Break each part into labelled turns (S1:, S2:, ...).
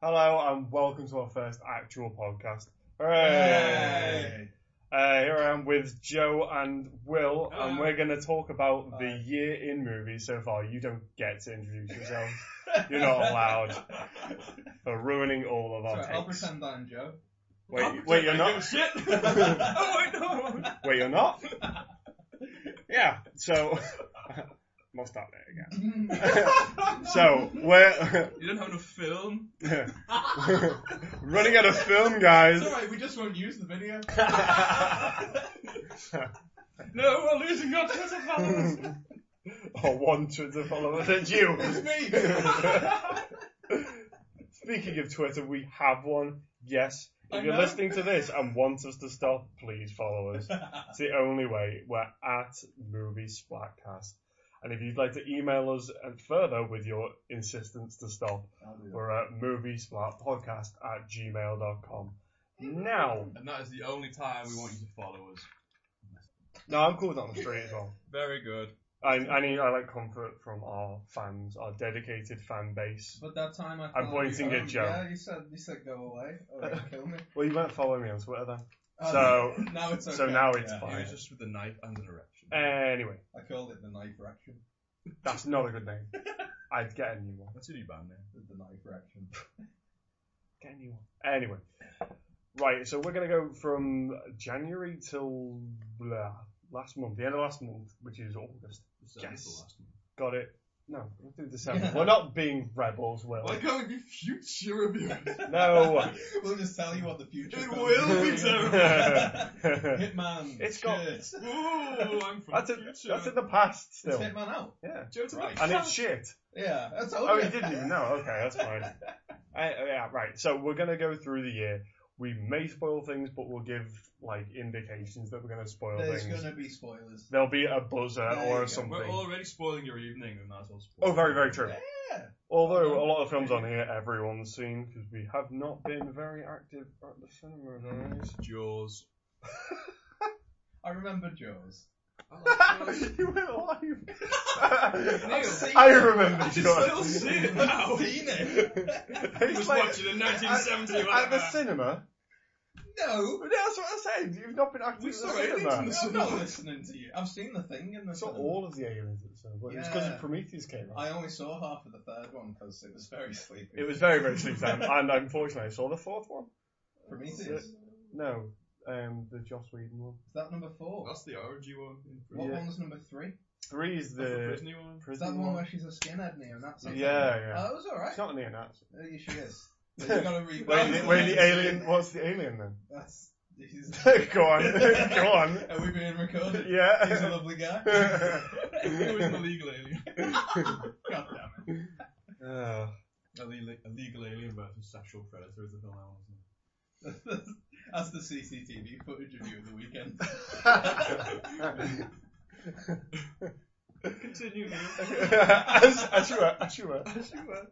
S1: Hello and welcome to our first actual podcast. Hooray!
S2: Hey.
S1: Uh, here I am with Joe and Will, and
S2: Hello.
S1: we're going to talk about the
S2: Hi.
S1: year in movies so far. You don't get to introduce yourselves You're not allowed. for ruining all of our
S2: Sorry, I'll
S1: takes.
S2: pretend that I'm Joe.
S3: I'll
S1: Wait,
S3: pretend
S1: wait, you're
S3: I
S1: not?
S3: give a shit. oh wait, no.
S1: Wait, you're not? Yeah. So, we'll start there again. so we're
S3: You don't have enough film.
S1: running out of film, guys.
S2: It's alright, we just won't use the video.
S3: No, we're losing our Twitter followers.
S1: or one Twitter follower than you.
S2: It's
S1: Speaking of Twitter, we have one. Yes. If
S2: I
S1: you're
S2: know.
S1: listening to this and want us to stop, please follow us.
S2: me!
S1: It's the only way. We're at Movie Splatcast. And if you'd like to email us and further with your insistence to stop, we're at moviesplatpodcast at gmail.com. Now,
S3: and that is the only time we want you to follow us.
S1: no, I'm cool down the street as well.
S3: Very good.
S1: I, I need, I like comfort from our fans, our dedicated fan base.
S2: but that time I
S1: I'm
S2: found
S1: pointing
S2: you.
S1: at
S2: Oh,
S1: Joe.
S2: Yeah, you said you said go away or you'll kill me.
S1: Well, you weren't following me on Twitter then.
S2: Um,
S1: So-
S2: now it's okay.
S1: so now it's
S2: yeah.
S1: fine.
S3: It was just with the knife and an erection.
S1: Anyway,
S2: I called it the knife reaction.
S1: that's not a good name. I'd get a new one.
S3: That's a new band name.
S2: The knife reaction.
S1: Get a new one. Anyway, right. So we're gonna go from January till blah, last month, the end of last month, which is August. Yes. Got it. No, we'll do December. we're not being rebels, Will.
S3: Why can't we be future reviews?
S1: No.
S2: we'll just tell you what the future.
S3: It
S2: comes.
S3: will be terrible.
S2: Hitman.
S1: It's got-
S2: shit.
S3: Ooh, I'm from
S1: that's
S3: the
S1: in,
S3: future.
S1: that's in the past
S2: It's
S1: still.
S2: Hitman out.
S1: Yeah.
S3: Joe to the
S4: Oh,
S2: Right.
S1: And it's
S3: past.
S1: shit.
S2: Yeah, that's all.
S1: Oh, you didn't even know. Okay, that's fine. I, yeah, right. So we're gonna go through the year. We may spoil things, but we'll give like indications that we're gonna spoil
S2: There's
S1: things.
S2: gonna be spoilers.
S1: There'll be a buzzer
S2: There you
S1: or
S2: go.
S1: something.
S3: We're already spoiling your evening. We might as well spoil
S1: Oh, very, very
S3: it.
S1: true.
S2: Yeah.
S1: Although a lot of films on here everyone's seen because we have not been very active at the cinema, guys.
S3: Jaws.
S2: I remember Jaws.
S3: I like Jaws.
S1: you went alive.
S2: I've
S1: I
S2: seen it.
S3: I
S1: remember.
S3: can
S1: Jaws.
S3: still see it now.
S2: I've seen it.
S3: He
S1: It's
S3: was
S1: like-
S3: watching in
S1: at,
S3: 1970.
S1: at
S3: like
S1: the
S3: that.
S1: cinema.
S2: No,
S1: But that's what I said. You've not been active
S3: We
S1: at the
S3: saw aliens in
S1: cinema.
S3: the
S2: I'm not listening to you. I've seen the thing in the.
S1: I saw
S2: film.
S1: all of the aliens at the cinema. But It was because
S2: Yeah.
S1: Prometheus came out.
S2: I only saw half of the third one because it was very sleepy.
S1: It was very, very sleep time, and unfortunately, I saw the fourth one.
S2: Prometheus. Is
S1: No, um, the Joss Whedon one.
S2: that number four?
S3: That's the orangey one. in
S2: What
S3: prison.
S1: Yeah.
S2: one's number three?
S1: Three is
S3: That's the
S1: the
S3: prison one.
S2: Is
S1: prison
S2: that the one
S1: one.
S2: where she's a skinhead neo Nazi?
S1: Yeah, yeah.
S2: Oh, it was alright.
S1: It's not an neo-Nazi.
S2: Uh, she is. You gotta read.
S1: Wait, the,
S2: that's
S1: wait, the
S2: one.
S1: alien. What's the alien then?
S2: That's. He's...
S1: Go on, go on.
S2: Are we being recorded? He's a
S1: Yeah.
S2: lovely guy.
S3: It was an illegal alien.
S2: God damn it.
S1: Uh,
S3: Illegal, illegal alien versus sexual predator is the film I want to see.
S2: That's the CCTV footage of you at the weekend.
S1: Oh.
S3: Continue.
S1: as, as you were, as you were.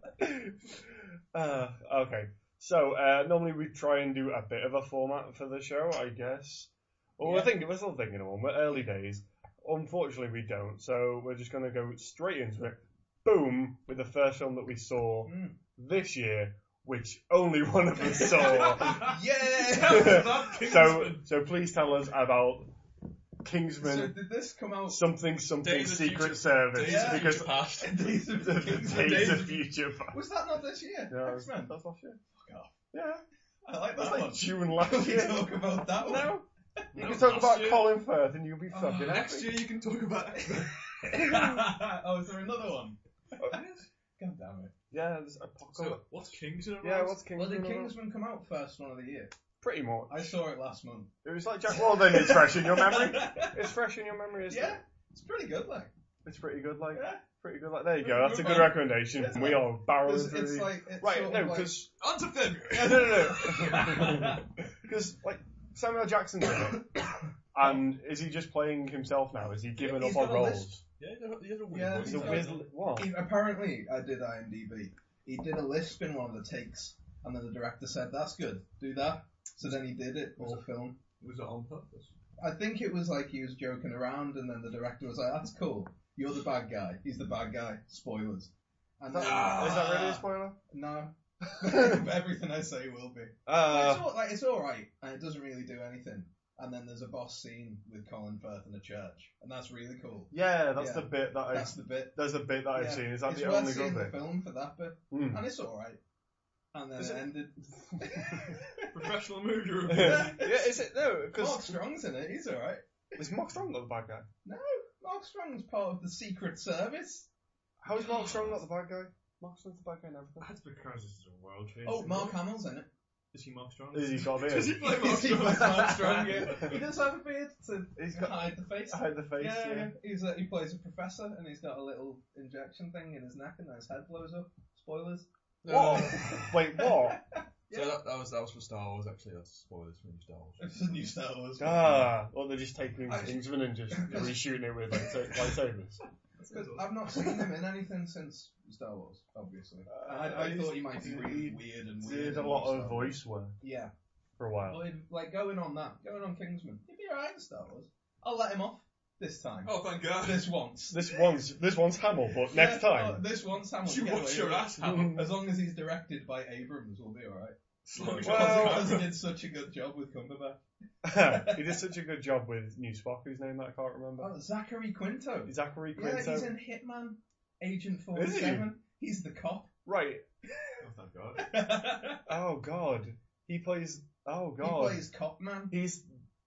S1: Uh, okay, so uh, normally we try and do a bit of a format for the show, I guess. Well, we're
S2: Yeah.
S1: thinking, we're still thinking of one. We're early days. Unfortunately, we don't. So we're just going to go straight into it. Boom! With the first film that we saw
S3: Hmm.
S2: Mm.
S1: this year, which only one of us saw.
S2: Yeah!
S3: That
S1: so,
S3: Kingsman.
S1: so please tell us about
S2: so
S1: Kingsman
S2: did this come out
S1: something something
S3: Days of
S1: Secret
S3: Future-
S1: Service
S3: Days
S2: Yeah.
S3: of
S1: because
S3: Future Past.
S2: Days of the Kings of
S1: Days
S2: Days.
S1: of Future Past.
S2: Was that not this year?
S1: No,
S2: X Men.
S1: That's last year.
S2: Fuck off.
S1: Yeah,
S2: I like
S1: that's
S2: that
S1: like
S2: one.
S1: June last
S2: Can we
S1: year.
S2: talk about that one?
S3: No,
S1: No, you can talk
S3: last
S1: about
S3: year.
S1: Colin Firth and you'll be
S3: Uh,
S2: Oh,
S1: fucking
S3: Next
S1: happy.
S3: year you can talk about.
S2: oh, is there another one? God damn it.
S1: Yeah, there's Apocalypse.
S3: so, what's Kingsman about?
S1: yeah, what's
S2: Well,
S1: Kingsman?
S2: did
S1: about?
S2: Kingsman come out first one of the year?
S1: Pretty much.
S2: I saw it last month.
S1: It was like Jack. Well, then it's fresh in your memory. It's fresh in your memory. Isn't
S2: yeah,
S1: it?
S2: it's pretty good, like.
S1: it's pretty good. Like,
S2: Yeah.
S1: pretty good. Like, there you go. That's a good
S2: Yeah.
S1: recommendation.
S2: Yeah.
S1: we are barreling
S2: It's,
S1: through.
S2: it's
S1: the-
S2: like. It's
S1: right,
S2: sort
S1: no,
S2: of like,
S1: because
S3: On to February.
S1: Yeah, no, no, no. Because like Samuel Jackson's in it, and is he just playing himself now? Is he giving
S2: He's
S1: up on
S2: got a
S1: roles?
S2: list.
S3: Yeah, he had a- he had a weird
S2: Yeah,
S3: voice.
S1: It's a
S2: He's
S1: weird,
S2: got
S1: what?
S2: He, apparently, I did IMDb. He did a lisp in one of the takes, and then the director said, "That's good, do that." So then he did it. It was a film.
S3: Was it on purpose?
S2: I think it was like he was joking around, and then the director was like, "That's cool. You're the bad guy. He's the bad guy." Spoilers. And
S1: Ah. Is that, is
S2: that-
S1: that really a spoiler?
S2: no, Everything I say will be. it's
S4: Uh,
S2: all, like it's all right, and it doesn't really do anything. And then there's a boss scene with Colin Firth in a church, and that's really cool.
S1: Yeah, that's
S2: Yeah.
S1: the bit that I.
S2: That's the bit.
S1: That's the bit that I've
S2: Yeah.
S1: seen. Is that
S2: it's
S1: the
S2: worth
S1: only
S2: seeing
S1: good
S2: the
S1: bit?
S2: film for that bit,
S1: Mm.
S2: and it's Oh, all right. And then
S4: Is
S2: it,
S4: it-
S2: ended.
S1: Hmm.
S3: Professional movie review.
S4: yeah, is it? No,
S2: Mark
S4: because
S2: Strong's in it. He's all right.
S1: Is Mark Strong not the bad guy?
S2: No, Mark Strong's part of the Secret Service.
S1: How is Mark Strong not the bad guy? Mark Strong's the bad guy in everything.
S3: That's because this is a world change.
S2: Oh, Mark Hamill's in it.
S3: Is he Mark Strong?
S1: Is he got a
S3: Does he
S1: beard?
S3: play Mark
S2: Is he
S3: Strong?
S2: Mark
S1: Strong,
S3: yeah.
S2: He does have a beard to
S1: He's got
S2: hide the face.
S1: I hide the face.
S2: yeah,
S1: Yeah,
S2: yeah. He's uh, he plays a professor, and he's got a little injection thing in his neck, and then his head blows up. Spoilers.
S1: What?
S2: Oh.
S1: Wait, what?
S4: Yeah.
S3: So that, that was that was for Star Wars actually. That's spoilers for new Star Wars.
S2: It's a new Star Wars.
S1: Ah, well, they're just taking
S2: I-
S1: Kingsman and just reshooting it with like ta- lightsabers.
S2: Because I've not seen him in anything since Star Wars, obviously.
S1: Uh,
S2: I, I,
S1: I
S2: thought he might be
S1: he
S2: really weird and weird.
S1: Did a
S2: and
S1: lot
S2: Star
S1: of
S2: Wars.
S1: voice work
S2: Yeah,
S1: for a while.
S2: but it- like going on that, going on Kingsman, he'd be alright in Star Wars. I'll let him off this time.
S3: Oh, thank God.
S2: This once.
S1: This one's this one's Hamill, but next
S2: Yeah,
S1: time.
S2: oh, this once, Sam will
S3: You
S2: get away
S3: watch your
S2: with it.
S3: ass, Hammer.
S2: As long as he's directed by Abrams, we'll be alright.
S3: Slow
S1: Well-
S3: down.
S2: because he did such a good job with Cumberbatch.
S1: he did such a good job with New Spock, whose name that I can't remember.
S2: Oh, Zachary Quinto.
S1: Zachary
S2: Yeah,
S1: Quinto.
S2: he's in Hitman, Agent 47. He's the cop.
S1: Right.
S3: Oh, thank God.
S1: Oh God. He plays. Oh
S2: He
S1: God.
S2: plays cop man.
S1: He's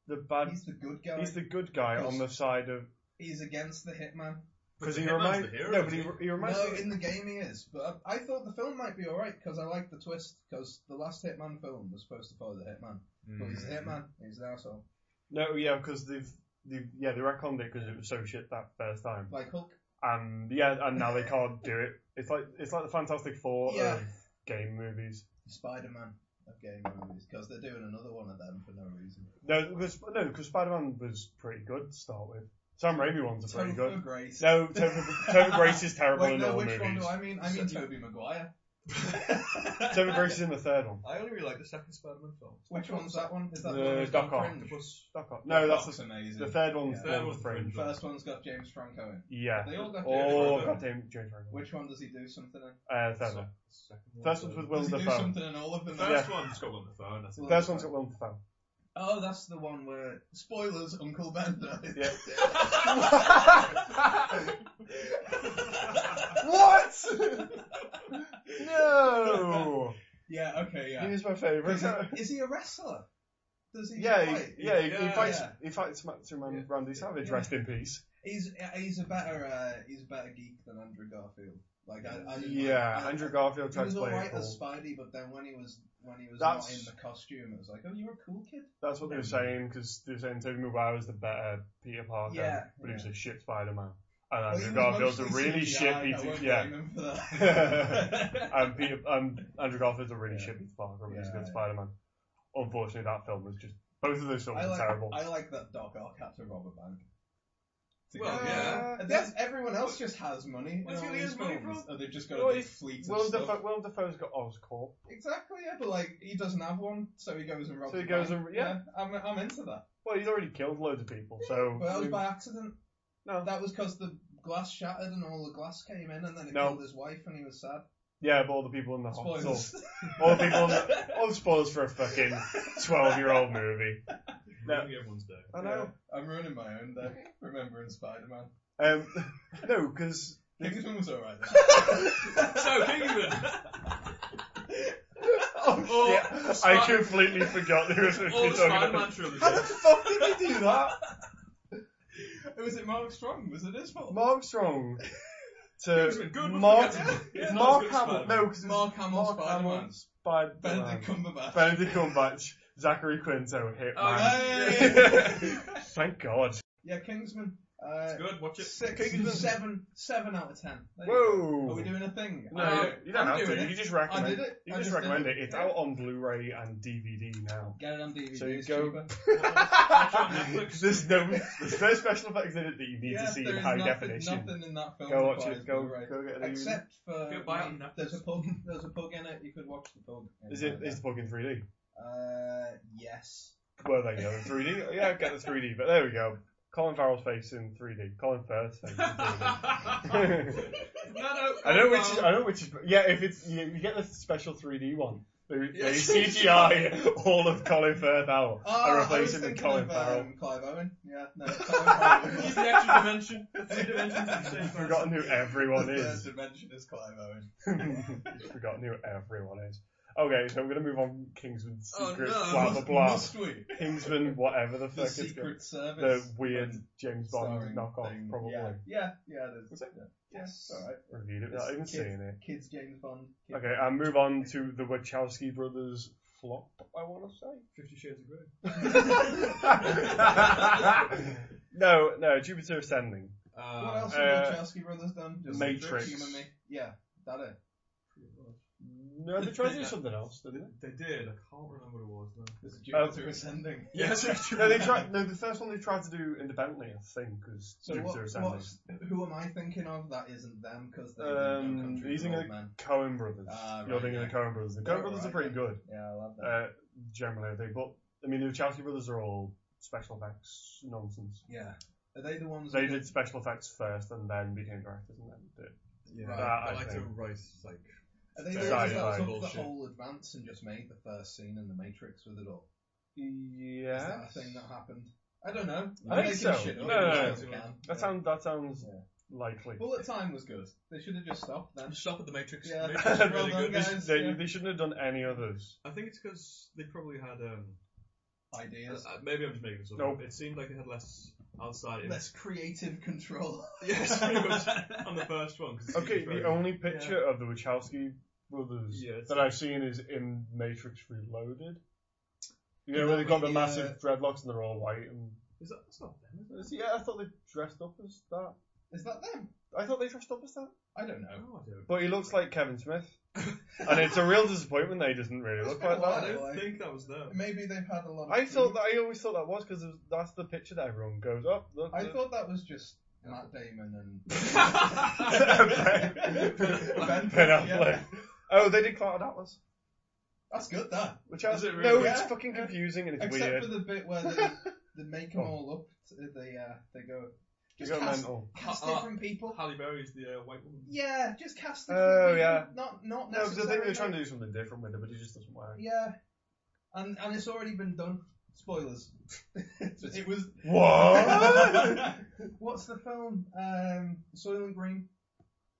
S1: the bad.
S2: He's the good guy.
S1: He's the good guy on the side of
S2: He's against the hitman.
S1: because he
S3: Hitman's
S1: reminds.
S3: the hero,
S1: No, but he,
S3: isn't
S1: he reminds
S2: No,
S1: me.
S2: in the game he is. But I, I thought the film might be alright because I liked the twist. Because the last Hitman film was supposed to follow the Hitman,
S3: Hmm.
S2: but he's
S1: Mm.
S2: the Hitman. He's an asshole,
S1: No, yeah, because they've. They've, yeah, they retconned it because it was so shit that first time,
S2: like Hook.
S1: and yeah, and now they can't do it. It's like it's like the Fantastic Four of
S2: Yeah.
S1: game movies.
S2: Spider Man of game movies because they're doing another one of them for no reason.
S1: No, because no, because Spider-Man was pretty good to start with. Sam Raimi ones are pretty
S2: Topher
S1: good.
S2: Grace.
S1: No, Toby, Toby Grace is terrible
S2: Wait,
S1: in
S2: no,
S1: all
S2: which
S1: movies.
S2: one do I mean? I mean
S3: So-
S2: Toby Maguire.
S1: Toby Grace is in the third one.
S3: I only really like the second Spider-Man film.
S2: Which one's that one? Is that
S1: The
S2: the one that's
S1: Doc
S2: got
S1: Ock.
S2: Fringe?
S3: Octopus.
S1: Doc Ock. No,
S2: Doc's
S1: that's the,
S2: amazing.
S1: the third one's
S2: Yeah.
S1: the
S3: Third
S1: one with
S3: one's
S1: Fringe.
S3: Fringe.
S2: First one's got James Franco in.
S1: Yeah.
S2: They all got James
S1: Oh,
S2: Franco. in.
S1: goddamn, James Franco.
S2: Which one does he do something in?
S1: Uh, third one.
S3: Second uh,
S1: First one's with Will
S2: Does he do
S1: Dafoe.
S2: something in all of
S3: The
S2: them?
S3: first one's got Will Dafoe, and that's it.
S2: Will
S1: First one's got Will Dafoe.
S2: Oh, that's the one where spoilers, Uncle Ben dies.
S1: Yeah.
S2: what?
S1: No!
S2: yeah. Okay.
S1: He
S2: Yeah.
S1: was my favourite.
S2: Is he, is he a wrestler? Does he?
S1: Yeah,
S2: fight?
S1: he, yeah, he, he
S3: Yeah.
S1: fights.
S2: Yeah.
S1: He fights Matsuman
S3: Yeah.
S1: Randy Savage.
S2: Yeah.
S1: Rest in peace.
S2: He's he's a better uh, he's a better geek than Andrew Garfield. Like I, I didn't like-
S1: Yeah,
S2: I-
S1: Andrew Garfield
S2: He
S1: tries
S2: was
S1: to play
S2: alright
S1: it cool.
S2: as Spidey, but then when he was when he was
S1: That's-
S2: not in the costume, it was like, oh, you're a cool kid.
S1: That's what they were
S2: Mm.
S1: saying because they were saying Tobey Maguire was the better Peter Parker,
S2: Yeah,
S1: but he
S2: yeah.
S1: was a shit Spider-Man, and
S2: Well, he
S1: Andrew
S2: was
S1: Garfield's a
S2: mostly
S1: really
S2: CGI,
S1: shit
S2: I
S1: Peter.
S2: won't
S1: Yeah,
S2: blame him for that.
S1: and Peter, um, Andrew Garfield's a really
S2: Yeah.
S1: shit Peter Parker, but he's a
S2: Yeah,
S1: good
S2: yeah.
S1: Spider-Man. Unfortunately, that film was just both of those films
S2: I
S1: are
S2: like
S1: terrible.
S2: I like that Doc Ock had to rob a bank. To
S3: Well,
S2: get-
S1: yeah.
S2: And that's- everyone else just has money.
S3: Where's
S2: in
S3: he gonna
S2: all
S3: get
S2: these
S3: his money
S2: films,
S3: from?
S2: and they've just got
S1: Well,
S2: a big
S1: he's-
S2: fleet of
S1: Willem
S2: stuff.
S1: Dafoe, Willem Dafoe's got Oscorp.
S2: Exactly, yeah, but like he doesn't have one, so he goes and robs.
S1: So he
S2: a
S1: goes
S2: bank.
S1: and- yeah.
S2: I'm, I'm into that.
S1: Well, he's already killed loads of people, so
S2: But that was by accident.
S1: no,
S2: That was because the glass shattered and all the glass came in, and then it
S1: No.
S2: killed his wife, and he was sad.
S1: yeah, but all the people in the hospital,
S2: Spoilers.
S1: Oh, all the people, in the, all spoilers for a fucking twelve-year-old movie.
S3: Ruining everyone's day.
S1: I know.
S2: Yeah, I'm ruining my own day. Remembering Spider-Man.
S1: Um, no, because
S2: Kingsman was alright.
S3: So, Kingsman!
S1: Oh,
S3: Or
S1: yeah. I
S3: Spider-
S1: completely forgot there was a
S3: All
S1: movie
S3: the
S1: talking
S3: Spider-Man
S1: about.
S3: trilogy.
S1: How the fuck did he do that?
S2: was it Mark Strong? Was it his fault?
S1: Mark Strong to
S3: Kingsman, good one.
S1: Mark
S3: Yeah, yeah, that was
S1: Mark
S3: good
S1: Hamill.
S3: Spider-Man.
S1: No, because
S2: Mark Hamill
S1: Mark Hamill.
S2: Spider-Man.
S1: Spider
S2: Benedict Cumberbatch.
S1: Benedict Cumberbatch, Zachary Quinto, Hitman.
S3: Oh,
S2: Hey!
S1: Thank God.
S2: yeah, Kingsman. Uh,
S3: It's good, watch it.
S2: six,
S1: Kingsman.
S2: seven, seven out of ten. There you
S1: Whoa.
S2: go. Are we doing a thing?
S1: No,
S2: Uh,
S1: you- you don't
S2: I'm
S1: have to.
S2: doing it.
S1: You just
S2: I
S1: recommend.
S2: did it.
S1: You
S2: I
S1: just
S2: just
S1: recommend
S2: did
S1: it.
S2: it.
S1: It's
S2: Yeah.
S1: out on Blu-ray and DVD now.
S2: Get it on DVD.
S1: So you
S2: it's
S1: go-
S2: cheaper.
S3: Watch it on Netflix.
S1: There's no, there's no special effects in it that you need
S2: yeah,
S1: to see in
S2: there is
S1: high
S2: nothing,
S1: definition.
S2: Nothing in that film.
S1: Go
S2: that
S1: watch
S2: buys
S1: it. Go,
S2: Blu-ray.
S1: go get it.
S2: Except for
S3: Go buy it on Netflix.
S2: there's a pug. There's a pug in it. You could watch the pug. in
S1: Is it
S2: there.
S1: is the fucking 3D?
S2: Uh, yes.
S1: Well, there you go. The 3D. Yeah, get the 3D. But there we go. Colin Farrell's face in 3D. Colin Firth's face in 3D.
S3: no, no.
S1: I know
S3: Colin
S1: which is,
S3: Farrell.
S1: I know which is, yeah, if it's, you, you get the special 3D one. They, they
S3: Yes.
S1: CGI all of Colin Firth out
S2: Oh,
S1: and
S2: I
S1: replace
S2: was
S1: him with
S2: thinking
S1: Colin
S2: of,
S1: Farrell.
S2: Um, Clive Owen. Yeah, no, Colin Farrell.
S3: He's an extra dimension. The Three dimensions of the same
S1: He's
S3: person.
S1: forgotten who everyone
S2: The
S1: is.
S2: third dimension is Clive Owen.
S1: He's forgotten who everyone is. Okay, so we're gonna move on Kingsman
S3: Oh
S1: Secret,
S3: no!
S1: blah blah
S3: must,
S1: blah.
S3: Must we?
S1: Kingsman, whatever the
S2: The
S1: fuck it's called.
S2: Secret Service.
S1: The weird
S2: Bond
S1: James Bond
S2: starring
S1: knockoff,
S2: thing.
S1: probably.
S2: Yeah, yeah, yeah it is.
S1: Was it?
S2: Yeah. Yes. Alright.
S1: Reviewed it
S2: It's
S1: without even
S2: kids-
S1: seeing it.
S2: Kids James Bond. Kids.
S1: Okay, and move on to the Wachowski brothers flop, I wanna say.
S3: Fifty Shades of Grey.
S1: no, no, Jupiter Ascending.
S3: Uh,
S2: What else
S1: uh,
S2: have the Wachowski brothers done? Just
S1: Matrix.
S2: Humour me. Yeah, that it.
S1: No, they tried to do something else, didn't they?
S3: They did. I can't remember what it was though.
S2: This is
S1: Uh,
S2: Jupiter Ascending.
S3: Yes,
S1: No, they tried. No, the first one they tried to do independently, I think, was
S2: So what,
S1: Jupiter Ascending.
S2: what's, who am I thinking of? That isn't them because they're
S1: Um,
S2: no country
S1: he's
S2: for
S1: gonna-
S2: old men.
S1: Cohen Brothers.
S2: Ah,
S1: You're
S2: right,
S1: thinking of
S2: yeah.
S1: the Cohen Brothers. The
S2: They're
S1: Cohen Brothers are
S2: alright,
S1: pretty good,
S2: Yeah, I love that.
S1: uh, generally, I think. But I mean, the Wachowski Brothers are all special effects nonsense.
S2: yeah. Are they the ones?
S1: They
S2: that-
S1: did special effects first, and then became directors, and then did.
S3: Yeah,
S2: Right,
S1: I
S3: I like to
S1: think.
S3: write like.
S2: Are they the
S1: Design
S2: ones that
S1: by
S2: took
S3: bullshit.
S2: the whole advance and just made the first scene in the Matrix with it all? Is
S1: Yeah.
S2: that a thing that happened? I don't know.
S1: I
S2: I'm
S1: think
S2: making
S1: so.
S2: Shit
S1: No,
S2: up.
S1: no,
S2: Yeah,
S1: no.
S2: we can.
S1: That sounds. That sounds
S2: Yeah.
S1: likely.
S2: Bullet time was good. They should have just stopped then.
S3: Stop at the Matrix.
S2: Yeah.
S3: Matrix is
S2: Well
S3: really
S2: done,
S3: good.
S1: They,
S2: guys.
S1: sh- they,
S2: yeah.
S1: they shouldn't have done any others.
S3: I think it's because they probably had um.
S2: Ideas.
S3: Uh, maybe I'm just making this up.
S1: Nope.
S3: It seemed like they had less outside. in-
S2: Less creative control.
S3: Yes, pretty much on the first one. 'cause it's
S1: Okay,
S3: very
S1: the
S3: good.
S1: only picture of the Wachowski brothers
S3: Yeah, it's-
S1: that I've seen is in Matrix Reloaded. You know,
S2: Yeah,
S1: where they've got the
S2: yeah.
S1: massive dreadlocks and they're all white. And...
S3: Is that that's not them? Is it?
S1: uh, Is- Yeah, I thought they dressed up as that.
S2: Is that them?
S1: I thought they dressed up as that.
S2: I don't know.
S3: No, I don't.
S1: But he looks like Kevin Smith. and it's a real disappointment that he doesn't really look like
S2: Why?
S1: that.
S3: I don't
S2: like-
S3: think that was them.
S2: Maybe they've had a lot of.
S1: I thought that, I always thought that was because that's the picture that everyone goes up. Look,
S2: I
S1: look."
S2: thought that was just Matt Damon and.
S1: Ben- Ben Affleck. Oh, they did Cloud Atlas.
S2: That's good, that.
S1: Which I
S3: Is it
S1: no,
S3: really?
S1: it's
S2: Yeah.
S1: fucking confusing and it's
S2: Except
S1: weird. Oh.
S2: for the bit where they, they make them all up. They, uh, they go.
S1: You
S2: Just
S1: go
S2: cast,
S1: mental.
S2: cast
S3: Uh,
S2: different people.
S3: Halle Berry is the uh, white woman.
S2: Yeah, just cast different
S1: Oh,
S2: people.
S1: yeah.
S2: Not, not
S1: No, because I
S2: necessarily.
S1: think they're trying to do something different with it, but it just doesn't work.
S2: Yeah. And, and it's already been done. Spoilers. it was. Um,
S1: Oh.
S2: What's the film? Um, Soylent Green.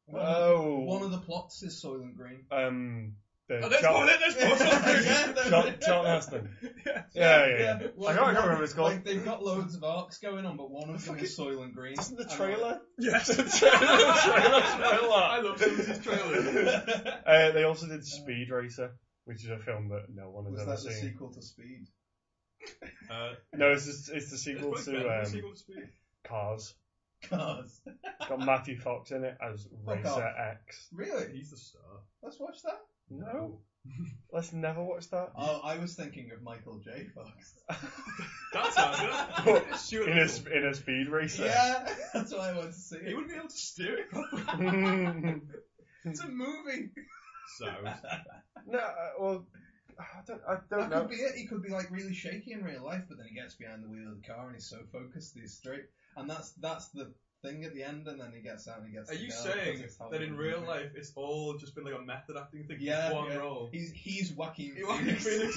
S2: One of the-
S1: oh.
S2: One of the plots is Soylent Green.
S1: um. The
S3: Oh, that's
S1: Char-
S3: more than that's more
S2: Yeah.
S1: Char- Charlton Heston.
S3: Yeah.
S1: Yeah, yeah, yeah. I
S2: Like,
S1: can't
S2: one-
S1: remember what it's called.
S2: Like, they've got loads of arcs going on, but one of them
S1: Fucking-
S2: is Soylent Green.
S1: Doesn't the
S2: And uh, I-
S1: trailer?
S3: Yes.
S1: The trailer- the trailer's quite a lot.
S3: I love some of his trailers.
S1: Uh, they also did Speed Racer, which is a film that no one has
S2: Was
S1: ever
S2: that the
S1: seen.
S2: sequel to Speed?
S3: Uh,
S1: No, it's just, it's the
S3: it's
S1: sequel
S3: probably better
S1: to
S3: than
S1: um,
S3: sequel to Speed.
S1: Cars.
S2: Cars.
S1: It's got Matthew Fox in it as Racer
S2: off.
S1: X.
S2: Really?
S3: He's the star.
S2: Let's watch that.
S1: No, let's never watch that.
S2: Oh, I was thinking of Michael J. Fox.
S3: That's how good. Stuart
S1: In a
S3: Little.
S1: sp- in a Speed Racer.
S2: yeah, that's why I wanted to see
S3: He
S2: it.
S3: wouldn't be able to steer it properly.
S2: It's a movie.
S3: so,
S1: No, uh, well, I don't, I
S2: That
S1: don't know.
S2: could be it. He could be like really shaky in real life, but then he gets behind the wheel of the car and he's so focused, he's straight. And that's that's the thing at the end. And then he gets out and he gets.
S3: are
S2: the
S3: you
S2: girl
S3: saying
S2: because it's
S3: that in
S2: Hollywood
S3: real
S2: movie.
S3: life it's all just been like a method acting thing?
S2: Yeah,
S3: One
S2: yeah.
S3: role.
S2: He's he's whacking.
S3: He whacked Phoenix.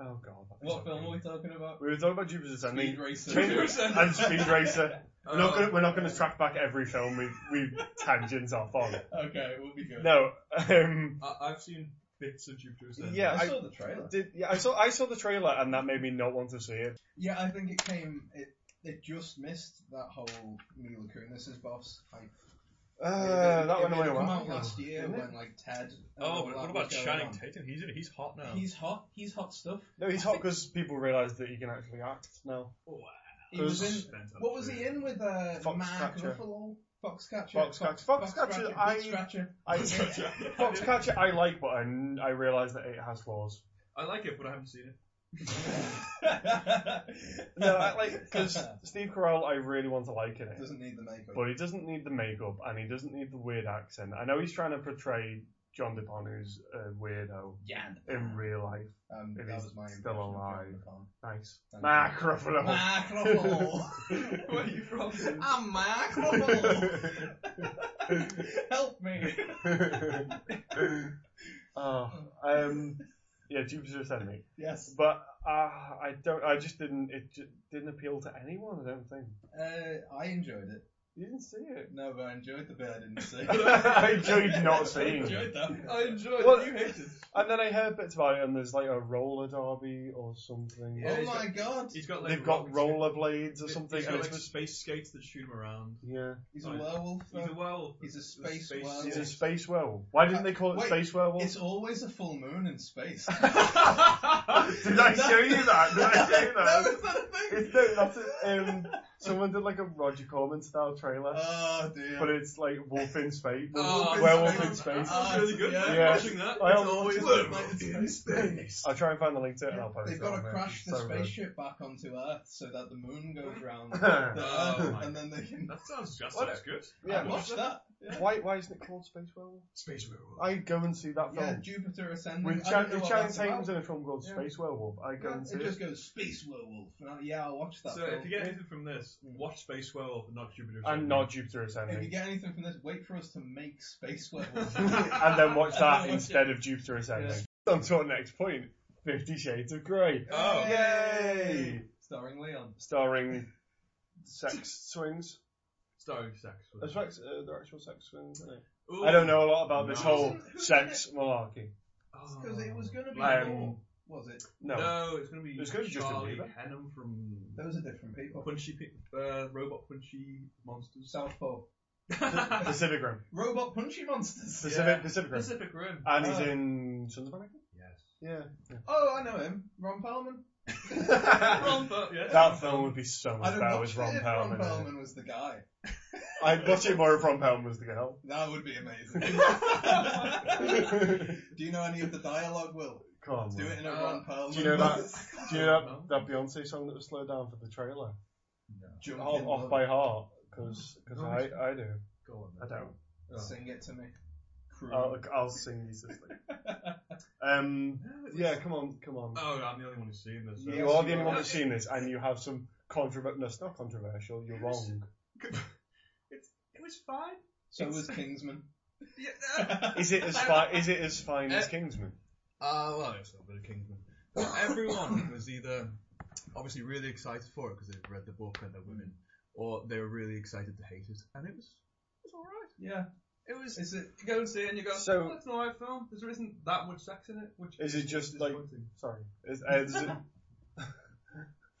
S1: oh god.
S2: what film are we talking about?
S1: We were talking about Jupiter Ascending
S2: Speed Racer.
S1: Speed
S2: two.
S1: Racer. and Speed Racer.
S3: Uh,
S1: We're not gonna, we're not
S2: Oh.
S1: going to track back every film we we tangents off on.
S2: Okay, we'll be good.
S1: No, um,
S3: I- I've seen bits of Jupiter Ascending.
S1: Yeah,
S2: I
S1: I-
S2: saw the trailer.
S1: did, yeah, I saw I saw the trailer and that made me not want to see it.
S2: Yeah, I think it came. It it just missed that whole Mila Kunis's boss. I,
S1: Uh, that went
S2: it
S1: away a
S2: come
S1: while
S2: out
S1: ago,
S2: last year
S1: didn't it?
S2: when like Ted. and all
S3: Oh, but
S2: that
S3: what
S2: was
S3: about
S2: going
S3: Channing
S2: on.
S3: Tatum? He's he's hot now.
S2: He's hot. He's hot stuff.
S1: No, he's hot because people realise that he can actually act now.
S3: Wow.
S2: He was in.
S3: Fantastic.
S2: What was he in with? Uh,
S1: Foxcatcher.
S2: Mark Ruffalo. Foxcatcher.
S1: Foxcatcher. Foxcatcher, I-
S2: Foxcatcher.
S1: I,
S3: I,
S1: Foxcatcher I like, but I, n- I realise that it has flaws.
S3: I like it, but I haven't seen it.
S1: No, I, like because Steve Carell, I really want to like in it.
S2: doesn't need the makeup.
S1: But he doesn't need the makeup and he doesn't need the weird accent. I know he's trying to portray John DePonu's a weirdo
S2: Yeah.
S1: in real life.
S2: Um,
S1: If
S2: that
S1: he's
S2: was my
S1: still
S2: impression of
S1: alive.
S2: John McClane.
S1: Nice.
S2: Thank
S1: Mark
S2: you.
S1: Ruffalo.
S2: Mark Ruffalo.
S4: Where are you from?
S2: I'm Mark Ruffalo. Help me.
S1: oh, um, yeah, Jupiter Ascending.
S2: Yes.
S1: But uh, I don't. I just didn't. It ju- didn't appeal to anyone. I don't think.
S2: Uh, I enjoyed it.
S1: You didn't see it.
S2: No, but I enjoyed the bit I Oh, didn't see.
S1: I enjoyed not
S4: I
S1: seeing it.
S4: enjoyed that. I enjoyed
S1: Well-
S4: it. You hated it.
S1: And then I heard bits about it, and there's like a roller derby or something.
S4: Yeah,
S2: oh
S4: he's
S2: my god.
S4: He's got like
S1: They've got
S4: rocks-
S1: rollerblades or
S4: he's
S1: something,
S4: got
S1: and
S4: like
S1: it's just
S4: space skates that shoot him around.
S1: yeah.
S2: He's a werewolf. uh,
S4: He's
S2: though.
S4: a werewolf.
S2: He's a space werewolf.
S1: It's a space werewolf. Why didn't they call it
S2: Oh, Wait,
S1: space werewolf?
S2: It's always a full moon in space. Did
S1: Did I show you that? Did I show you that?
S2: no, is that a thing?
S1: It's the, that's it, um, someone did like a Roger Corman style trailer,
S2: Oh dear.
S1: but it's like Wolf in Space,
S2: Oh,
S1: Werewolf
S2: Wolf
S1: in
S2: in
S1: Space.
S2: Space.
S4: That's really good.
S2: Yeah.
S4: I'm
S1: Oh, Yeah.
S4: watching that.
S1: I
S4: It's
S1: am
S4: always
S2: watching
S4: werewolf
S2: that.
S4: in space.
S1: I'll try and find the link to it and I'll post
S2: They've
S1: it.
S2: got to
S1: on there.
S2: crash the
S1: So good.
S2: spaceship back onto Earth so that the moon goes round the
S1: yeah.
S4: Oh,
S2: Earth,
S4: my-
S2: and then they can
S4: That sounds that
S1: What
S4: sounds good.
S2: I watched that. Yeah.
S1: Why, why isn't it called Space Werewolf?
S4: Space werewolf.
S1: I go and see that film.
S2: Yeah, Jupiter ascending.
S1: When
S2: I
S1: Cha-
S2: don't know
S1: if
S2: what
S1: Channing
S2: that's about.
S1: Tatum's in a film called
S2: Yeah.
S1: Space Werewolf, I go and see
S2: it
S1: it.
S2: just goes space werewolf. And I- yeah, I'll watch that.
S4: So
S2: film.
S4: if you get anything from this, watch Space Werewolf and not Jupiter.
S1: And
S4: Ascending.
S1: Mm. not Jupiter
S2: If you
S1: Ascending.
S2: get anything from this, wait for us to make space werewolf.
S1: and then watch
S4: And
S1: that
S4: then watch
S1: instead of Jupiter Ascending. On to our next point Fifty Shades of Grey.
S4: Oh.
S1: Yay!
S2: Starring Leon.
S1: Starring sex swings.
S4: Starring sex. with-
S1: That's right, uh, the actual sex swings, isn't it?
S4: Ooh.
S1: I don't know a lot about this
S4: No.
S1: whole
S2: Who's in
S1: sex malarkey.
S4: Oh.
S2: Because it was going to be
S1: Um,
S2: Thor, was it?
S1: No.
S4: it's going to be
S1: It's gonna be Justin
S4: Charlie
S1: Bieber.
S4: Hunnam from
S2: Those are different people.
S4: Punchy Pe- uh, Robot Punchy Monsters.
S2: Southpaw.
S1: Pacific Rim.
S2: Robot punchy monsters.
S1: Pacific,
S4: Yeah.
S1: Pacific Rim.
S4: Pacific Rim.
S1: And he's
S2: Oh.
S1: in Sons of Anarchy?
S4: yes.
S1: Yeah.
S2: Oh, I know him. Ron Perlman.
S4: Ron, but, yeah.
S1: That film would be so much
S2: I'd
S1: better
S2: have watched
S1: with
S2: it
S1: Ron
S2: if Ron
S1: Perlman. in it.
S2: Perlman was the guy.
S1: I'd watch it more if Ron Perlman was the girl.
S2: That would be amazing.
S1: Come
S2: Do you know any of the dialogue, Will?
S1: on.
S2: Do it
S1: man.
S2: in a
S4: Uh,
S2: Ron Perlman.
S1: do you know that- Do you know
S4: No.
S1: that, that Beyonce song that was slowed down for the trailer?
S2: Jump
S1: Off,
S2: in
S1: off
S2: love.
S1: by heart. Because
S4: No,
S1: I, I do.
S4: Go
S1: I
S4: on.
S1: don't.
S4: Oh.
S2: Sing it to me. Crew.
S1: I'll, I'll sing these this thing. Um, yeah, come on, come on.
S4: Oh, I'm the only one who's seen this.
S2: You
S1: You are the
S2: you
S1: only one
S2: are.
S1: that's seen this, and you have some controversial. No, it's not controversial. You're wrong.
S4: It's, it was fine.
S2: so was Kingsman.
S4: Yeah, no.
S1: Is it as fine? Is it as fine as Kingsman?
S4: Uh, well, it's a bit of Kingsman. Everyone was either obviously really excited for it because they've read the book and they're women, or they were really excited to hate it, and it was it was all right.
S2: Yeah.
S4: It was.
S2: Is it?
S4: You go and see it, and you go,
S1: So-
S4: "Oh, it's an alright film. 'cause There isn't that much sex in it, which
S1: Is it just like?
S4: disappointing.
S1: Sorry. Is, uh, is it?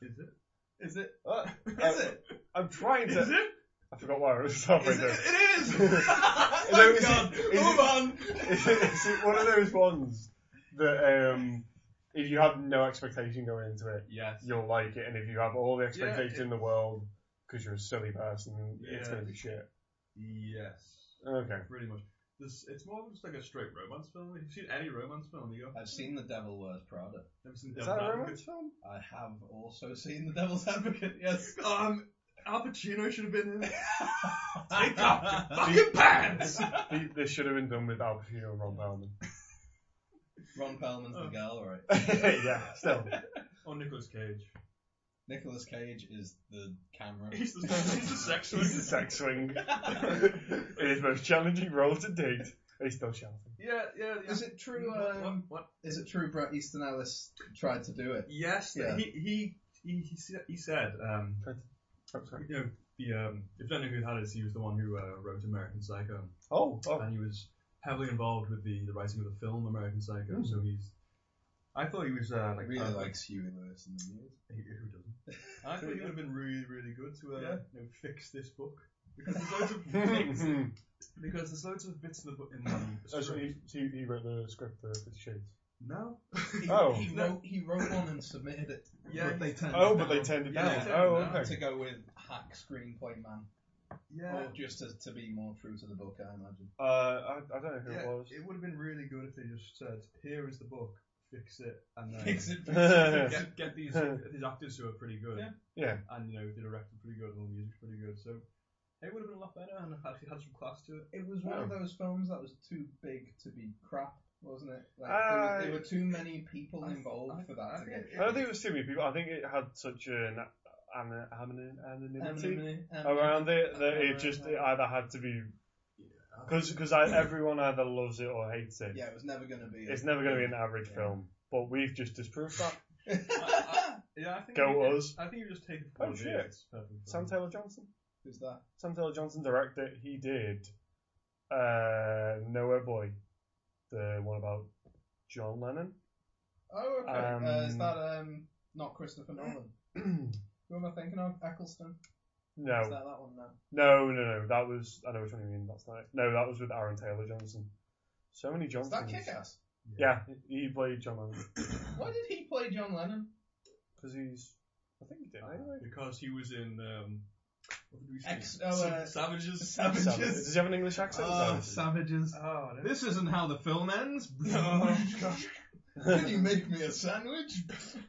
S4: Is it?
S2: Is it?
S1: uh,
S2: Is it?
S1: I'm trying
S4: Is
S1: to.
S4: it?
S1: I forgot why I was halfway
S2: Is it?
S1: there.
S2: It is.
S1: No,
S2: Thank
S1: is it-
S2: God.
S1: is it-
S2: Move on.
S1: Is it, is it one of those ones that um, if you have no expectation going into it,
S4: Yes.
S1: you'll like it, and if you have all the expectation
S4: it-
S1: in the world because you're a silly person, it's
S4: Yeah.
S1: gonna be shit.
S4: Yes.
S1: Okay.
S4: Pretty much. This it's more of just like a straight romance film. If you've seen any romance film, you go,
S2: I've seen The Devil Wears Prada.
S4: "Never seen
S1: Is
S4: Devil's
S1: that a
S4: Advocate."
S1: romance film?
S2: I have also seen The Devil's Advocate. Yes.
S4: Um, Al Pacino should have been in it. Take off your
S2: Ron
S4: fucking pants!
S1: They- This should have been done with Al Pacino and Ron Perlman.
S2: Perlman's the girl, right?
S1: yeah, still.
S4: or Nicolas Cage.
S2: Nicolas Cage is the camera.
S4: He's the, he's the sex one.
S1: He's a sex swing. it is most challenging role to date. He's still shouting.
S4: Yeah, yeah, yeah.
S2: Is it true?
S4: What,
S1: uh,
S4: what,
S2: Um,
S4: what?
S2: is it true? Brett Easton Ellis tried to do it.
S4: Yes,
S2: Yeah.
S4: he, he, he, he, said- he said, um,
S1: I'm sorry.
S4: you know, the, um, if you don't know who that is, he was the one who uh, wrote American Psycho.
S1: Oh, oh.
S4: and he was heavily involved with the, the writing of the film American Psycho.
S1: Hmm.
S4: So he's, I thought he was uh,
S2: I
S4: like
S2: really
S4: uh,
S2: likes Huey Lewis in the news.
S4: he- who doesn't? I thought he would have been really really good to uh,
S2: Yeah.
S4: you know, fix this book because there's loads of things-
S1: Mhm.
S4: because there's loads of bits in the book in the
S1: Oh, so
S4: script.
S1: he, so he wrote the script for Fifty Shades.
S4: No.
S2: He,
S1: Oh.
S2: he wrote he wrote one and submitted it.
S4: Yeah.
S2: but they turned
S1: Oh,
S2: it
S1: but they
S2: down
S1: turned it
S4: Yeah,
S1: down.
S4: they turned it
S1: oh,
S4: down.
S1: okay.
S2: to go with hack screenplay man,
S1: Oh,
S4: Yeah.
S2: or just to, to be more true to the book, I imagine.
S1: Uh, I, I don't know who
S4: yeah,
S1: it was.
S4: it would have been really good if they just said, "Here is the book, fix it," and then
S2: Fix it.
S4: get, get these these actors who are pretty good.
S2: Yeah.
S1: Yeah.
S4: And you know the director's pretty good and the music's pretty good. So It would have been a lot better and it actually had some class to it.
S2: It was one of those films that was too big to be crap, wasn't it? Like there,
S1: Uh,
S2: was, there were too many people
S3: I-
S2: involved
S3: I-
S2: for
S3: I
S2: that to
S3: think
S2: get.
S3: it-
S1: I don't think it was too many people. I think it had such an an, an, anonymity around it that it just it either had to be because because everyone either loves it or hates it.
S2: Yeah, it was never going to be.
S1: It's never going to be an average film. But we've just disproved that.
S4: Yeah, I think
S1: Go
S4: you
S1: us.
S4: I think you just take the
S1: Oh,
S4: four days,
S1: shit.
S4: it's perfectly
S1: Sam
S4: fine.
S1: Taylor Johnson.
S2: Who's that?
S1: Sam Taylor Johnson directed. He did uh, Nowhere Boy, the one about John Lennon.
S2: Oh, okay. uh, is
S1: Um,
S2: that um not Christopher Nolan? Who am I thinking of? Eccleston. Is
S1: no,
S2: that that one now?
S1: no, no, no. That was I know which one you mean. That's not it. No, that was with Aaron Taylor Johnson. So many
S2: Is
S1: Johnsons.
S2: that Kick-Ass?
S1: Yeah, he played John Lennon
S2: Why did he play John Lennon?
S1: because he's. I think he did
S2: Oh.
S1: anyway.
S4: Because he was in um, what did we say?
S2: Ex- oh, uh,
S4: Savages.
S2: Savages.
S1: Savage. Does he have an English accent?
S4: Oh,
S1: Savage.
S4: savages.
S3: Oh, no.
S4: This isn't how the film ends. Oh
S2: Can you make me a sandwich?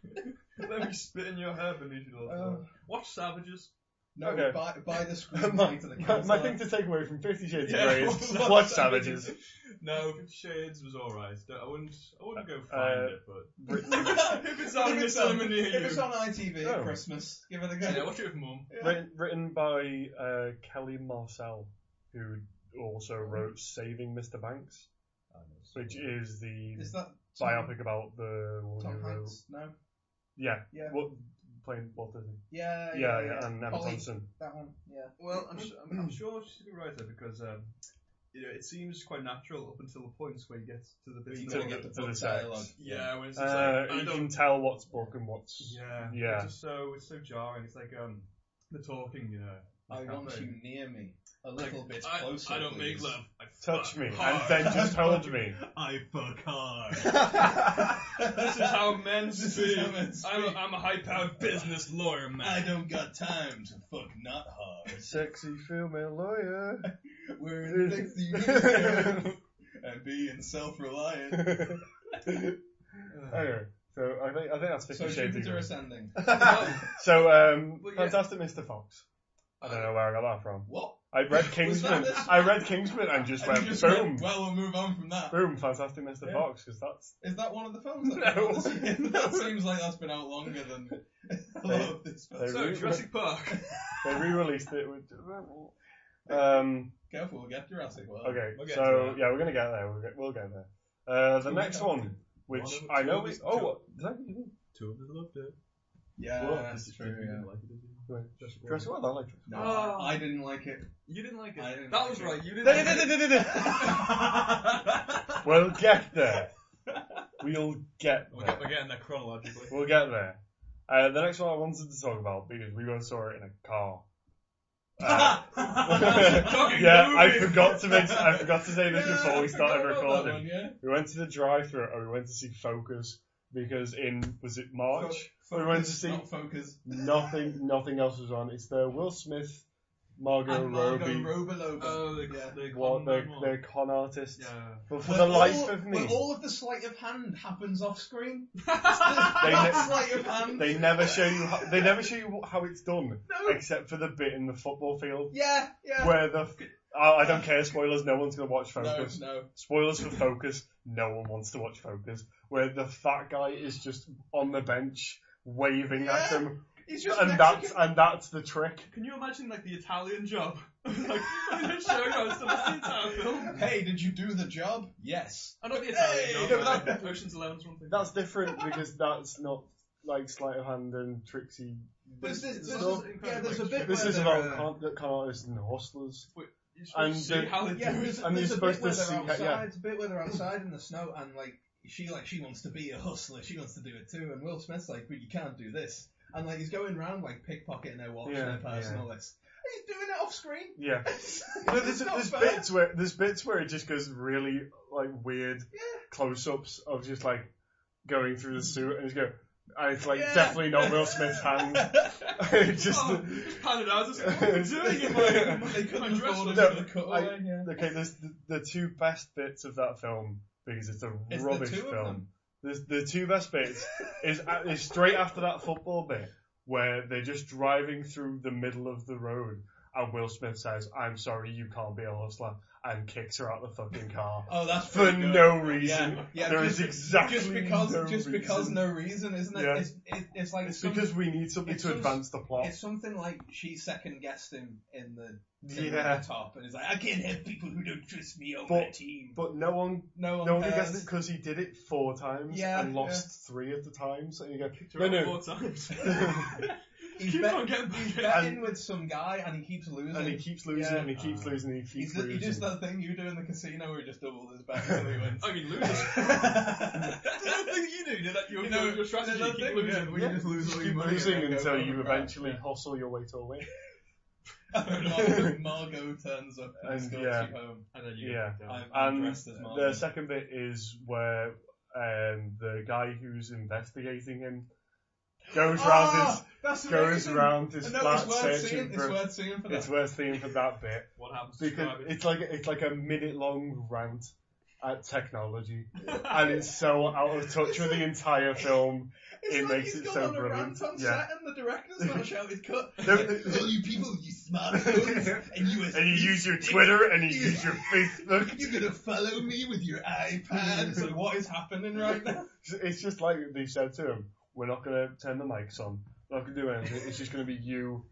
S4: Let me spit in your hair beneath your
S2: Uh,
S4: laugh. Watch Savages.
S2: no,
S1: Okay.
S2: buy, buy the
S1: my,
S2: screenplay to the
S1: my,
S2: council.
S1: my thing to take away from Fifty Shades
S4: Yeah,
S1: of Grey is
S4: watch
S1: watch Savages.
S4: No, Fifty Shades was alright. I wouldn't. I wouldn't go find
S1: Uh,
S4: it, but
S1: written,
S4: if it's
S2: If
S4: on your
S2: it's on-
S4: cinema near
S2: if it's
S4: you,
S2: on ITV
S1: Oh.
S2: at Christmas, give it a go.
S4: yeah, watch it with mum.
S1: written, written by uh, Kelly Marcel, who also
S2: Mm-hmm.
S1: wrote Saving Mr. Banks, which is the
S2: Is that Tom,
S1: biopic about the woman
S2: Tom
S1: who wrote-
S2: Hanks? No.
S1: Yeah,
S2: Yeah.
S1: what playing Walt Disney.
S2: Yeah,
S1: yeah, yeah, and Emma
S2: Polly,
S1: Thompson.
S2: That one. Yeah.
S4: Well, I'm, su- I'm, I'm sure she's a good writer because um, you know, it seems ququite natural up until the points where you get to the bit.
S2: You
S1: To-
S2: don't
S4: where-
S2: get the
S1: to the
S2: book
S1: sex.
S2: dialogue.
S4: yeah, when it's just
S1: Uh,
S4: like, I
S1: you
S4: don't
S1: can tell what's book and what's.
S4: Yeah,
S1: Yeah.
S4: It's just so it's so jarring. It's like um, the talking, you know.
S2: I
S4: can't
S2: want
S4: think.
S2: you near me, a
S4: Like,
S2: little bit
S4: I,
S2: closer.
S4: I don't make
S2: please.
S4: love. I
S1: Touch
S4: fuck
S1: me, and
S4: hard.
S1: then just hold me.
S4: I fuck hard. this is how men
S2: This is
S4: speak.
S2: how men
S4: I'm, a,
S2: speak.
S4: I'm a high-powered business lawyer
S2: I
S4: man.
S2: don't got time to fuck not hard.
S1: Sexy female lawyer.
S2: We're in sixty years and being self-reliant.
S1: anyway, so I think I think that's Fifty
S2: So
S1: Shades of
S2: Jupiter
S1: Grey.
S2: ascending.
S1: So, um,
S4: Well, yeah.
S1: Fantastic Mr. Fox. I don't know where I got that from.
S2: What?
S1: I read
S2: Was that
S1: Kingsman.
S2: this-
S1: I read Kingsman and just
S2: And
S1: went
S2: you just
S1: boom,
S2: went, well, we'll move on from that.
S1: boom, Fantastic Mr.
S2: Yeah.
S1: Fox, because that's
S2: Is that one of the films? That
S1: No.
S2: that seems like that's been out longer than a lot of this.
S1: They-
S2: Film.
S4: so Jurassic Park.
S1: they re-released it with. Um,
S2: Careful, we'll get Jurassic World.
S1: okay,
S4: Um, We'll get
S1: so
S4: to that.
S1: yeah, we're gonna get there. We'll get, we'll get there. Uh, the
S2: We'll
S1: next
S2: get
S1: one, which
S4: One of-
S1: I
S4: two
S1: know
S4: of
S1: is
S4: us-
S1: oh,
S4: two-
S1: what- did I give you
S4: Two of them loved it.
S2: Yeah,
S1: Well,
S2: that's true. Yeah.
S1: Jurassic World? I like Jurassic
S2: No,
S4: Oh.
S2: I didn't like it.
S4: You didn't like it.
S2: I didn't
S4: that
S2: like
S4: was
S2: it.
S4: right. You didn't. like it.
S1: World. We'll get there. We'll get
S4: we're,
S1: there.
S4: get- we're getting that chronologically.
S1: We'll get there. Uh, the next one I wanted to talk about because we both saw it in a car. Uh,
S4: Talking
S1: yeah,
S4: movie.
S1: I forgot to make, I forgot to say this
S2: Yeah,
S1: before
S2: I
S1: we started
S2: forgot about that
S1: recording.
S2: one, yeah?
S1: We went to the drive-through and we went to see Focus because in was it March? we went to
S2: Focus,
S1: see
S2: Not focus.
S1: nothing, nothing else was on. It's the Will Smith, Margot
S2: And Margot
S1: Robbie,
S2: Roboloba.
S1: Uh,
S4: Oh, the,
S2: Yeah.
S4: the,
S1: what the
S4: one.
S1: the con artist.
S4: Yeah.
S1: But for
S2: Where
S1: the life
S2: all-
S1: of
S2: where
S1: me,
S2: all of the sleight of hand happens off screen.
S1: They
S2: Not
S1: ne-
S2: sleight of hand.
S1: they never show you. How, they never show you how it's done,
S2: No.
S1: except for the bit in the football field
S2: Yeah, yeah.
S1: where the. f- Oh, I don't care. Spoilers. No one's gonna watch
S2: no,
S1: Focus.
S2: no.
S1: Spoilers for Focus. No one wants to watch Focus, where the fat guy is just on the bench waving at
S2: Yeah,
S1: them,
S2: He's just
S1: and
S2: Mexican.
S1: that's and that's the trick.
S4: Can you imagine like the Italian job? like they're showing us the entire film.
S2: Hey, did you do the job? Yes.
S4: I'm not the
S2: Hey,
S4: Italian
S1: no,
S4: job.
S1: that-
S4: but Ocean's Eleven's one thing.
S1: That's different because that's not like sleight of hand and tricksy.
S2: But this, this,
S1: stuff.
S2: is, yeah, there's a bit
S1: This
S2: where
S1: is
S2: they're,
S1: about
S2: uh,
S1: con, the con artists and the hustlers.
S4: You should
S1: and
S4: see
S1: the-
S4: how they
S2: yeah,
S4: do it.
S2: there's,
S1: and you're
S2: there's a bit
S1: supposed
S2: where
S1: to
S2: they're
S1: see-
S2: outside,
S1: yeah.
S2: a bit where they're outside in the snow, and like she like she wants to be a hustler, she wants to do it too, and Will Smith's like, but you can't do this, and like he's going round like pickpocketing their watch,
S1: Yeah,
S2: and their purse, and all this. And He's doing it off screen.
S1: Yeah, no, there's,
S2: It's not
S1: there's
S2: fair.
S1: bits where there's bits where it just goes really like weird
S2: Yeah.
S1: close-ups of just like going through the suit and just go. And it's like
S2: Yeah.
S1: definitely not Will Smith's hand. It just
S4: Oh, just pan it out. Just,
S2: Oh,
S4: what am I doing in my,
S2: they
S4: my,
S2: couldn't
S4: my dress?
S2: afford
S4: Was,
S2: it for
S1: No,
S2: the cutaway. yeah.
S1: okay. There's the, the two best bits of that film because it's a
S2: It's the
S1: rubbish
S2: two of
S1: film.
S2: them.
S1: There's the two best bits is, is straight after that football bit where they're just driving through the middle of the road and Will Smith says, "I'm sorry, you can't be a hustler," and kicks her out the fucking car
S2: Oh, that's
S1: for
S2: pretty good.
S1: no reason.
S2: Yeah, yeah,
S1: there is
S2: just,
S1: exactly
S2: just because
S1: no
S2: just because
S1: reason.
S2: no reason, isn't it?
S1: Yeah.
S2: It's, it, it's like
S1: It's
S2: some-
S1: because we need something
S2: it's
S1: to
S2: some-
S1: advance the plot.
S2: it's something like she second guessed him in the in
S1: Yeah,
S2: the top, and it's like I can't have people who don't trust me on
S1: But-
S2: my team.
S1: but no one,
S2: No one,
S1: no one
S2: cares.
S1: guessed it because he did it four times
S2: Yeah,
S1: and lost three at the time. So you go,
S4: Kicked
S1: No,
S4: her
S1: no.
S4: out four times.
S2: He's
S4: Keep
S2: bet-
S4: on getting back
S2: He's
S4: in.
S2: betting
S1: And-
S2: with some guy, and he keeps losing.
S1: and he keeps losing,
S2: Yeah. Uh,
S1: and he keeps
S4: Ah.
S1: losing, and he keeps
S2: He's- he
S1: losing.
S2: does that thing you do in the casino where he just doubles his bet until he wins.
S4: I mean, losers.
S2: yeah,
S4: thing you do, you know, that your,
S2: You know,
S4: your, your strategy,
S2: there's that
S4: you keep
S2: thing,
S4: losing.
S3: Yeah, we
S1: Yeah.
S3: just lose
S1: Just
S3: all your
S1: keep
S3: money. and
S1: losing
S3: then go
S1: until
S3: over
S1: you
S3: the crap.
S1: eventually hustle your way to a win.
S2: Margot, Margot turns up and,
S1: And,
S2: escorts
S1: yeah.
S2: you home.
S4: And then you
S1: Yeah.
S4: get
S2: I'm,
S4: down.
S2: I'm
S1: And
S2: dressed as Margot.
S1: The second bit is where um, the guy who's investigating him goes round
S2: Ah, that's
S1: his goes
S2: amazing.
S1: round his
S2: I know,
S1: flat
S2: it's worth
S1: searching
S2: seeing.
S1: for.
S2: It's worth seeing for that.
S1: it's worth seeing for that bit
S4: What happens to
S1: because
S4: Skyrim?
S1: it's like it's like a minute long rant at technology, and it's so out of touch with the entire film.
S2: It's
S1: It
S2: like
S1: makes
S2: he's
S1: it
S2: gone
S1: so
S2: on
S1: brilliant.
S2: A rant on
S1: Yeah.
S2: set and the director's not shouted cut.
S1: No, no, no.
S2: All you people, you smartphones, and you,
S1: And you use your Twitter, and you use your Facebook.
S2: You're gonna follow me with your iPad. It's like, what is happening right now?
S1: It's just like they said to him, we're not going to turn the mics on, we're not going to do anything, it's just going to be you,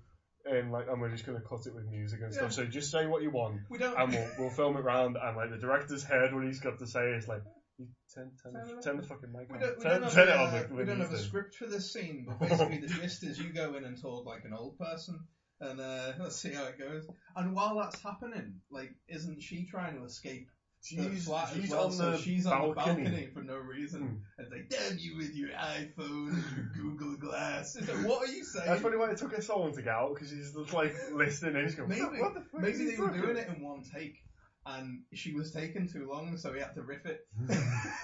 S1: and like, and we're just going to cut it with music and
S2: Yeah.
S1: stuff, so just say what you want,
S2: We don't.
S1: and we'll, we'll film it round, and like, the director's heard what he's got to say, it's like, you turn, turn, the, turn the fucking mic
S2: We
S1: on,
S2: don't, we
S1: turn,
S2: don't, have,
S1: turn it
S2: a,
S1: on with,
S2: we
S1: with
S2: don't have a
S1: music."
S2: script for this scene, but basically the gist is you go in and talk like an old person, and uh, let's see how it goes. And while that's happening, like, isn't she trying to escape the
S1: She's,
S2: flat as
S1: she's
S2: well?
S1: on
S2: so
S1: the
S2: she's on
S1: balcony.
S2: the balcony Hmm. for no reason. And it's like, damn you with your iPhone and your Google Glass. It's like, what are you saying?
S1: That's probably why it took her so long to get out, because she's just like listening and she's going,
S2: Maybe-
S1: what the fuck is
S2: Maybe
S1: he
S2: they were
S1: talking
S2: doing it in one take, and she was taking too long, so he had to riff it.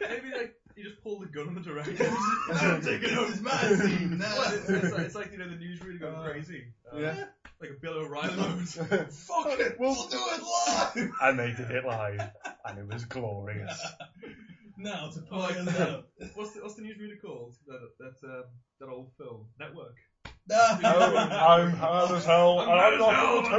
S4: Maybe like you just pull the gun on the director.
S2: I'm taking over his my scene now.
S4: Well, it's, it's, like, it's like you know the newsroom going
S2: Uh,
S4: crazy. Uh,
S1: yeah.
S4: Like a Bill O'Reilly mode.
S2: Fuck it, we'll, do it live.
S1: and they did it live, and it was glorious.
S2: now to
S4: Oh,
S2: play
S4: yeah.
S2: it up.
S4: What's the what's the newsroom called? That that um, that old film network.
S1: oh, I'm hard as
S4: Oh,
S1: hell, and I'm not
S4: mad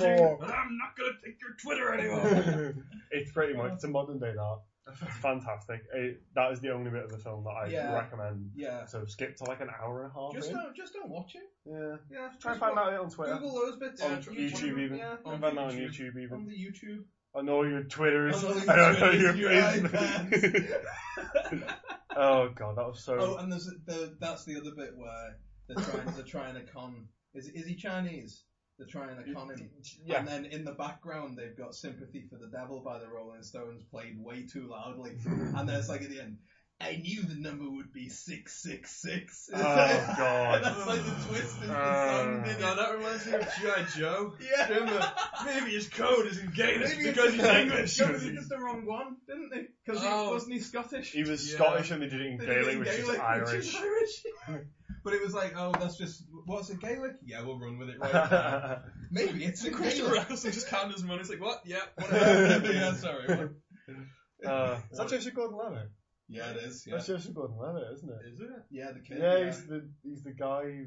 S1: going to take it
S4: hell at technology,
S1: anymore.
S4: and I'm not gonna take your Twitter anymore.
S1: it's pretty much it's a modern day that. It's fantastic. It, that is the only bit of the film that I
S2: Yeah.
S1: recommend.
S2: yeah.
S1: So skip to like an hour and a half.
S2: Just
S1: in.
S2: don't, just don't watch it.
S1: Yeah.
S2: Yeah,
S1: uh, Try and
S2: just
S1: find
S2: wa-
S1: out it on Twitter.
S2: Google those bits
S1: on
S2: yeah,
S1: YouTube even.
S2: Yeah,
S1: I
S2: on,
S1: found that on
S2: YouTube.
S1: YouTube even.
S2: on the YouTube.
S1: I know your Twitters.
S2: On all your
S1: I don't know
S2: Twitters
S1: your
S2: and your
S1: Facebook. oh god, that was so.
S2: Oh,
S4: Um,
S2: and there's the, that's the other bit where they're trying, they're trying to con. Is is he Chinese? They're trying to con him.
S1: yeah.
S2: And then in the background, they've got "Sympathy for the Devil" by the Rolling Stones played way too loudly, and then it's like at the end, I knew the number would be six six six.
S1: Oh
S2: And
S1: god.
S2: that's like the twist in the song.
S1: Uh.
S4: now that reminds me of GI Joe.
S2: Yeah.
S4: Remember, maybe his code isn't Gaelic
S2: Maybe it's-
S4: because he's English.
S2: No, they did the wrong one, didn't they? Because
S4: Oh.
S2: he wasn't he Scottish.
S1: He was
S4: Yeah.
S1: Scottish and they did it in
S2: They did it
S1: Gaelic,
S2: in
S1: which is
S2: Gaelic,
S1: Irish.
S2: which is Irish. But it was like, oh, that's just what's it Gaelic? Yeah, we'll run with it right now. Maybe it's a
S4: Christopher
S2: Gaelic.
S4: Eccleston just counted his money. It's like what? Yeah, whatever.
S2: yeah, sorry. what-
S1: Uh, is that Joseph Gordon-Levitt?
S2: Yeah, it is. Yeah,
S1: That's Joseph Gordon-Levitt, isn't it?
S4: Is it?
S2: yeah the kid.
S1: Yeah,
S2: yeah.
S1: he's the he's the guy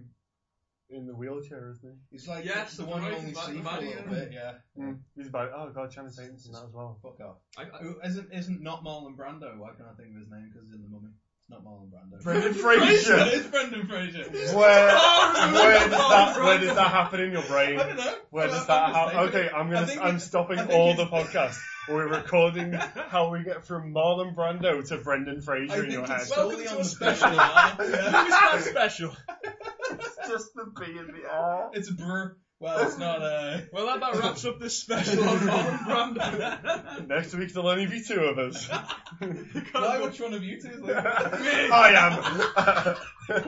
S1: in the wheelchair, isn't
S2: It's like
S4: Yes,
S2: it's the
S4: the
S2: one you
S4: right,
S2: only
S4: the
S2: see for a
S4: body,
S2: little
S4: yeah.
S2: bit, yeah.
S1: he? He's about oh god, Channing Tatum's in that as well.
S2: Fuck off.
S4: I, I,
S2: Who isn't isn't not Marlon Brando? Why can't I think of his name? Because he's in the Mummy. It's not Marlon Brando.
S1: Brendan Fraser.
S2: it's Brendan Fraser.
S1: Where where
S4: Oh,
S1: does that
S4: Brandon.
S1: where does that happen in your
S2: I
S1: brain?
S2: don't know.
S1: Where
S2: I-
S1: does
S2: I'm
S1: that
S2: just
S1: happen?
S2: thinking.
S1: Okay, I'm
S2: I
S1: gonna
S2: think
S1: I'm
S2: it's-
S1: stopping
S2: I think
S1: all the
S2: it's-
S1: podcasts. We're recording how we get from Marlon Brando to Brendan
S2: I
S1: Fraser in
S2: think
S1: your
S2: it's
S1: head.
S4: Welcome
S2: solely
S4: to
S2: on
S4: a
S2: the
S4: special.
S2: special hour.
S4: Who's
S2: Yeah.
S4: that special?
S1: It's just the B in the R.
S2: It's a brr. Well, it's not a.
S4: Well, that about wraps up this special on Marlon Brando.
S1: Next week there'll only be two of us.
S2: Why? Which one of you two? Is like,
S1: I am.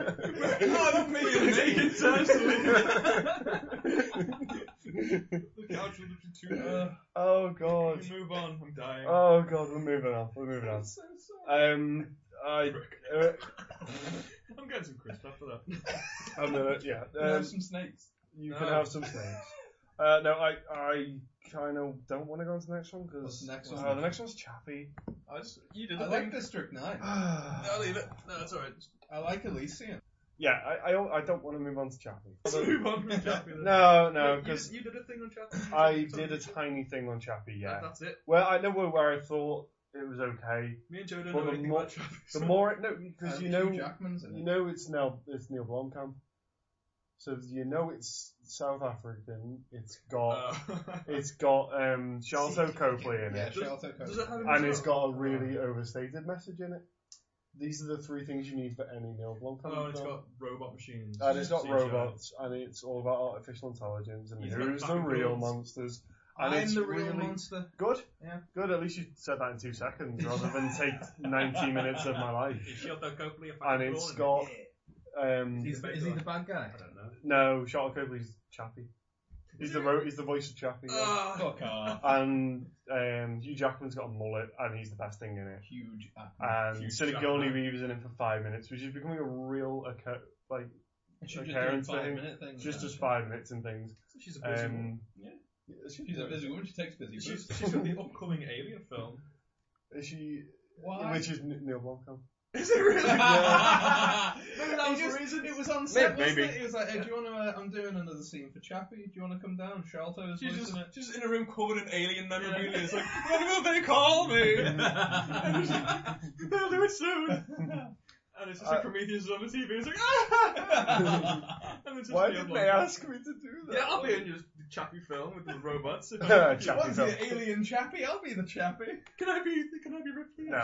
S4: Not me and me in terms of The couch will be too
S2: uh,
S1: oh god.
S4: You move on. I'm dying.
S1: Oh god, we're moving on. We're moving on.
S4: I'm so sorry.
S1: Um, I, uh,
S4: I'm getting some crisp after that.
S1: I'm gonna, yeah.
S2: we
S1: Um,
S2: have some snakes.
S1: you
S4: No.
S1: can have some snakes. Uh, no, I, I kind of don't want to go on to the next one
S2: What's
S1: because
S2: the next
S1: uh,
S2: one?
S1: the next one's Chappie.
S4: I just you did
S2: I
S4: the
S2: like
S4: thing.
S2: District Nine.
S1: no,
S4: No, leave it. No, it's alright.
S2: I like Elysium.
S1: yeah, I, I, don't- I don't want to move on to Chappie.
S4: Move on from Chappie then.
S1: No, no,
S4: Wait, you-
S1: because
S4: you, did a thing on Chappie.
S1: I did a tiny thing on Chappie.
S4: Yeah,
S1: Yeah.
S4: that's it.
S1: Well, I know where I thought it was okay.
S4: Me and Joe don't
S1: Well,
S4: know
S1: the
S4: anything
S1: more-
S4: about Chappie.
S1: The
S4: so-
S1: more no, because
S2: And
S1: you
S2: Uh, Hugh
S1: know
S2: Jackman's in
S1: you
S2: it.
S1: know it's Neil it's Neil Blomkamp, so you know it's South African. It's got
S4: Uh,
S1: it's got um Charlotte Copley in
S2: yeah,
S1: it,
S2: Charlotte Copley.
S4: does it have him
S1: and it's got a really overstated message in it. These are the three things you need for any Neil Blomkamp.
S4: Oh, and it's
S1: film.
S4: got robot machines.
S1: And it's got
S4: CGI.
S1: robots, and it's all about artificial intelligence, and
S4: He's got
S1: who's the
S4: fucking
S1: real
S4: guns.
S1: monsters. And
S2: I'm
S1: it's
S2: the real
S1: really
S2: monster.
S1: good.
S2: Yeah.
S1: Good. At least you said that in two seconds, rather than take 90 minutes of my life.
S4: Is Shieldo Copley a
S1: And
S4: fucking
S1: it's
S4: villain?
S1: got
S4: Yeah.
S1: um,
S4: He's
S2: Is,
S4: the bad
S2: is he
S4: guy.
S2: the bad guy?
S4: I don't know.
S1: no Charlotte Copley's Chappie. He's
S4: Is
S1: the
S4: he?
S1: ro- he's the voice of Chappie. yeah.
S4: Ah,
S2: Fuck off.
S1: And um, Hugh Jackman's got a mullet, and he's the best thing in it.
S2: Huge. actor.
S1: And
S4: Hugh
S1: Sidney
S4: Jackman.
S1: Gilney Reeves in it for five minutes, which is becoming a real occur- like
S2: I should just do
S1: Karen's
S2: five
S1: thing.
S2: minute things
S1: just
S2: now.
S1: as five minutes and things.
S4: she's a busy woman.
S1: Um,
S4: Yeah.
S2: She's a busy woman. She takes busy.
S4: She's,
S2: She's,
S4: she's got the upcoming Alien film.
S1: is she
S2: Why?
S1: Which is N- Neil Blomkamp.
S4: Is it really?
S2: Yeah.
S4: Maybe that was
S2: He
S4: the
S2: just-
S4: reason.
S2: It was on set,
S1: Maybe.
S2: wasn't it? It was like, hey, do you want to? Uh, I'm doing another scene for Chappie. Do you want to come down? Shalto's
S3: She's
S2: voicing
S3: just,
S2: it.
S3: she's in a room covered in alien memorabilia. It's like, what will they call me? and she's like, they'll do it soon. And it's just
S1: Uh,
S3: a Prometheus on the TV. It's like, ah! and it's just
S1: Why
S3: Neil
S1: did
S3: Blomkamp.
S1: they ask me to do that?
S3: Yeah, I'll be in your chappy film with the robots.
S1: Chappie
S2: What's
S1: film.
S2: the alien Chappie? I'll be the Chappie.
S3: Can I be? Can I be Ripley?
S1: No.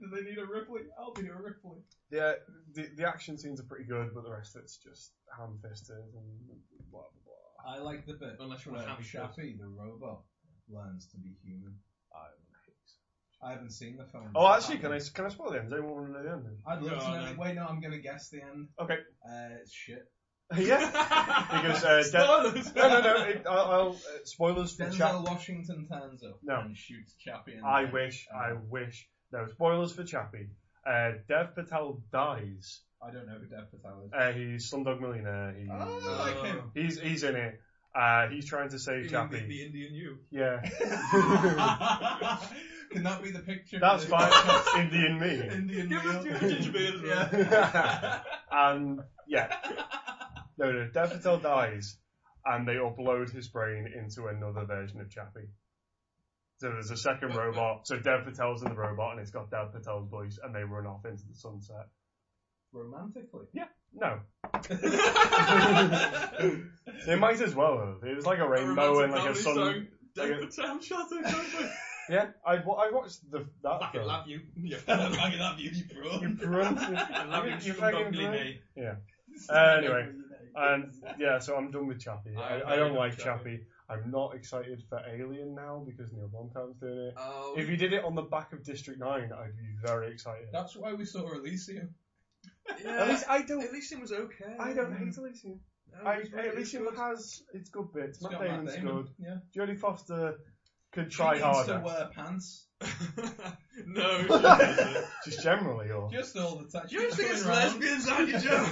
S2: Do they need a Ripley? I'll be a Ripley.
S1: Yeah, the, the action scenes are pretty good, but the rest of it's just ham fisted and blah blah blah.
S2: I like the bit
S4: Unless you
S2: where
S4: want to have
S2: Chappie, the robot, learns to be human.
S1: I
S2: I haven't seen the film.
S1: Oh, actually, can I can I spoil the end? Does anyone want to know the ending?
S2: I'd love
S4: No,
S2: to know.
S4: no.
S2: Wait, no, I'm gonna guess the end.
S1: Okay.
S2: Uh, it's shit.
S1: yeah. Because uh, De-
S3: Spoilers.
S1: no, no, no. It, I'll, I'll uh, spoilers for
S2: Denzel
S1: Chappie.
S2: Washington turns up
S1: No.
S2: and shoots Chappie. In
S1: I
S2: the head.
S1: wish.
S2: Uh,
S1: I wish. No spoilers for Chappie. Uh, Dev Patel dies.
S2: I don't know who Dev Patel is.
S1: Uh, he's Slumdog Millionaire. He,
S2: Oh,
S4: Uh,
S2: I like him.
S1: He's he's in it. Uh, he's trying to save
S4: Being
S1: Chappie.
S4: The, the Indian you.
S1: Yeah.
S2: Can that be the picture?
S1: That's
S2: of
S1: fine.
S2: the-
S1: Indian me.
S2: Indian
S3: Give us
S2: meal?
S3: two ginger beers, man.
S1: and yeah, no, no, Dev Patel dies, and they upload his brain into another version of Chappie. So there's a second robot. So Dev Patel's in the robot, and it's got Dev Patel's voice, and they run off into the sunset.
S2: Romantically.
S1: No, they might as well have. It was like a rainbow and like a sun. like a-
S3: Town shot and country.
S1: Yeah, I, wa- I watched the that
S3: I can
S1: film.
S3: love you. Yeah.
S2: I love you, you bro.
S1: You grunt.
S3: I love you,
S1: You
S3: you
S1: fucking
S3: fucking
S1: grunt.
S3: me.
S1: Uh, anyway, And yeah, so I'm done with Chappie. I,
S3: I'm
S1: I, don't
S3: very
S1: like
S3: done with
S1: Chappie. I'm not excited for Alien now because Neil Blomkamp's doing it.
S3: Oh,
S1: If you did it on the back of District 9, I'd be very excited.
S2: That's why we saw Elysium.
S3: yeah.
S1: At least I don't.
S3: Elysium was okay.
S1: I don't hate Elysium.
S3: No,
S1: I,
S3: it was Uh, really
S1: Elysium
S3: good.
S1: has its good bits.
S2: It's
S1: Matt
S2: got Matt
S1: Damon's
S2: Damon.
S1: good.
S2: Yeah.
S1: Jodie Foster could
S2: She
S1: try
S2: needs to
S1: harder.
S2: wear pants.
S3: no. she doesn't.
S1: Just generally, or
S2: Just all the time. She
S3: You
S2: keeps
S3: just think it's
S2: coming round.
S3: lesbians, aren't you, Joe?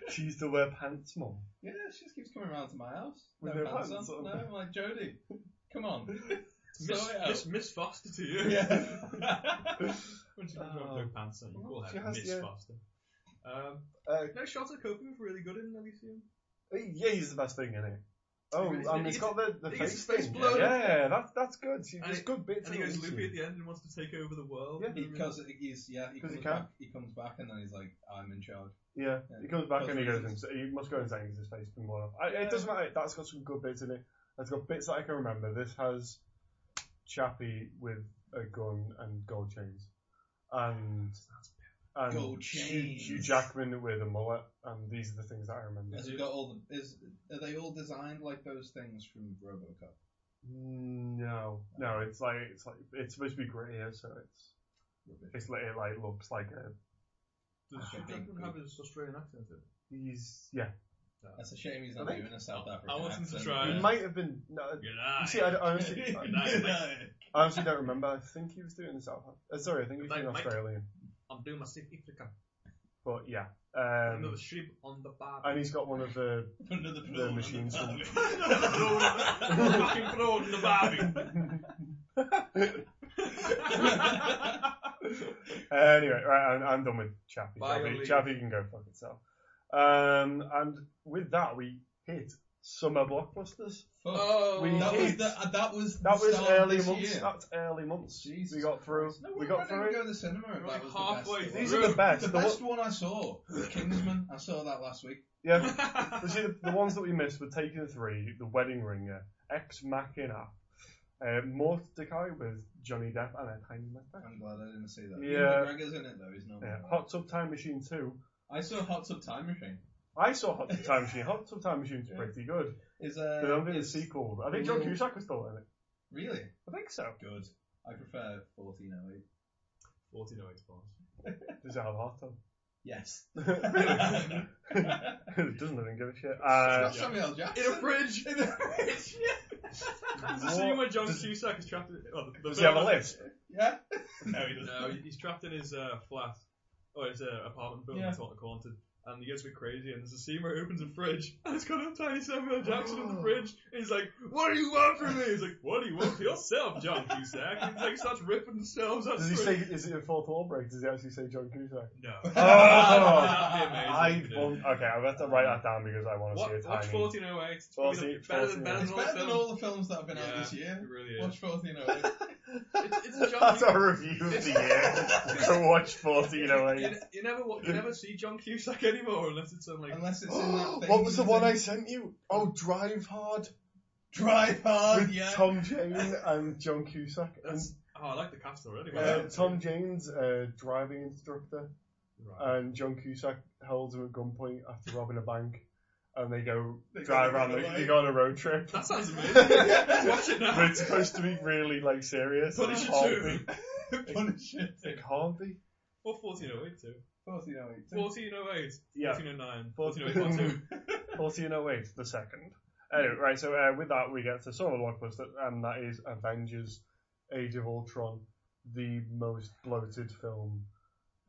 S1: she used to wear pants more.
S2: Yeah, she just keeps coming around to my house.
S1: With
S2: no
S1: no
S2: pants,
S1: pants
S2: on.
S1: on.
S2: No, I'm like, Jodie, come on.
S3: Miss,
S2: Sort it out.
S3: Miss, Miss Foster to you. when she doesn't
S1: Oh.
S3: have no pants on, you call
S1: She
S3: her
S1: has,
S3: Miss
S1: yeah.
S3: Foster. Um,
S1: Uh,
S3: no, Charlotte Copley was really good in Elysium.
S1: yeah, he's the best thing in it. Oh,
S3: He gets-
S1: and
S3: he
S1: it's
S3: gets-
S1: got the, the
S3: he gets
S1: face
S3: his face
S1: thing.
S3: blown.
S1: Yeah, that's that's good. She,
S3: And
S1: there's
S3: he-
S1: good bits.
S3: And he
S1: in
S3: goes
S1: Elysium.
S3: loopy at the end and wants to take over the world.
S1: Yeah.
S2: Because he's yeah, he
S1: 'Cause
S2: comes
S1: he can.
S2: back. He comes back and then he's like, I'm in charge.
S1: Yeah,
S2: Yeah.
S1: he comes back
S2: Those
S1: and he goes.
S2: reasons.
S1: Ins- he must go insane because his face been blown off. I,
S2: Yeah.
S1: It doesn't matter. That's got some good bits in it. That's got bits that I can remember. This has Chappie with a gun and gold chains, and and
S2: Gold
S1: Hugh, Hugh
S2: chains.
S1: Jackman with a mullet, and these are the things that I remember.
S2: Has he got all the? Is are they all designed like those things from RoboCop?
S1: No, no, it's like it's like it's supposed to be grittier, so it's
S2: Rubbish.
S1: it's like it like looks like a
S3: Does Hugh Jackman have his Australian accent in it?
S1: he's yeah.
S2: That's a shame he's
S1: I
S2: not
S1: think-
S2: doing a South African.
S3: I wanted to
S2: accent.
S3: try
S1: He
S3: Uh,
S1: might have been. No,
S3: Good
S1: you
S3: night.
S1: see, I, I honestly.
S3: Good night, mate.
S1: I honestly don't remember. I think he was doing South. Uh, sorry, I think he was
S3: Mate,
S1: doing
S3: mate.
S1: Australian.
S3: I'm doing my South Africa.
S1: But yeah,
S3: Another
S1: um,
S3: shrimp on the bar.
S1: and he's got one of the
S2: Put
S1: The
S2: another prawn on
S1: machines
S2: top.
S3: fucking prawn on the barbie.
S1: anyway. Right, I'm, I'm done with Chappie.
S3: By your
S1: Uh, Chappie,
S3: leave.
S1: Chappie can go fuck itself. Um, and with that, we hit summer blockbusters.
S2: Fuck.
S3: Oh,
S1: We
S2: that, was
S1: hate-
S2: the, uh, that was
S1: That
S2: the
S1: was
S2: start of
S1: early
S2: this
S1: months.
S2: year.
S1: That's early months.
S2: Jesus
S1: we got through.
S2: Christ.
S1: we got
S2: I didn't
S1: through.
S2: go to the cinema.
S3: We're
S2: if
S3: like
S2: that was
S3: halfway
S2: The best
S3: through.
S1: These are the best.
S2: The
S1: The
S2: best one I saw was Kingsman. I saw that last week.
S1: Yeah. But see, the, the ones that we missed were Taken 3, The Wedding Ringer, Ex Machina, uh, Mordecai with Johnny Depp and a tiny mustache.
S2: I'm glad I didn't see that.
S1: Yeah.
S2: Ewan McGregor's in it though. He's not.
S1: Yeah. Uh, Hot Tub Time Machine 2.
S2: I saw Hot Tub Time Machine.
S1: I saw Hot Tub Time Machine. Hot Tub Time Machine's pretty good.
S2: Is
S1: They're
S2: uh,
S1: not doing a
S2: is-
S1: sequel. I think John
S2: Ooh.
S1: Cusack was still in it.
S2: really
S1: I think so.
S2: good. I prefer 1408.
S4: 1408 bars.
S1: Does it have a hot tub?
S2: Yes.
S1: Really? it doesn't even give a shit. Uh,
S2: It's got Samuel L. Jackson.
S4: fridge!
S2: In a fridge.
S4: Is the
S1: What?
S4: scene where John
S1: Does-
S4: Cusack is trapped in. Oh, the, the
S1: does he have a
S4: bourbon-
S1: lisp?
S2: Yeah.
S4: No, he doesn't. No, he- he's trapped in his uh, flat, or his uh, apartment building
S2: Yeah.
S4: that's not haunted. And he gets a bit crazy, and there's a scene where he opens a fridge, and it's got a tiny Samuel L. Jackson
S1: Oh.
S4: in the fridge. And he's like, "What do you want from me?" He's like, "What do you want for yourself, John Cusack?" And he's like, starts ripping himself. out
S1: Does he
S4: the
S1: say,
S4: fridge.
S1: is it a fourth wall break? Does he actually say John Cusack?
S4: No.
S1: Oh!
S4: That'd be amazing
S1: I
S4: if he did.
S1: want, okay, I'll have to write that down because I want to see a
S4: Watch, watch
S1: tiny.
S4: 1408. It's probably
S1: Fourteen-
S4: the- better than better than
S2: It's
S4: all the
S2: better than
S4: films.
S2: all the films that have been out
S4: Yeah.
S2: this
S4: It
S2: year.
S4: really is.
S2: Watch 1408.
S4: It's, it's a John
S1: That's
S4: Cusack.
S1: our review of the year. to watch 1408.
S4: You, you never wa- you never see John Cusack anymore unless it's on like
S1: Um,
S2: Unless it's in that thing.
S1: what was the
S2: that's
S1: one
S2: in-
S1: I sent you? Oh, Drive Hard
S2: Drive Hard?
S1: with
S2: Oh, Yeah.
S1: Tom Jane and John Cusack. And,
S4: that's oh I like the cast already.
S1: uh,
S2: Yeah.
S1: Tom uh, Jane's uh, driving instructor
S4: Right.
S1: and John Cusack holds him at gunpoint after robbing a bank, and they go
S2: They go
S1: drive
S2: on a
S1: around.
S2: runaway.
S1: They, they go on a road trip.
S4: That sounds amazing.
S1: but
S4: Watch it now.
S1: it's supposed to be really like serious. and
S4: Punisher
S1: it can't
S4: two.
S1: be.
S2: Punish it.
S1: It can't be.
S4: Or 1408 too.
S2: 1408.
S4: 1408.
S1: Yeah.
S4: 1409. 1408
S1: 1408. 1408, the second. Anyway, right, so uh, with that, we get to summer blockbuster, and that is Avengers Age of Ultron, the most bloated film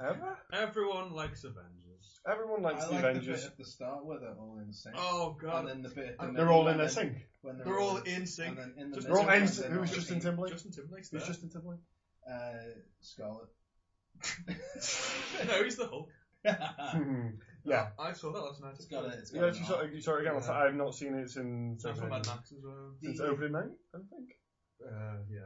S1: ever.
S4: Everyone likes Avengers.
S1: Everyone
S2: I
S1: likes
S2: like
S1: the Avengers.
S2: the bit at the start where they're all in the same.
S4: Oh
S2: and
S4: god.
S2: then the bit.
S4: And
S2: And
S1: They're
S2: then
S1: all in
S2: when
S1: their
S2: they-
S1: sync.
S2: when
S4: They're all in sync.
S2: And then in the
S4: Just-
S1: They're all
S2: middle,
S1: in
S2: when
S1: sync.
S2: they're
S1: Who was
S2: not
S1: Justin Timberlake?
S4: Justin Timberlake's there.
S1: Who's Justin Timberlake?
S2: Uh, Scarlet.
S4: no, he's the Hulk.
S2: it's
S1: Hmm. Yeah.
S4: I saw that last night. It's
S2: got it. Ah. It's got
S1: You
S2: an
S1: actually saw,
S2: arc.
S1: you saw it again.
S4: Yeah.
S1: last night. I've not seen it since,
S4: Sounds from Mad
S1: since
S4: Max as well.
S2: The-
S1: opening night, I don't think.
S4: Uh, yeah.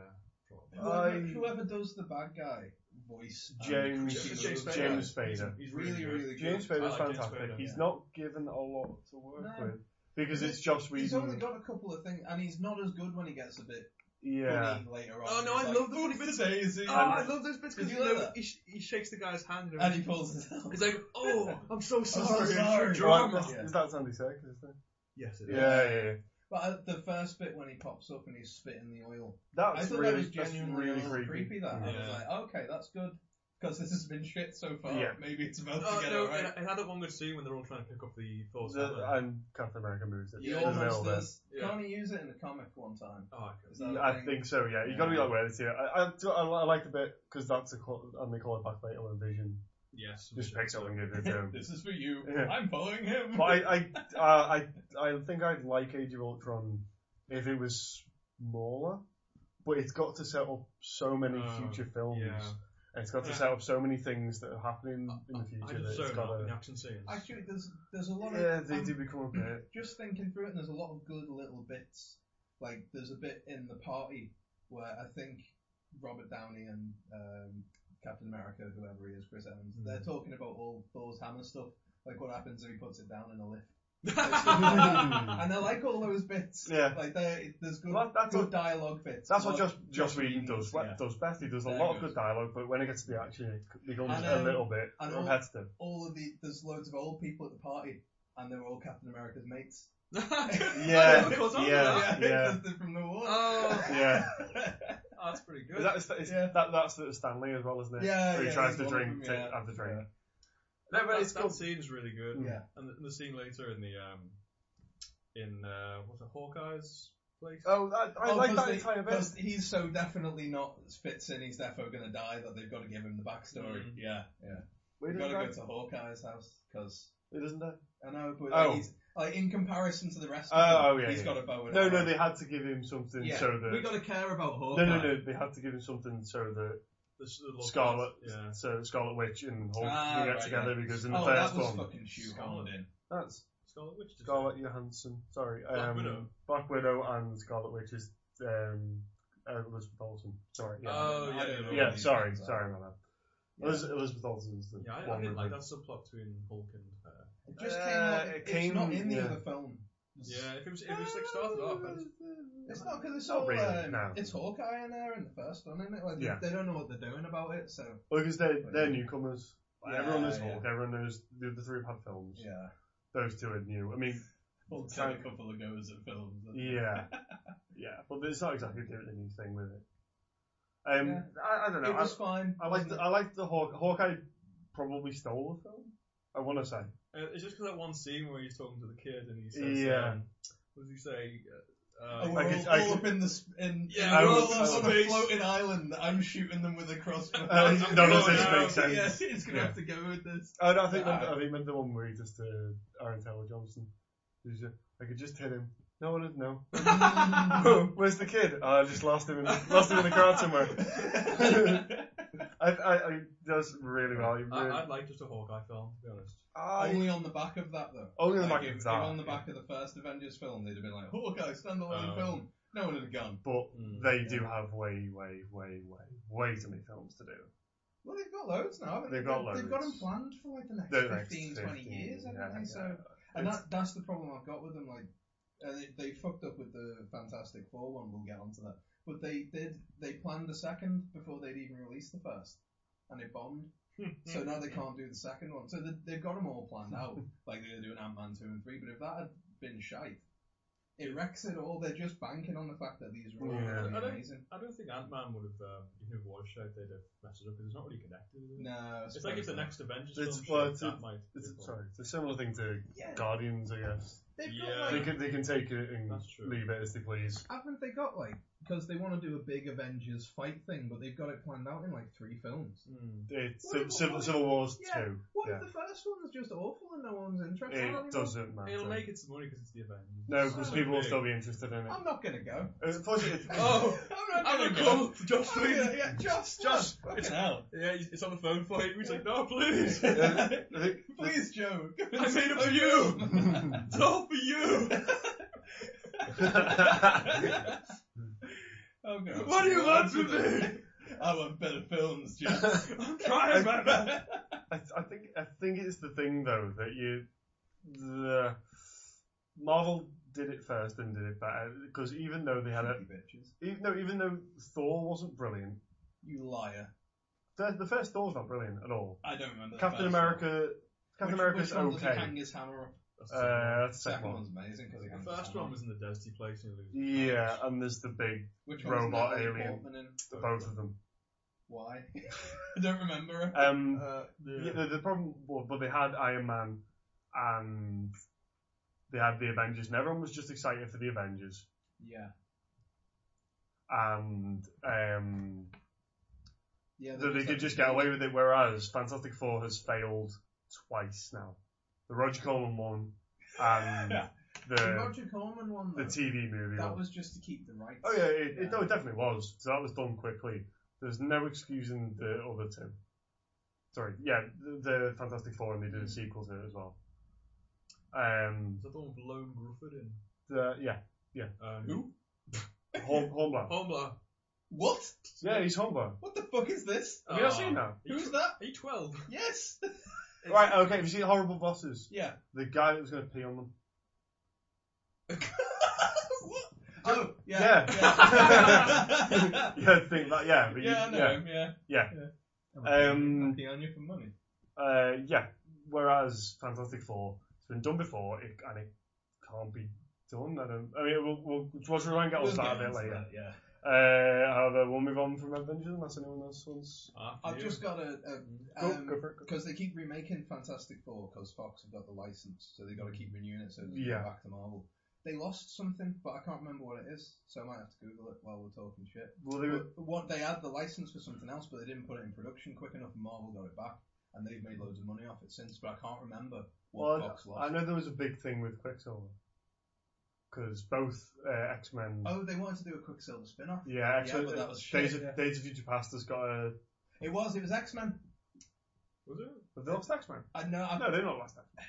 S4: probably.
S2: Whoever,
S1: I-
S2: whoever does the bad guy voice, and
S1: James-
S2: Christian
S1: James-
S2: Bale's
S1: James
S2: voice,
S1: Spader.
S2: He's
S4: He's
S2: really,
S4: really good.
S2: really good.
S1: James
S4: I
S1: Spader's
S4: like James
S1: fantastic.
S4: Spader,
S1: He's
S2: yeah.
S1: not given a lot to work
S2: No.
S1: with because
S2: He's-
S1: it's Joss
S2: He's only
S1: Whedon.
S2: got a couple of things, and he's not as good when he gets a bit
S1: Yeah.
S2: funny later on.
S4: Oh, no,
S2: He's
S4: I
S2: like,
S4: love the funny bits.
S2: "Who's Daisy?"
S4: Oh, I love those bits
S2: Did
S4: because
S2: you
S4: you
S2: like
S4: know,
S2: that?
S4: he, sh- he shakes the guy's hand and
S2: and he
S4: everything.
S2: pulls his out.
S4: He's like, "Oh, I'm so sorry,
S2: sorry."
S4: for
S1: Right,
S4: drama."
S1: that's- Is that Andy Serkis? Isn't it?
S4: Yes, it is.
S1: Yeah, yeah, yeah.
S2: But uh, the first bit when he pops up and he's spitting the oil, I
S1: That's
S2: thought
S1: really,
S2: that was
S1: that's
S2: genuinely
S1: really
S2: a little
S1: creepy.
S2: creepy. That I was
S4: Yeah.
S2: like, okay, that's good because this has been shit so far.
S1: Yeah.
S2: Maybe it's about
S4: Oh
S2: to get
S4: no!
S2: alright.
S4: And, and had that one good scene when they're all trying to pick up the Thor's
S1: The-
S4: hammer.
S1: and Captain America moves it.
S2: He
S1: in the middle
S2: almost
S1: there.
S2: does.
S4: Yeah.
S2: Can't he use it in the comic one time?
S4: oh,
S2: Is
S4: okay.
S2: that a
S1: I
S2: thing?
S1: think so. Yeah, you got to be like wary to it. I, I, do- I, li- I like the bit because that's a call, and they call it back later when Vision
S4: yes.
S1: just picks up and gives it to him.
S2: This is for you.
S1: Yeah.
S2: I'm following him.
S1: But I, I, uh, I, I think I'd like Age of Ultron if it was smaller, but it's got to set up so many
S4: Oh,
S1: future films.
S4: yeah.
S1: And it's got to
S4: Yeah.
S1: set up so many things that are happening in the
S4: I
S1: future.
S4: just
S1: That it's
S4: zone
S1: got
S4: out in the
S1: to.
S4: action scenes.
S2: Actually, there's there's a lot
S1: Yeah,
S2: of
S1: they
S2: I'm
S1: do become a bit.
S2: just thinking through it, and there's a lot of good little bits. Like there's a bit in the party where I think Robert Downey and um, Captain America, whoever he is, Chris Evans,
S1: Mm-hmm.
S4: Hmm.
S2: they're talking about all Thor's hammer stuff. Like what happens if he puts it down in a lift,
S1: Hmm.
S2: and I like all those bits.
S1: Yeah.
S2: Like there- there's good,
S1: Well, that's
S2: good
S1: what-
S2: dialogue bits.
S1: That's what
S2: Like-
S1: Josh, Josh Whedon does.
S2: Yeah.
S1: Does best. He does a
S2: Very
S1: lot of
S2: good.
S1: good dialogue, but when it gets to the action, it becomes
S2: And,
S1: a
S2: um,
S1: little bit
S2: and all-
S1: repetitive.
S2: all of the there's loads of old people at the party, and they're all Captain America's mates.
S1: Yeah,
S4: Of course, I'm
S1: yeah.
S4: not.
S2: because they're from the war.
S4: Oh,
S1: Yeah,
S4: oh, that's pretty good.
S1: is that, is that, is
S2: Yeah.
S1: that, that's the Stanley as well, isn't it?
S2: Yeah,
S1: Where he
S2: yeah,
S1: tries
S2: he's
S1: to
S2: one of
S1: drink,
S2: them,
S1: take,
S2: yeah.
S1: have the drink. Hmm.
S4: No, but
S1: That-
S4: it's
S1: that
S4: that scene's really good.
S2: Yeah.
S4: And the, and the scene later in the um, in uh, what's it, Hawkeye's place?
S1: Oh, I, I
S2: Oh,
S1: like
S2: 'cause
S1: that
S2: they-
S1: entire bit.
S2: 'cause he's so definitely not fits in, he's therefore going to die that they've got to give him the backstory.
S1: Mm-hmm.
S4: Mm.
S2: Yeah, yeah.
S1: Where
S2: We've
S1: does
S2: got
S1: it
S2: to
S1: go?
S2: go to Hawkeye's house because
S1: It isn't there.
S2: I know, but
S1: Oh.
S2: like, he's, like in comparison to the rest
S1: Oh,
S2: of
S1: oh,
S2: them,
S1: yeah,
S2: he's
S1: yeah.
S2: got a bow and
S1: No,
S2: arrow.
S1: no, they had to give him something
S2: yeah.
S1: so
S2: we
S1: that.
S2: got to care about
S1: No,
S2: Hawkeye.
S1: no, no, they had to give him something so that
S4: The, s- the
S1: Scarlet.
S4: Yeah.
S1: So Scarlet Witch and Hulk
S2: Ah,
S1: we get
S2: right,
S1: together because in the
S2: oh,
S1: first
S2: that was
S1: one,
S2: fucking shoehorned in.
S1: that's
S4: Scarlet Witch. did
S1: Scarlet Johansson. Sorry,
S4: Black
S1: um,
S4: Widow.
S1: Black Widow and Scarlet Witch is um, uh, Elizabeth Olsen. Sorry.
S4: that.
S1: Yeah.
S4: Oh,
S2: I
S4: yeah.
S2: don't
S4: Yeah,
S2: know.
S1: yeah.
S4: yeah.
S1: Sorry.
S2: Yeah.
S1: Sorry, my bad. Eliz- Elizabeth Olsen's the
S4: Yeah, I, I
S1: one
S4: didn't
S1: with
S4: like
S1: the-
S4: that subplot between Hulk and her.
S2: It just
S1: Uh,
S2: came out.
S1: it
S2: it's not
S1: came-
S2: in the
S1: yeah.
S2: other film.
S4: Yeah, if it was, if it was like started off, I just,
S2: It's not because it's
S1: Not
S2: all.
S1: really,
S2: um,
S1: no.
S2: It's Hawkeye in there in the first one, isn't it? Like,
S1: Yeah.
S2: they, they don't know what they're doing about it, so.
S1: Well, because they're, they're newcomers. Like,
S2: Yeah,
S1: everyone knows
S2: yeah.
S1: Hulk. Everyone knows the other three have had films.
S2: Yeah.
S1: Those two are new. I mean,
S2: Well,
S1: it's had a
S2: couple of goes at films.
S1: yeah, yeah, but it's not exactly doing a new thing with it. Um,
S2: Yeah.
S1: I, I don't know.
S2: It
S1: I,
S2: was fine.
S1: I like the, I like the Hawk, Hawkeye. Probably stole the film. I want to say.
S4: uh, it's just 'cause that one scene where he's talking to the kid and he says,
S1: Yeah.
S4: um, what does he say? Uh,
S2: Oh,
S4: uh,
S2: we're
S1: I
S2: all,
S1: could- I
S2: all
S1: could-
S2: up in the sp- in,
S4: Yeah,
S2: in
S1: I
S2: we're
S1: was-
S2: all
S1: I
S2: up on a
S4: was-
S2: floating island. that I'm shooting them with a crossbow.
S1: Uh,
S2: I'm
S1: no,
S2: going
S1: this doesn't
S2: out.
S1: make sense.
S3: Yeah, it's gonna
S1: Yeah.
S3: have to go with this.
S1: Oh no, I think
S2: Yeah,
S1: meant-
S2: I-
S1: I think meant the one where he just uh, Aaron Taylor Johnson. He's just, I could just hit him. No one would know.
S2: Mm.
S1: Where's the kid? Oh, I just lost him in the, lost him in the crowd somewhere. I, I, I does really well. He
S4: I,
S1: really,
S4: I'd like just a Hawkeye film, to be honest.
S1: I-
S2: Only on the back of that, though.
S1: Only on the
S2: Like,
S1: back
S2: if,
S1: of
S2: if
S1: that.
S2: on the back of the first Avengers film, they'd have been like, Hawkeye, standalone
S4: Um,
S2: film. No one would have gone.
S1: But
S4: Mm,
S1: they
S2: yeah.
S1: do have way, way, way, way, way too many films to do.
S2: Well, they've got loads now, haven't they?
S1: They've got
S2: They've got them
S1: loads.
S2: planned for like the next
S1: The next
S2: 15, 20
S1: 15,
S2: years, haven't
S1: yeah,
S2: they?
S1: yeah.
S2: So, and
S1: It's-
S2: that, that's the problem I've got with them. Like, uh, they, they fucked up with the Fantastic Four one. We'll get onto that. But they did. They planned the second before they'd even released the first, and it bombed. so now
S1: Mm-hmm.
S2: they can't do the second one. So they, they've got them all planned out. Like they're doing Ant Man two and three. But if that had been shite, it wrecks it all. They're just banking on the fact that these were all
S1: Yeah.
S2: really
S4: I don't-
S2: amazing.
S4: I don't think Ant Man would have, um, even if it was showed, they'd have messed it up because it's not really connected. is it?
S2: No, I
S4: It's like if
S2: suppose
S4: the
S2: not.
S4: next Avengers
S1: It's-
S4: film
S1: well,
S4: showed,
S1: it's-
S4: that
S1: it's-
S4: might.
S1: It's,
S4: be
S1: sorry, it's a similar thing to
S2: Yeah,
S1: Guardians, I guess.
S2: they've
S4: Yeah.
S2: got
S1: They
S2: like
S1: can they can take it and
S4: That's true.
S1: leave it as they please.
S2: haven't they got like because they want to do a big Avengers fight thing, but they've got it planned out in like three films.
S4: Hmm.
S1: It's
S2: What
S1: Civ-
S2: if-
S1: Civil,
S2: what if-
S1: Civil Wars
S2: yeah,
S1: two.
S2: What
S1: Yeah.
S2: if the first one's just awful and no one's interested? I don't
S1: It
S2: even-
S1: doesn't matter.
S4: It'll make it some money because it's the Avengers.
S1: no,
S4: It's
S1: because
S4: so
S1: people will
S4: big.
S1: still be interested in it.
S2: I'm not gonna go.
S1: It's- plus it's-
S4: Oh,
S2: I'm not
S4: I'm a
S2: gonna go.
S4: cult, Josh,
S2: I'm gonna-
S4: please.
S2: yeah, just,
S4: Josh,
S2: just, fucking hell.
S4: Yeah, he's- it's on the phone for you. He's like, no, please. I
S1: Yeah, I think-
S2: Please, Joe. go and
S4: made it
S2: see
S4: for
S2: my
S4: you.
S2: film.
S4: It's all for you.
S2: I'm gonna
S4: What do you
S2: see
S4: want
S2: one
S4: from me?
S2: I want better films, Joe.
S4: I'm trying my best.
S1: I, th- I think I think it's the thing though that you the Marvel did it first and did it better because even though they had a
S2: You bitches.
S1: even, no even though Thor wasn't brilliant
S2: You liar.
S1: the, the first Thor's not brilliant at all
S2: I don't remember. the
S1: Captain
S2: first
S1: America
S2: One.
S1: Captain
S2: Which-
S1: America's
S2: which one does he
S1: okay
S2: hang his hammer up?
S1: uh that's the
S2: Second
S1: second one
S2: one's amazing because
S4: The first one was in the deserty place and he loses.
S1: yeah and there's the big
S2: Which
S1: Robot
S2: one's Natalie
S1: alien.
S2: Portman in?
S1: the both of them
S2: Why? I don't remember her.
S1: um
S4: Uh, yeah.
S1: yeah, the, the problem well, but they had Iron Man and they had the Avengers and everyone was just excited for the Avengers
S2: Yeah.
S1: and um,
S2: Yeah.
S1: that they could just get away with it. Whereas Fantastic Four has failed twice now. The Roger Corman one and
S2: The
S1: the
S2: Roger Corman one,
S1: the
S2: though,
S1: TV movie
S2: that
S1: one.
S2: was just to keep the rights.
S1: oh yeah, it, it, no,
S2: Yeah.
S1: it definitely was. So that was done quickly. There's no excusing the other two. Sorry, yeah, the, the Fantastic Four and they did a sequel to it as well. Um,
S4: Is that the one with Lone Grufford in?
S1: the, uh, yeah,
S4: Um, Who?
S1: Horn, Hornblower.
S4: Homer.
S2: What?
S1: Yeah, he's Hornblower.
S2: What the fuck is this?
S1: Have you not
S2: Oh.
S1: seen that?
S2: Who's that?
S4: Are you 12?
S2: Yes.
S1: Right, okay, have you seen Horrible Bosses?
S2: Yeah.
S1: The guy that was going to pee on them.
S2: what? Oh
S1: Yeah.
S2: yeah. Yeah.
S1: yeah, think that. Yeah, but
S2: Yeah, I
S1: you,
S2: know.
S1: yeah,
S2: Yeah. yeah.
S1: Yeah. Um,
S2: I'm on you for money.
S1: uh, yeah. Whereas Fantastic Four, it's been done before, it, and it can't be done. I don't. I mean, we'll we'll, we'll try and get
S2: We'll
S1: on to that a
S2: get
S1: bit
S2: into
S1: later.
S2: that, yeah.
S1: Uh, however, we'll move on from Avengers unless anyone else wants.
S4: After
S2: I've
S4: Ah, you.
S2: just got a, a
S1: Go-
S2: um,
S1: go for it, go for it.
S2: because they keep remaking Fantastic Four because Fox have got the license, so they got to keep renewing it so they can
S1: Mm. Yeah.
S2: go back to Marvel. They lost something, but I can't remember what it is, so I might have to Google it while we're talking shit.
S1: Well, they were,
S2: But what they had the license for something else, but they didn't put it in production quick enough, and Marvel got it back, and they've made loads of money off it since. But I can't remember
S1: well,
S2: what Fox
S1: I
S2: lost.
S1: know there was a big thing with Quicksilver because both uh, X Men.
S2: Oh, they wanted to do a Quicksilver spin-off.
S1: Yeah,
S2: Yeah,
S1: X-Men,
S2: but that was
S1: Days,
S2: shit,
S1: of,
S2: yeah.
S1: Days of Future Past has got a
S2: It was. It was X Men.
S4: Was it?
S1: But the last X-Men?
S2: I know. I,
S1: No, they're not last X-Men.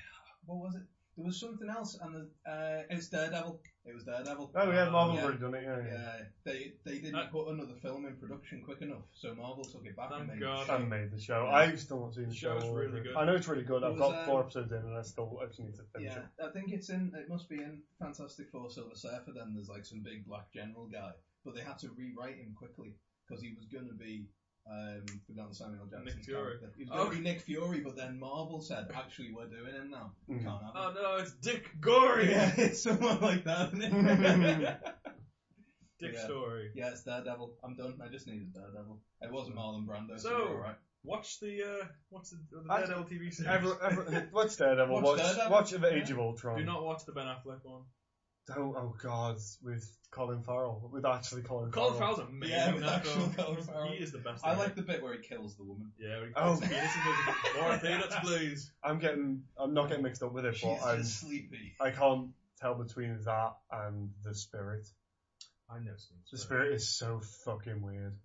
S2: What was it? There was something else, and the, uh, it's Daredevil. It was Daredevil.
S1: Oh, yeah,
S4: Uh,
S1: Marvel
S2: yeah.
S1: already done it, yeah. yeah.
S2: Yeah, they they didn't
S4: Uh,
S2: put another film in production quick enough, so Marvel took it back. and
S4: Thank
S2: made
S4: God.
S1: I made the show.
S2: Yeah.
S1: I've still not seen the
S4: The
S1: show.
S4: show's really good.
S1: I know it's really good.
S2: It
S1: I've
S2: was,
S1: got
S2: um,
S1: four episodes in, and I still I just need to finish
S2: Yeah,
S1: it.
S2: I think it's in. It must be in Fantastic Four Silver Surfer. Then there's like some big black general guy, but they had to rewrite him quickly because he was going to be um, forgotten Samuel Jackson's
S4: Nick Fury.
S2: character. He was going
S4: Oh.
S2: to be Nick Fury, but then Marvel said, "Actually, we're doing him now. We
S1: Mm.
S2: Can't have him."
S4: Oh no, it's Dick Gory.
S2: Yeah, it's someone like that. Isn't it?
S4: Dick
S2: Yeah.
S4: Story.
S2: yeah, it's Daredevil. I'm done. I just needed Daredevil. It wasn't Marlon Brando. So,
S4: So-
S2: you're all right.
S4: Watch the uh, what's the, the
S1: I-
S4: Daredevil TV series?
S1: Every, every, watch Daredevil. Watch,
S2: Watch Daredevil.
S1: watch The Age
S2: Yeah.
S1: of Ultron.
S4: Do not watch the Ben Affleck one.
S1: Don't, oh god, with Colin Farrell. With actually Colin
S4: Colin
S1: Farrell.
S4: Farrell's amazing.
S2: Yeah,
S4: in
S2: with
S4: that
S2: actual
S4: film.
S2: Colin
S4: He's-
S2: Farrell.
S4: He is the best.
S2: I
S4: in it.
S2: like the bit where he kills the woman.
S4: Yeah. when he
S1: Oh.
S4: cuts the penis and goes, Laura Peanuts, please.
S1: I'm getting, I'm not getting mixed up with it,
S2: She's
S1: but I'm,
S2: just sleepy.
S1: I can't tell between that and the spirit.
S4: I've never seen
S1: The spirit is so fucking weird.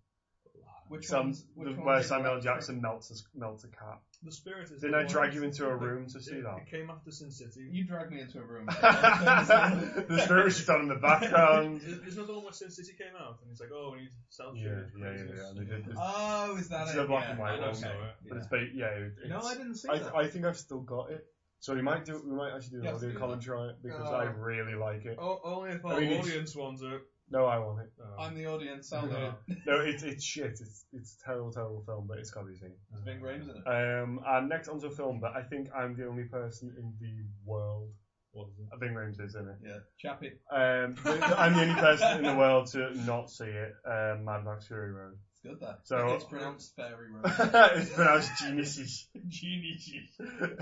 S2: Which
S1: Some
S2: one's, which
S1: the,
S2: one's
S1: where
S2: it?
S1: Samuel L. Jackson melts a, melts a cat.
S4: The spirit is.
S1: Didn't
S4: the
S1: I
S4: one-
S1: drag you into a
S4: it-
S1: room to
S4: It,
S1: see that?
S4: it came after Sin City.
S2: You dragged me into a room.
S1: the spirit was just on in the background.
S4: Is- Isn't that the one where Sin City came out? And he's like, oh, we need to sell
S1: yeah,
S4: children.
S1: yeah, yeah, yeah. They did this.
S2: Oh, is that
S1: It's
S2: it?
S1: a black
S2: yeah.
S1: and white
S4: I know
S1: one.
S4: so. uh,
S1: But it's, ba- yeah, it-
S3: No,
S1: it's-
S3: I didn't see that.
S1: I, I think I've still got it. So we might do, we might actually do an
S2: Yeah,
S1: audio
S2: do that.
S1: commentary on it because
S3: Uh,
S1: I really like it.
S3: oh, only if I,
S4: Well,
S1: mean, it's-
S4: audience ones are.
S1: No, I want it.
S4: oh.
S3: Um,
S2: I'm the audience. I'll do it.
S4: Yeah.
S1: No, it's it's shit. It's it's a terrible, terrible film, but it's gotta be seen.
S2: There's big rooms in it.
S1: Um, and next onto a film, but I think I'm the only person in the world.
S4: What is it?
S1: I think Rames is in it.
S2: Yeah, Chappie.
S1: Um, th- th- I'm the only person in the world to not see it. Um, Mad Max Fury Road.
S2: It's good that.
S1: So-
S2: it's pronounced fairy room.
S1: it's pronounced geniuses.
S4: Genie.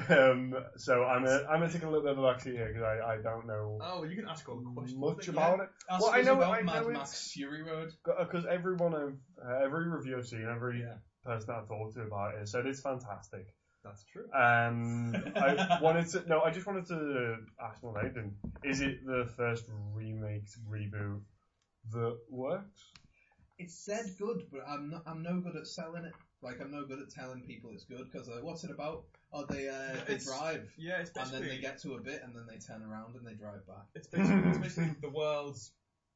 S1: Um, so I'm a, I'm gonna take a little bit of a backseat here because I, I don't know
S4: Oh, you can ask all the questions.
S1: much
S4: Yeah.
S1: about it.
S2: Ask
S1: Well, I
S2: us
S1: know-
S2: about
S1: I
S2: Mad
S1: know
S2: Max
S1: it's-
S2: Fury Road.
S1: because everyone I've, uh, every review I've seen, every
S2: Yeah.
S1: person I've talked to about it said it's fantastic.
S4: That's true.
S1: Um, I wanted to no, I just wanted to ask one Nathan: Is it the first remake reboot that works?
S2: It's said good, but I'm not. I'm no good at selling it. Like I'm no good at telling people it's good because uh, what's it about? Oh, they uh, they
S3: It's-
S2: drive
S3: Yeah, it's
S2: and then
S3: basically,
S2: they get to a bit and then they turn around and they drive back.
S3: it's basically, it's basically the world's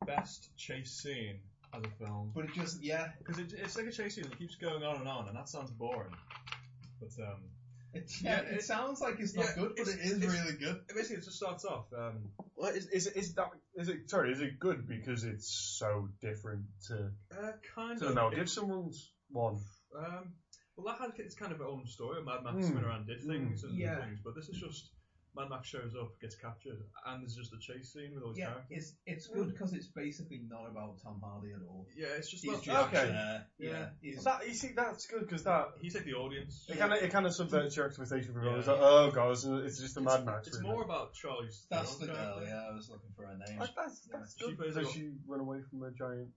S3: best chase scene as a film.
S2: But it just yeah,
S3: Because it, it's like a chase scene that keeps going on and on, and that sounds boring. But um,
S2: it, yeah,
S3: Yeah,
S2: it,
S3: it-
S2: sounds like it's not
S3: yeah,
S2: good, but
S3: it's-
S2: it is
S3: it's-
S2: really good.
S3: it basically, it just starts off. Um,
S1: Well, is, is is that is it? Sorry, is it good because it's so different to
S3: uh, kind
S1: to
S3: of.
S1: the Mel
S3: it-
S1: Gibson one's one?
S3: Um, well, that had its kind of its own story. Mad Max
S1: Mm.
S3: went around did things and
S2: Yeah.
S3: things, but this is just Mad Max shows up, gets captured, and there's just a chase scene with all his
S2: Yeah,
S3: characters.
S2: it's it's good because it's basically not about Tom Hardy at all.
S3: Yeah, it's just
S2: He's
S3: not.
S2: just
S1: Jack. Okay.
S2: there.
S3: Yeah.
S2: Yeah, he's
S1: That you see, that's good because that
S3: He's like the audience.
S1: it kind of it kind of subverts your expectation for it. It's
S3: Yeah.
S1: like, oh god, it's, it's just a Mad Max.
S3: It's
S1: remake.
S3: more about Charlie's.
S2: That's the girl, yeah. I was looking for her name.
S1: That- that's that's
S3: She
S1: good.
S3: plays
S1: So
S3: like a-
S1: she run away from a giant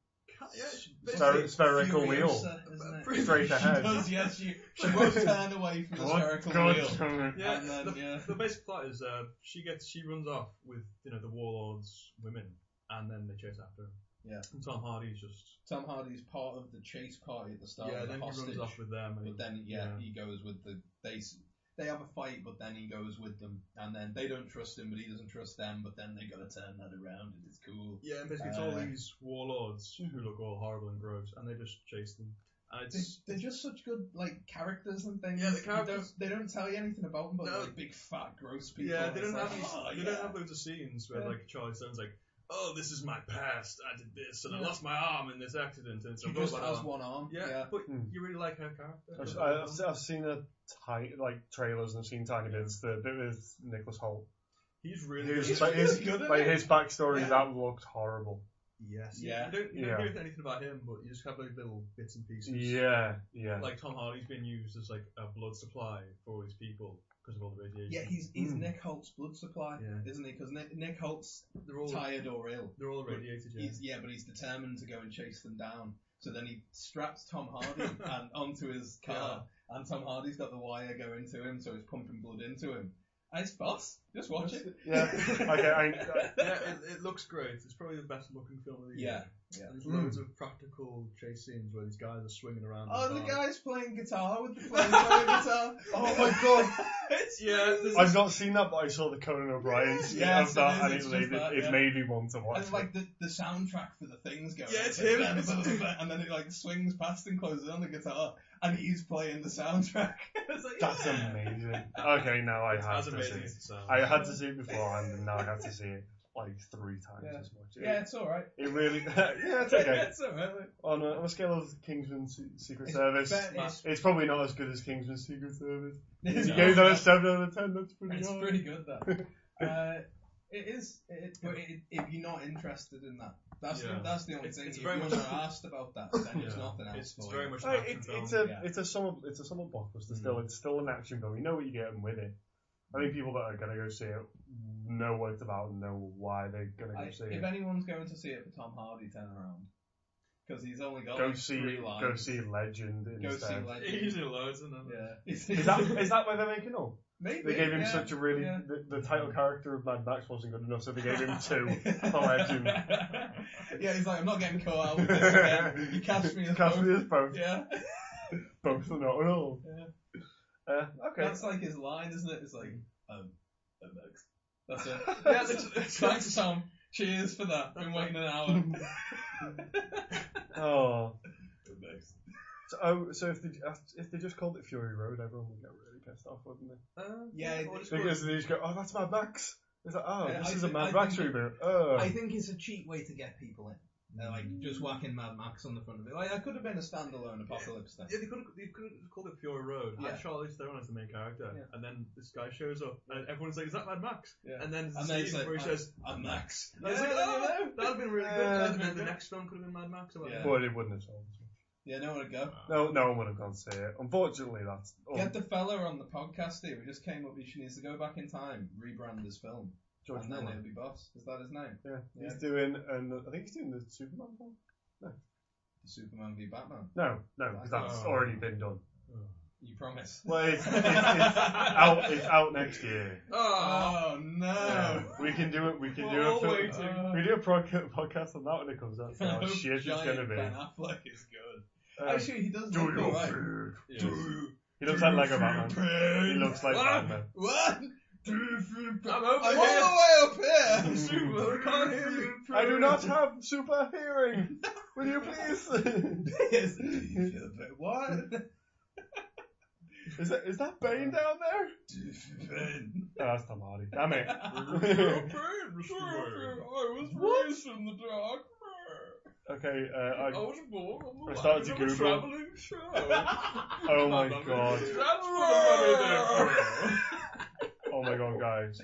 S3: Yeah, it's
S1: spher-
S3: basically-
S1: spherical wheel.
S2: Furiosa, isn't it?
S3: Pretty-
S1: Straight ahead.
S2: She does, yeah, she, she won't turn away from the spherical wheel.
S3: Yeah,
S2: And then,
S3: the,
S2: yeah.
S3: the basic plot is uh, she gets she runs off with you know the warlord's women, and then they chase after him.
S2: Yeah.
S3: And Tom Hardy's just
S2: Tom Hardy's part of the chase party at the start
S3: yeah.
S2: of the
S3: Then he
S2: hostage.
S3: runs off with them. And
S2: But then, yeah, he goes with the. They, s- they have a fight, but then he goes with them. And then they don't trust him, but he doesn't trust them. But then they gotta turn that around, and it's cool.
S3: yeah, and basically it's all
S2: Uh,
S3: these warlords who look all horrible and gross, and they just chase them. And
S2: They,
S3: it's
S2: they're just such good like characters and things.
S3: Yeah, the
S2: You
S3: characters-
S2: Don't, they don't tell you anything about them, but
S3: No.
S2: they're like big fat gross people.
S3: yeah,
S2: and
S3: they
S2: it's
S3: don't
S2: like,
S3: have these,
S2: "Oh,
S3: they
S2: yeah."
S3: don't have loads of scenes where
S2: Yeah.
S3: like Charlie Stone's like, oh, this is my past. I did this, and I lost my arm in this accident, and it's a
S2: She just
S3: robot
S2: has
S3: arm.
S2: one arm.
S3: Yeah,
S2: yeah.
S3: but
S1: Hmm.
S3: you really like her character.
S1: I've, I've, I've seen a tiny like trailers and I've seen tiny bits. The bit with Nicholas Holt.
S3: He's really
S1: His,
S3: good.
S1: like, his,
S2: really good at
S1: like
S2: it.
S1: his backstory
S2: Yeah.
S1: that looked horrible.
S3: Yes.
S2: Yeah.
S3: You don't, you don't
S1: Yeah.
S3: hear anything about him, but you just have like little bits and pieces.
S1: Yeah, yeah.
S3: Like Tom Hardy's been used as like a blood supply for all these people because of all the radiation.
S2: Yeah, he's he's
S1: Mm.
S2: Nick Holt's blood supply,
S3: Yeah.
S2: isn't he? Because Nick, Nick Holt's
S3: they're all
S2: tired or ill.
S3: they're all radiated. Yeah.
S2: He's, yeah, but he's determined to go and chase them down. So then he straps Tom Hardy and onto his car, and Tom Hardy's got the wire going to him, so it's pumping blood into him. It's fast. Just watch it.
S1: Yeah. okay. I, I,
S4: Yeah, it, it looks great. It's probably the best looking film of the
S2: Yeah.
S4: year.
S2: Yeah.
S4: There's loads of practical chase scenes where these guys are swinging around.
S2: Oh, the
S4: bar.
S2: guy's playing guitar with the flamethrower guitar.
S1: oh my god!
S2: It's
S4: Yeah, there's
S1: I've not seen that, but I saw the Conan O'Brien scene
S2: Yes,
S1: of
S2: it
S1: that,
S2: is,
S1: and
S2: it's
S1: it,
S2: just
S1: made, it,
S2: that,
S1: it
S2: yeah.
S1: made me want to watch
S2: And like the, the soundtrack for the things going.
S4: Yeah, it's
S2: on.
S4: him.
S2: And then it like swings past and closes on the guitar, and he's playing the soundtrack. it's like,
S1: it. That's
S2: yeah.
S1: amazing. Okay, now I
S4: It's
S1: have
S4: as
S1: to see
S4: amazing
S1: it.
S4: as it sounds.
S1: I had to see it beforehand, and now I have to see it like three times
S2: Yeah.
S1: as much. It,
S2: Yeah, it's all right.
S1: it really. yeah, it's okay.
S2: it's all right.
S1: On a, on a scale of Kingsman Se- Secret
S2: It's
S1: Service,
S2: bet- it's-
S1: it's probably not as good as Kingsman Secret Service. If
S2: It's,
S1: you
S4: No.
S1: gave that a seven out of ten. That's pretty
S2: it's
S1: high.
S2: pretty good though. Uh, it is, it, but it, if you're not interested in that, that's
S4: Yeah.
S2: the, that's the only
S4: It's-
S2: thing.
S4: it's
S2: if
S4: very
S2: you're
S4: much-
S2: not asked about that, then there's
S4: Yeah.
S2: nothing else.
S4: Oh, It's, it's
S2: for
S4: very
S2: you.
S4: much an
S1: Hey,
S4: action
S1: it,
S4: film.
S1: it's a
S2: yeah.
S1: it's a summer it's a summer blockbuster.
S4: Mm.
S1: Still, it's still an action film. You know what you're getting with it. I think people that are gonna go see it know what it's about and know why they're gonna go
S2: I,
S1: see
S2: if
S1: it.
S2: anyone's going to see it for Tom Hardy, turn around because he's only got
S1: Go
S2: like,
S1: see
S2: three lines.
S1: go see Legend
S2: Go see
S1: instead.
S2: Legend.
S4: He usually loads, isn't it?
S2: Yeah.
S1: Is that is that why they're making up?
S2: Maybe,
S1: They gave him
S2: yeah,
S1: such a really
S2: yeah.
S1: the, the title character of Mad Max wasn't good enough, so they gave him two Oh, for Legend.
S2: yeah, he's like, I'm not getting caught out with Oh, this again. You catch me as
S1: Cast
S2: both.
S1: me as both.
S2: Yeah.
S1: Both are not at all.
S2: Yeah.
S1: Uh, okay.
S2: That's like his line, isn't it? It's like, um, um, Max. That's it.
S4: Yeah,
S2: Yeah, it's, it's thanks, Sam. Cheers for that. Been waiting an hour.
S1: oh. So, oh, so if they if they just called it Fury Road, everyone would get really pissed off, wouldn't they?
S4: Uh,
S2: Yeah,
S4: Or just call it-
S1: Because they just go, oh, that's Mad Max. It's like, oh,
S2: Yeah,
S1: this
S2: I
S1: is a
S2: think-
S1: Mad
S2: I
S1: Max
S2: think-
S1: reboot. Oh.
S2: I think it's a cheap way to get people in. They're like just
S1: Mm.
S2: whacking Mad Max on the front of it. Like that could have been a standalone apocalypse thing.
S4: Yeah, they could have they could have called it Fury Road.
S2: Yeah.
S4: Had Charlie Theron as the main character,
S2: Yeah.
S4: and then this guy shows up, and everyone's like, "Is that Mad Max?"
S2: Yeah.
S4: And then
S2: And
S4: the
S2: then it's
S4: scene
S2: like,
S4: where he says,
S2: A Max.
S4: I was like, oh, that would have been really good.
S1: Yeah.
S4: and then the next film could have been Mad Max. Or whatever.
S1: But it wouldn't have sold.
S2: Yeah, no one to go.
S1: No, no one would have gone to see it. Unfortunately, that's. Oh,
S2: Get the fella on the podcast here. We just came up. with She needs to go back in time, rebrand his film,
S1: George
S2: and then
S1: Miller.
S2: it'll be boss. Is that his name?
S1: Yeah.
S2: Yeah.
S1: He's doing, and I think he's doing the Superman film.
S2: The Superman v Batman.
S1: No, no, because that's
S4: Oh.
S1: already been done.
S2: You promise?
S1: Well, it's, it's, it's out. It's out next year.
S4: Oh,
S2: Oh no!
S1: Yeah. We can do it. We can
S4: We're all
S1: do a
S4: waiting.
S1: film. We do a pro- podcast on that when it comes out. See how Oh, shit it's
S2: Giant
S1: gonna be.
S2: Ben Affleck is good.
S1: Uh,
S2: Actually, he does
S1: do
S2: look
S1: your
S2: alright.
S1: food.
S4: Yeah.
S1: He looks like Lego Batman. He looks like
S4: Ah!
S1: Batman.
S2: What?
S4: I'm over
S2: I'm
S4: here.
S2: all the way up here.
S4: Superman, I can't hear you.
S1: I do not have super hearing. Will you please?
S2: Yes. what?
S1: is that is that Bane down there? No, that's Tom Hardy. Damn it.
S2: was raised in the dark.
S1: Okay. Uh, I,
S4: was born on
S1: I started to
S4: land of a
S1: Google.
S4: travelling show.
S1: oh my god.
S4: That's what I'm
S1: Oh my god, guys.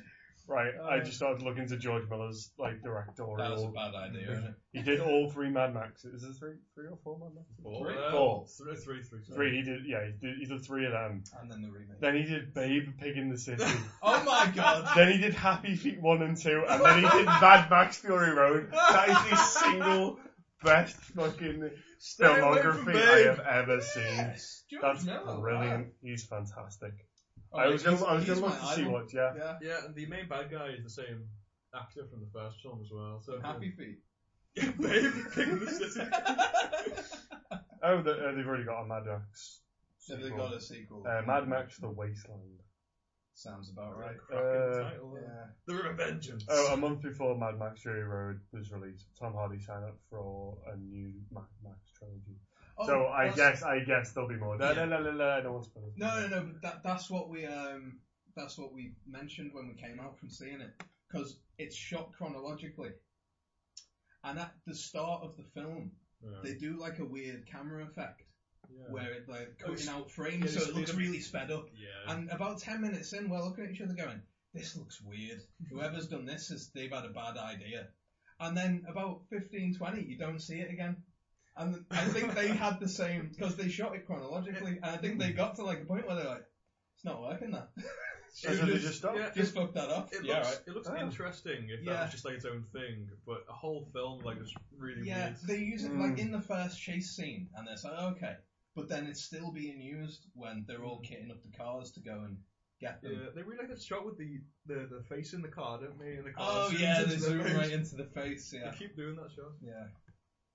S1: Right. I
S2: Uh,
S1: just started looking to George Miller's like
S2: That was a
S1: directorial.
S2: bad idea, isn't it?
S1: He did all three Mad Maxes. Is it three, three or four Mad Maxes?
S4: Four.
S1: Four.
S4: Three, three, three.
S1: Three. He did. Yeah. He did. He did three of them.
S2: And then the remake.
S1: Then he did Babe Pig in the City.
S2: Oh my god!
S1: Then he did Happy Feet 1 and 2, and then he did Mad Max Fury Road. That is the single best fucking
S4: Stay away from
S1: filmography I
S4: Babe.
S1: have ever seen.
S2: Yes, George
S1: That's
S2: Miller,
S1: brilliant.
S2: wow.
S1: He's fantastic.
S2: Oh,
S1: I was gonna,
S2: he's-
S1: I was gonna
S2: he's
S1: look
S2: my
S1: to see
S2: idol.
S1: what, yeah.
S2: Yeah.
S4: Yeah, and the main bad guy is the same actor from the first film as well. So
S2: Happy Feet.
S4: Yeah, Babe, King of the City.
S1: Oh, the, uh, they've already got a Mad Max.
S2: So they
S1: sequel.
S2: got a sequel.
S1: Uh, Mad Max The Wasteland.
S2: Sounds about right.
S4: Right, cracking
S1: Uh,
S4: title.
S2: Yeah.
S4: The Revengeance.
S1: Oh, a month before Mad Max Fury Road was released, Tom Hardy signed up for a new Mad Max trilogy.
S2: Oh,
S1: so I
S2: that's-
S1: guess, I guess there'll be more. La,
S2: Yeah.
S1: la, la, la, la, no one's spoiled.
S2: No, no, no. But that, that's what we um, that's what we mentioned when we came out from seeing it because it's shot chronologically, and at the start of the film,
S4: Yeah.
S2: they do like a weird camera effect
S4: Yeah.
S2: where it like
S4: Oh, it's-
S2: cutting out frames,
S4: yeah,
S2: so
S4: it's-
S2: it looks
S4: it's-
S2: really sped up.
S4: Yeah.
S2: And about ten minutes in, we're looking at each other going, "This looks weird. Whoever's done this is they've had a bad idea." And then about 15, 20, you don't see it again. And I think they had the same because they shot it chronologically, and I think they got to like a point where they're like, "It's not working. That
S1: So they just stopped?
S4: yeah,
S2: just fucked that up."
S4: It looks,
S2: yeah, right. Ah.
S4: it looks
S1: Oh.
S4: interesting if that
S2: Yeah.
S4: was just like its own thing, but a whole film like is really
S2: Yeah,
S4: weird.
S2: they use it
S1: Mm.
S2: like in the first chase scene, Hmm. and they're like, "Okay," but then it's still being used when they're all kitting up the cars to go and get them.
S4: Yeah, they really like that shot with the, the, the face in the car, don't they? And the car
S2: Oh
S4: zooms
S2: yeah,
S4: into
S2: they
S4: the
S2: zoom
S4: face.
S2: right into the face. Yeah,
S4: They keep doing that shot.
S2: yeah.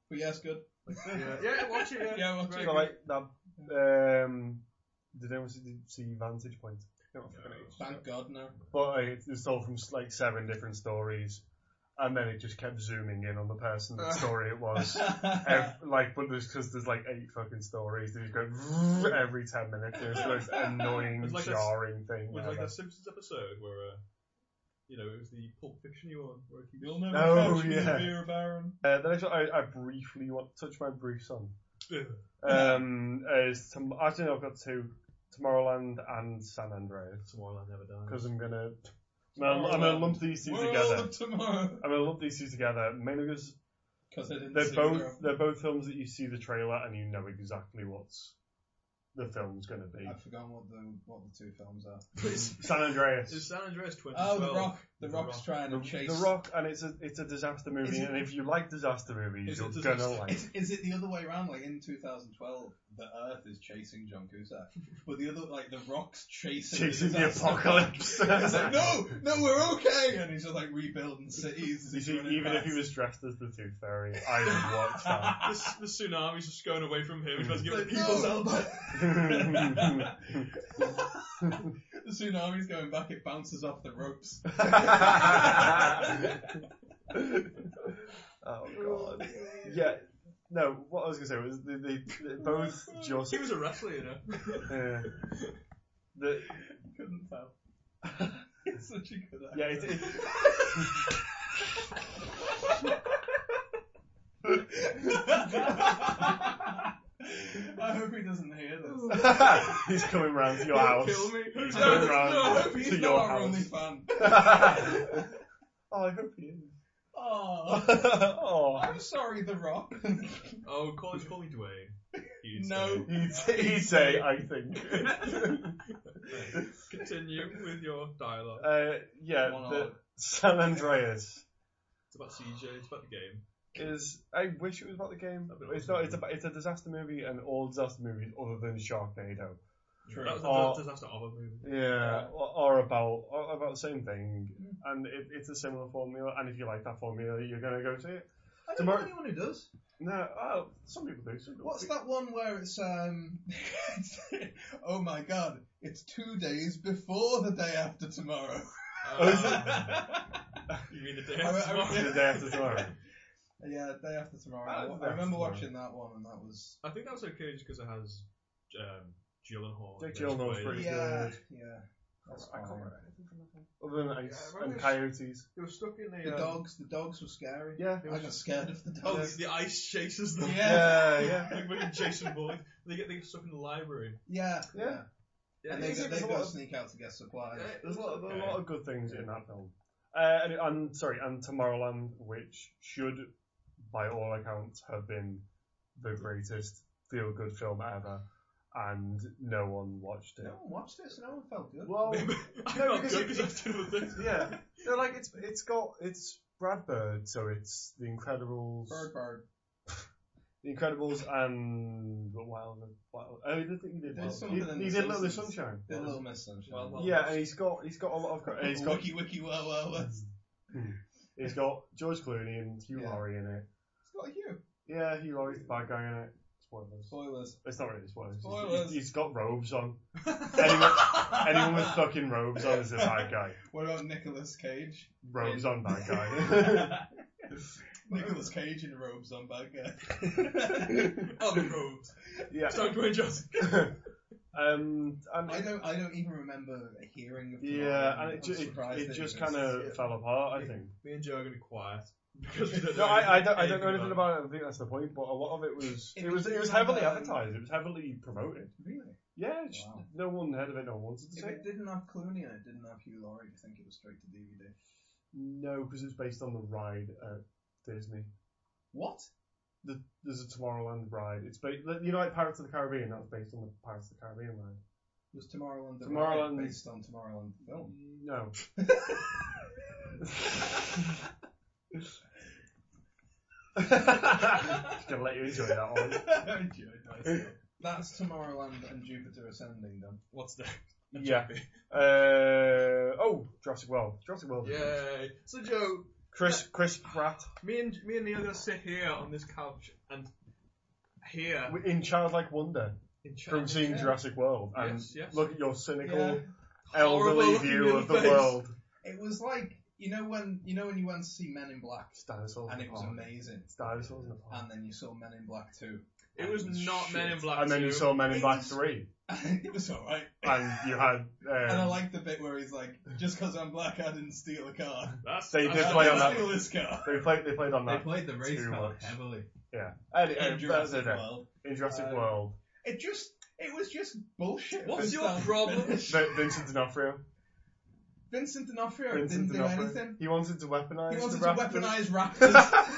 S2: But yeah, it's good.
S4: Yeah, yeah watch it. Yeah,
S2: Yeah, watch
S4: Very
S2: it.
S1: But
S4: good.
S1: like that. Um, did anyone see, see Vantage Point? No, fucking age.
S2: Thank God now.
S1: But like, it's- it's told from like seven different stories, and then it just kept zooming in on the person the story it was. Ev- like, but there's because there's like eight fucking stories. They just go every ten minutes. It's the most annoying,
S4: It's like that's-
S1: jarring
S4: It
S1: thing.
S4: was like
S1: ever.
S4: that Simpsons episode where, uh, you know, it was the Pulp Fiction you on, where he
S2: You'll never
S1: Oh,
S2: catch me,
S1: yeah.
S2: Vera Baron.
S1: Uh, the next one I, I briefly want touch my briefs on. Um, is tom- actually no, I've got two: Tomorrowland and San Andreas.
S4: Tomorrowland never dies.
S1: Because I'm gonna, I'm gonna, I'm gonna lump these two
S2: World
S1: together.
S2: of tomorrow.
S1: I'm gonna lump these two together mainly because
S2: Because I didn't
S1: they're
S2: see
S1: both
S2: Vera.
S1: they're both films that you see the trailer and you know exactly what's the film's gonna be.
S2: I've forgotten what the what the two films are.
S4: Please.
S1: San
S4: It's
S1: Andreas,
S4: San Andreas 2012.
S2: Oh, The Rock. The
S4: The
S2: Rock's
S4: Rock.
S2: trying
S1: the,
S2: to chase.
S1: The Rock, and it's a it's a disaster movie.
S2: it-
S1: and if you like disaster movies,
S4: Is it
S1: you're
S4: disaster-
S1: gonna like.
S2: Is, is it the other way around? Like in 2012, the Earth is chasing John Cusack, but the other, like the Rock's chasing,
S1: Chasing the
S2: disaster.
S1: apocalypse.
S2: He's like, no, no, we're okay, and he's just like rebuilding cities. as
S1: You
S2: he's
S1: see,
S2: running
S1: even if
S2: past.
S1: he was dressed as the Tooth Fairy, I would watch that.
S4: This- The tsunami's just going away from him. He tries to get
S2: Like,
S4: the people's
S2: no.
S4: out there.
S2: the tsunami's going back, it bounces off the ropes.
S1: oh god. Yeah. No, what I was gonna say was they, they, they both just
S4: He was a wrestler, you know.
S1: uh, the
S2: Couldn't tell. He's such a good actor.
S1: yeah it, it,
S2: I hope he doesn't hear this.
S1: he's coming round to your
S4: Don't
S1: house.
S4: Kill me. Who's
S1: Turn
S2: No,
S4: that?
S1: around
S2: no, I hope
S1: to
S2: he's
S1: your
S2: not our
S1: house.
S2: only fan.
S1: oh, I hope he is.
S2: Oh,
S1: oh,
S2: I'm sorry, The Rock.
S4: Oh, call, call me Dwayne. He'd
S2: No.
S1: he'd, he'd say, I think.
S4: say. Continue with your dialogue.
S1: uh, yeah, the,
S2: Monologue.
S1: San Andreas.
S4: It's about CJ. It's about the game.
S1: is I wish it was about the game.
S4: That'd be
S1: But it's
S4: awesome.
S1: not. It's a it's a disaster movie, and all disaster movies other than Sharknado.
S2: True.
S4: That was
S1: Oh.
S4: a disaster of a movie.
S1: Yeah, are are about are about the same thing, and it, it's a similar formula. And if you like that formula, you're gonna go see it.
S3: I don't
S1: Tomorrow-
S3: know anyone who does.
S1: No, oh, some people do. Some people
S2: What's
S1: do.
S2: that one where it's um? oh my God! It's two days before the day after tomorrow.
S1: Oh, is
S4: Um, you mean the day
S2: I- I-
S4: after tomorrow?
S1: The day after tomorrow.
S2: Yeah, day after tomorrow.
S1: Ah,
S2: I-
S1: it's
S2: I,
S1: day
S2: remember
S1: after
S2: watching that one, and that was
S4: I think that was okay just because it has um, Gyllenhaal.
S1: Jake
S4: Dennis
S1: Gyllenhaal's
S4: Quaid.
S1: pretty-
S2: yeah,
S1: good.
S2: yeah. That's
S1: I can't
S2: fine.
S1: remember anything from that one. Other than ice
S4: Yeah, I remember
S1: and coyotes.
S4: They were stuck in
S2: The
S4: uh,
S2: dogs, the dogs were scary.
S1: Yeah.
S2: I got scared of the
S4: Oh,
S2: dogs.
S4: the ice chases them.
S2: Yeah.
S1: Yeah, yeah.
S4: like fucking Jason Bourne. They get they get stuck in the library.
S2: Yeah,
S1: Yeah.
S4: Yeah,
S2: And they,
S1: it's-
S2: go-
S1: it's
S2: they
S1: a
S2: go
S1: lot of-
S2: sneak out to get supplies.
S4: Yeah,
S1: There's a lot, there's
S4: okay.
S1: a lot of good things in that film. Uh, and, and sorry, and Tomorrowland, which should, by all accounts, have been the greatest feel-good film ever, and no one watched it.
S2: No one watched it, so no one felt good.
S1: Well,
S4: I'm
S1: No,
S4: not
S1: because
S4: good
S1: it-
S4: because I've done other things.
S1: yeah, no, like it's it's got it's Brad Bird, so it's The Incredibles,
S2: Bird bird.
S1: The Incredibles, and the Wild, Wild. Oh, he did, he did,
S2: There's
S1: Wild-
S2: something
S1: he,
S2: in
S1: he
S2: The
S1: did Little
S2: Simpsons.
S1: Sunshine.
S2: Did a little miss sunshine.
S4: Well, well.
S1: Yeah, and he's got he's got a lot of and he's got
S2: wiki wiki wow wow wow. It's
S1: he's got George Clooney and Hugh
S2: Yeah.
S1: Laurie in it.
S2: got you.
S1: Yeah, he always the bad guy in it. Spoilers.
S2: Spoilers.
S1: It's not really spoilers. He's-
S2: Spoilers.
S1: He's, he's got robes on. anyone, anyone with fucking robes on is a bad guy.
S2: What about Nicolas Cage?
S1: Robes on bad guy.
S2: Nicolas Cage in robes on Oh, bad guy.
S4: Other roads.
S1: yeah.
S4: Stop doing Johnson.
S1: um, and
S2: I don't. I don't even remember hearing of.
S1: yeah, and
S2: I'm
S1: it, ju- it,
S2: surprised
S1: it
S2: that
S1: just
S2: exists.
S1: kind of
S4: Yeah.
S1: fell apart. I think.
S4: Me and Joe are gonna be quiet because we don't
S1: No,
S4: know
S1: I, I don't. I don't know
S4: anything
S1: anything about it. I think that's the point. But a lot of it was. It
S2: It
S1: was.
S2: was
S1: It was
S2: really
S1: heavily
S2: bad.
S1: advertised. It was heavily promoted.
S2: Really?
S1: Yeah. it's just-
S2: Wow.
S1: No one heard of it. No one wanted to
S2: If
S1: see it.
S2: it didn't have Clooney and it didn't have Hugh Laurie, do you think it was straight to DVD?
S1: No, because it's based on the ride at Disney.
S2: What?
S1: the, there's a Tomorrowland ride. It's based, you know, like Pirates of the Caribbean. That was based on the Pirates of the Caribbean ride.
S2: Was Tomorrowland the
S1: Tomorrowland-
S2: ride based on Tomorrowland the film?
S1: No, just gonna let you enjoy that one.
S2: That's Tomorrowland and Jupiter Ascending then.
S4: What's next?
S1: Yeah. Uh, oh, Jurassic World. Jurassic World.
S4: Yay. So, Joe,
S1: Chris Chris Pratt
S4: me and me and Neil are gonna sit here on this couch and here
S1: in childlike wonder
S4: in chat.
S1: from seeing Jurassic World and
S4: Yes, yes.
S1: look at your cynical
S2: Yeah.
S1: elderly
S4: Horrible
S1: view of the
S4: face.
S1: world.
S2: It was like you know when you know when you went to see Men in Black
S1: It's dinosaurs.
S2: and
S1: in
S2: it
S1: the
S2: was
S1: park.
S2: amazing,
S1: It's dinosaurs in the park.
S2: Oh. and then you saw Men in Black Two.
S4: It was not
S2: Shit.
S4: Men in Black.
S1: And then you
S4: 2.
S1: saw Men in
S2: It
S1: Black
S2: was-
S1: Three,
S2: it was alright.
S1: and you had.
S2: And I
S1: Um,
S2: like the bit where he's like, just because I'm black, I didn't steal a car.
S4: That's,
S1: They
S4: that's
S1: did
S2: I
S1: play
S2: didn't
S1: on that.
S2: steal this car.
S1: they played. They played on
S3: They
S1: that.
S3: played the race
S1: Too
S3: card
S1: much.
S3: heavily.
S1: Yeah. Any,
S2: In
S1: any, that's
S2: Jurassic
S1: it.
S2: World.
S1: In Jurassic
S2: Um,
S1: World,
S2: It just, it was just bullshit.
S4: What's
S2: from
S4: your
S2: start to
S4: problem?
S2: finish.
S1: Vin- Vincent D'Onofrio.
S2: Vincent D'Onofrio
S1: Vincent
S2: didn't
S1: D'Onofrio.
S2: do anything.
S1: He wanted to weaponize.
S2: He wanted
S1: the
S2: to
S1: Raptors.
S2: weaponize raptors.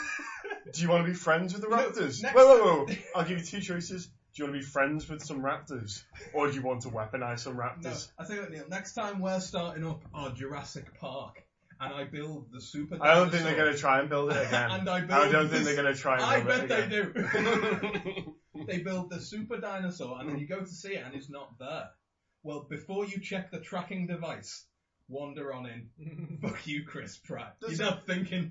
S1: Do you want to be friends with the
S2: No,
S1: raptors?
S2: next-
S1: wait, wait, wait. I'll give you two choices. Do you want to be friends with some raptors, or do you want to weaponize some
S2: no,
S1: raptors?
S2: I tell you what, Neil. Next time we're starting up our Jurassic Park, and I build the super.
S1: I don't think they're
S2: dinosaur,
S1: going to try and build it again.
S2: and I build.
S1: I don't think
S2: this-
S1: they're going to try
S2: I
S1: and build
S2: bet
S1: it
S2: they
S1: again.
S2: do. they build the super dinosaur, and then you go to see it, and it's not there. Well, before you check the tracking device, wander on in. Fuck you, Chris Pratt.
S1: Does
S2: He's
S1: it-
S2: not thinking.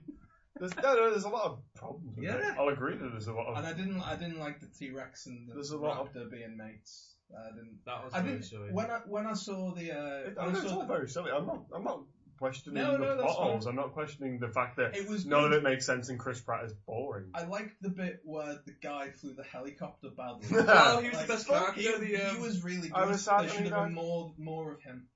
S1: There's, no, no, there's a lot of problems. with it.
S2: Yeah.
S1: I'll agree that there's a lot of.
S2: And I didn't. I didn't like the T Rex and the
S1: There's a lot of-
S2: raptor being mates. I didn't.
S4: that was
S2: I
S4: really
S2: didn't.
S4: silly.
S2: When I when I saw the. Uh,
S1: It, I
S2: when
S1: know
S2: I
S1: it's all
S2: saw,
S1: very silly. I'm not. I'm not questioning
S2: No,
S1: the
S2: no, that's
S1: plot holes. I'm not questioning the fact that
S2: it was.
S1: none of it makes sense and Chris Pratt is boring.
S2: I liked the bit where the guy flew the helicopter badly.
S4: Oh, he was
S2: Like,
S4: the best
S2: fuck,
S4: character.
S2: He,
S4: the, um,
S2: he was really good.
S1: I was sad
S2: they
S1: when
S2: should
S1: he
S2: have
S1: died.
S2: done more more of him.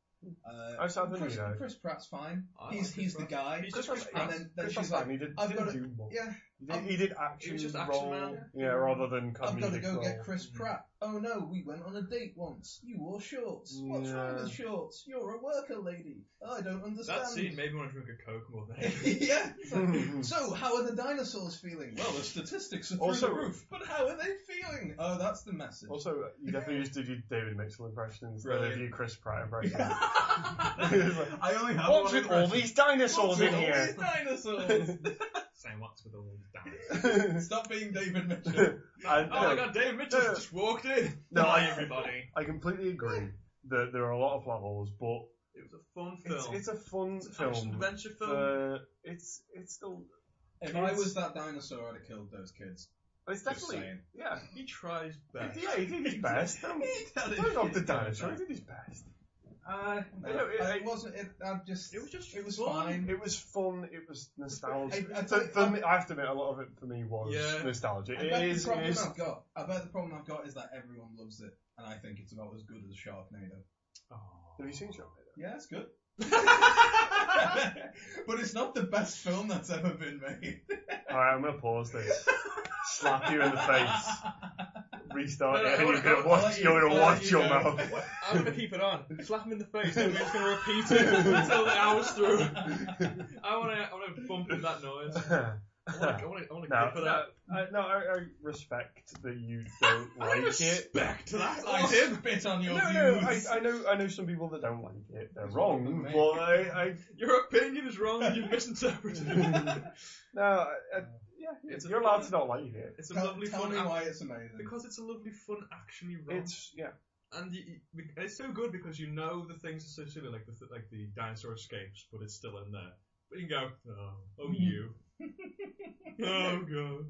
S2: Uh,
S1: I was sad when he
S2: Chris,
S1: died.
S2: Chris Pratt's fine.
S4: I
S2: He's
S4: like Chris
S2: he's the
S4: Pratt.
S2: guy.
S4: He's just
S1: Chris
S4: Chris Pratt.
S2: and then, then
S1: Chris
S2: she's
S1: Pratt's
S2: like,
S1: fine, he did,
S2: I've
S1: didn't
S2: got
S1: do much.
S2: yeah,
S1: He did,
S2: I've-
S1: he did
S4: He
S1: action
S4: was just action
S1: role,
S4: man.
S1: yeah, rather than
S2: I've
S1: comedic
S2: got to go
S1: role.
S2: get Chris Pratt. Oh no, we went on a date once. You wore shorts. What's wrong
S1: Yeah.
S2: with shorts? You're a worker lady. I don't understand.
S4: that scene made me want to drink a Coke more than anything.
S2: yeah. it's
S1: Mm.
S2: like, so how are the dinosaurs feeling? Well, the statistics are through
S1: Also-
S2: the roof. But how are they feeling? Oh, that's the message.
S1: Also, uh, you definitely just did your David Mitchell impression instead of
S3: Brilliant.
S1: your Chris Pratt impression.
S3: I only have
S1: What's
S3: one
S1: with all
S3: impression.
S1: these dinosaurs in here?
S2: Dinosaurs.
S4: Saying what's with all these dinosaurs.
S1: and,
S2: Stop being David Mitchell.
S1: no,
S4: Oh my god, David Mitchell
S1: No.
S4: just walked in.
S1: No,
S4: Hi
S1: I-
S4: everybody.
S1: I completely agree that there are a lot of plot holes, but
S4: It was a fun film.
S1: it's, it's a fun
S4: It's an action
S1: film.
S4: adventure film.
S1: Uh, it's it's still
S2: If I was that dinosaur, I'd have killed those kids.
S1: it's
S2: Just
S1: definitely
S2: saying.
S1: yeah.
S4: he tries
S1: Yeah,
S4: best.
S1: he did his best. Don't, don't knock the dinosaur. He did his best.
S2: Uh, no,
S1: know, it-
S2: I-
S1: it-
S2: it wasn't. It, I just.
S4: It was just
S2: It was
S4: fun.
S2: fine.
S1: It was fun. It was nostalgic.
S2: I- I
S1: for,
S2: think-
S1: for me, I have to admit, a lot of it for me was
S4: Yeah.
S1: nostalgia. It
S2: I bet
S1: is. It
S2: the problem
S1: is.
S2: I've got. I bet the problem I've got is that everyone loves it, and I think it's about as good as Sharknado.
S1: Have you seen Sharknado?
S2: Yeah, it's good. but it's not the best film that's ever been made.
S1: All right, I'm gonna pause this. Slap you in the face. Restart
S4: No, no,
S1: it, and
S4: I
S1: you're gonna
S4: wanna-
S2: I wanna
S1: watch.
S2: let
S1: You're
S2: you-
S1: gonna
S2: I'll let
S1: watch
S2: you
S1: your
S2: go.
S1: mouth.
S4: I'm gonna keep it on. Slap him in the face. and We're just gonna repeat it until the hour's through. I wanna, I wanna bump with that noise. I wanna, I wanna, I
S1: No,
S4: wanna go for
S1: no,
S4: that.
S1: I, no I, I respect that you don't
S4: I
S1: like it.
S4: respect that.
S2: I
S4: I did.
S2: spit on
S1: No,
S2: your
S1: no, I,
S2: views.
S1: I know, I know some people that don't like it. They're
S2: It's
S1: wrong,
S2: not me.
S1: but I, I
S4: Your opinion is wrong. You misinterpreted it.
S1: no, I, I, yeah,
S4: It's a
S1: you're allowed to
S4: fun-
S1: not like it.
S4: It's a
S2: tell
S4: lovely
S2: tell
S4: fun.
S2: me
S4: ac-
S2: why it's amazing.
S4: Because it's a lovely fun actiony romp.
S1: It's yeah,
S4: and you, you, it's so good because you know the things are so silly, like the th- like the dinosaur escapes, but it's still in there. But you can go, oh, oh you, oh god.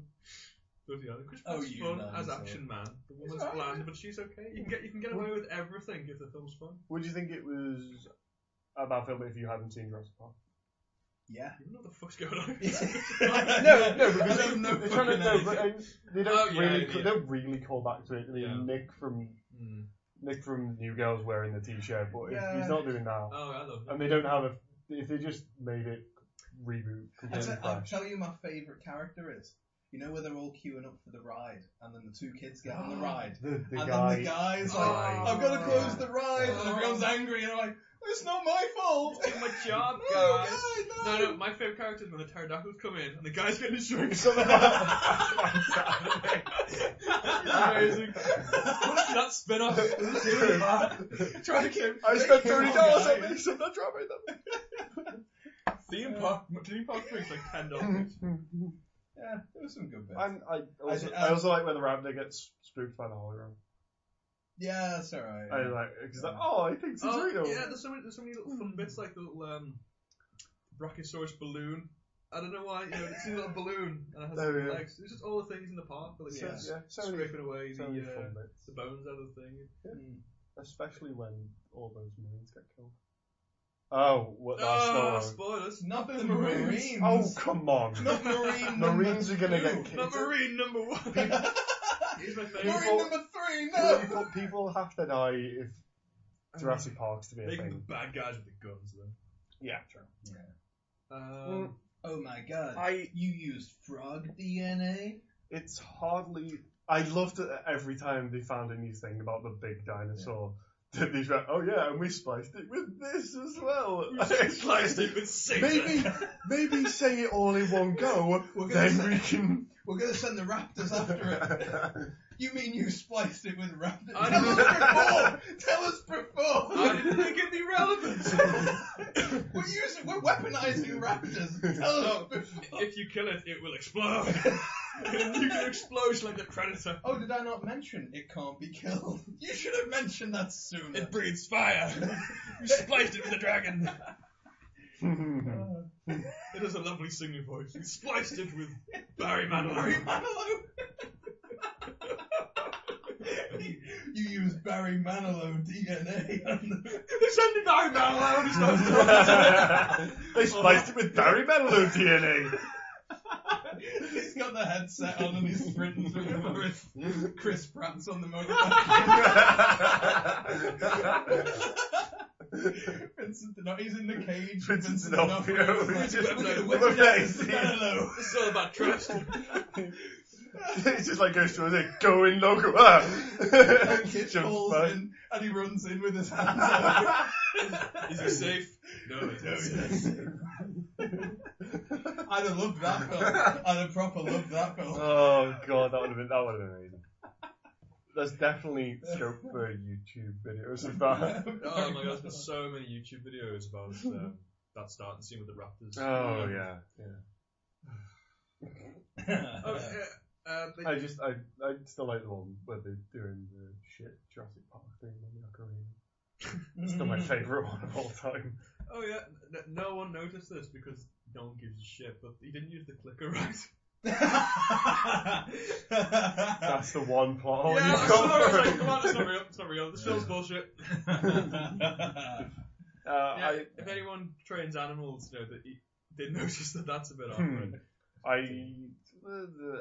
S4: Bloody hell. Chris
S2: Mm-hmm. Oh,
S4: Pratt's
S2: you
S4: fun as
S2: dinosaur.
S4: action man. The woman's
S2: alright.
S4: bland, but she's okay. You can get you can get away with everything if the film's fun.
S1: Would you think it was a bad film if you hadn't seen Jurassic Park?
S2: Yeah.
S4: You know what the fuck's going on.
S1: No, no,
S2: I
S1: because they,
S2: don't know
S1: they're trying to no,
S2: fucking
S1: but,
S2: anything.
S1: um, they don't
S4: Oh, yeah,
S1: really,
S4: yeah.
S1: they don't really call back to it. I mean,
S4: Yeah.
S1: Nick from
S4: Hmm.
S1: Nick from New Girl's wearing the t-shirt, but if
S2: Yeah.
S1: he's not doing that,
S4: Oh, I love
S1: and
S4: it.
S1: they don't have a, if they just made it reboot
S2: I
S1: completely
S2: te- I'll
S1: fresh.
S2: tell you my favourite character is. You know where they're all queuing up for the ride, and then the two kids get on the ride,
S1: The, the guy,
S2: and
S1: Oh.
S2: then the guy's
S1: the
S2: like,
S1: guy.
S2: "I've got to close
S1: Yeah.
S2: the ride," and
S4: Oh.
S2: everyone's angry, and I'm like, Oh, "It's not my fault."
S4: It's my job,
S2: No,
S4: guys.
S2: guy,
S4: No, no, my favourite character is when the pterodactyls come in and the guy's getting his drinks.
S1: So the- Fantastic.
S4: amazing. What's that spin off? Try to keep
S1: I spent thirty dollars on
S4: Guy.
S1: this, I'm not dropping
S4: Theme park, theme park drinks like ten dollars.
S1: them.
S2: Yeah, there was some good bits.
S1: And I um, also,
S2: I-
S1: I also like when the rabbit gets spooked by the hologram.
S2: Yeah, that's alright.
S1: I like because like, oh, I think it's a
S4: Oh,
S1: Dorito.
S4: yeah, there's so many, there's so many little fun bits like the little um, brachiosaurus balloon. I don't know why, you know, it's a little balloon and it has
S1: Oh, yeah.
S4: legs. It's just all the things in the park, like
S1: So,
S2: Yeah.
S4: yeah.
S1: yeah, so many,
S4: scraping away
S1: so
S4: the,
S1: many
S4: uh,
S1: fun bits.
S4: the bones out of the thing.
S2: Mm.
S1: especially when all those Marines get killed. Oh, what that's
S4: oh,
S1: the
S4: spoilers!
S2: Not the
S4: The Marines.
S2: Ah, Marines.
S1: one. Oh, come on.
S2: Not Marine. number
S1: Marines are gonna
S2: two.
S1: get
S4: Not
S1: killed.
S4: Marine number one. He's my
S2: Marine
S4: favourite.
S1: People-
S2: number three. No.
S1: People, people have to die if Jurassic Park's to be a
S4: Making the
S1: thing.
S4: bad guys with the guns though.
S1: Yeah, true.
S4: Um,
S2: Oh my god.
S1: I-
S2: You used frog DNA.
S1: It's hardly. I loved it every time they found a new thing about the big dinosaur. That they went, oh yeah, and we spliced it with this as well. it's like,
S4: sliced it with six.
S1: Mm. maybe, maybe say it all in one go,
S2: We're gonna
S1: then
S2: send,
S1: we can.
S2: we're gonna send the raptors after it. You mean you spliced it with raptors?
S4: I
S2: Tell
S4: didn't-
S2: us before. Tell us before.
S4: I didn't think it'd be relevant.
S2: We're using, we're weaponizing raptors. Tell us
S4: Oh.
S2: before.
S4: if you kill it, it will explode. a nuclear explosion like the Predator.
S2: Oh, did I not mention it can't be killed? You should have mentioned that sooner.
S4: It breathes fire. you spliced it with a dragon. It has a lovely singing voice. You spliced it with Barry
S2: Barry
S4: Manilow.
S2: Manilow. you you use Barry Manilow DNA. on the-
S4: They send me Barry Manilow and he starts
S1: they spliced it with Barry Manilow DNA.
S2: he's got the headset on and he's sprinting through the forest. Chris Pratt's on the motorbike.
S1: Vincent
S2: Vincent D'Onofrio. He's in the cage.
S1: D'Onofrio.
S2: D'Onofrio.
S1: With
S2: Vincent
S1: a face.
S2: Manilow.
S4: This is all about trust.
S1: It just like goes to him like, go in logo. Ah.
S2: And Kit
S1: Jumps
S2: falls
S1: back.
S2: in and he runs in with his hands out.
S4: Is he safe? No, he's
S2: No,
S4: not
S2: he
S4: safe.
S2: doesn't. I'd have loved that film. I'd have proper loved that film.
S1: Oh god, that would have been that would have been amazing. There's definitely scope for YouTube videos of that.
S4: Oh my god, there's been so many YouTube videos about um, that starting scene with the Raptors.
S1: Oh yeah, yeah.
S4: Oh, uh, uh, they-
S1: I just I I still like the one where they're doing the shit Jurassic Park thing on the ocarina. It's still my favourite one of all time.
S4: oh yeah, n- no one noticed this because no one gives a shit, but he didn't use the clicker right.
S1: That's the one plot Uh, hole
S4: yeah,
S1: you've
S4: I'm
S1: got.
S4: sorry, I was like, come on, it's not real, it's not real, this film's bullshit.
S1: Uh,
S4: Yeah,
S1: I,
S4: if anyone trains animals, you know, that he, they notice that that's a bit
S1: Hmm.
S4: awkward.
S1: I, uh,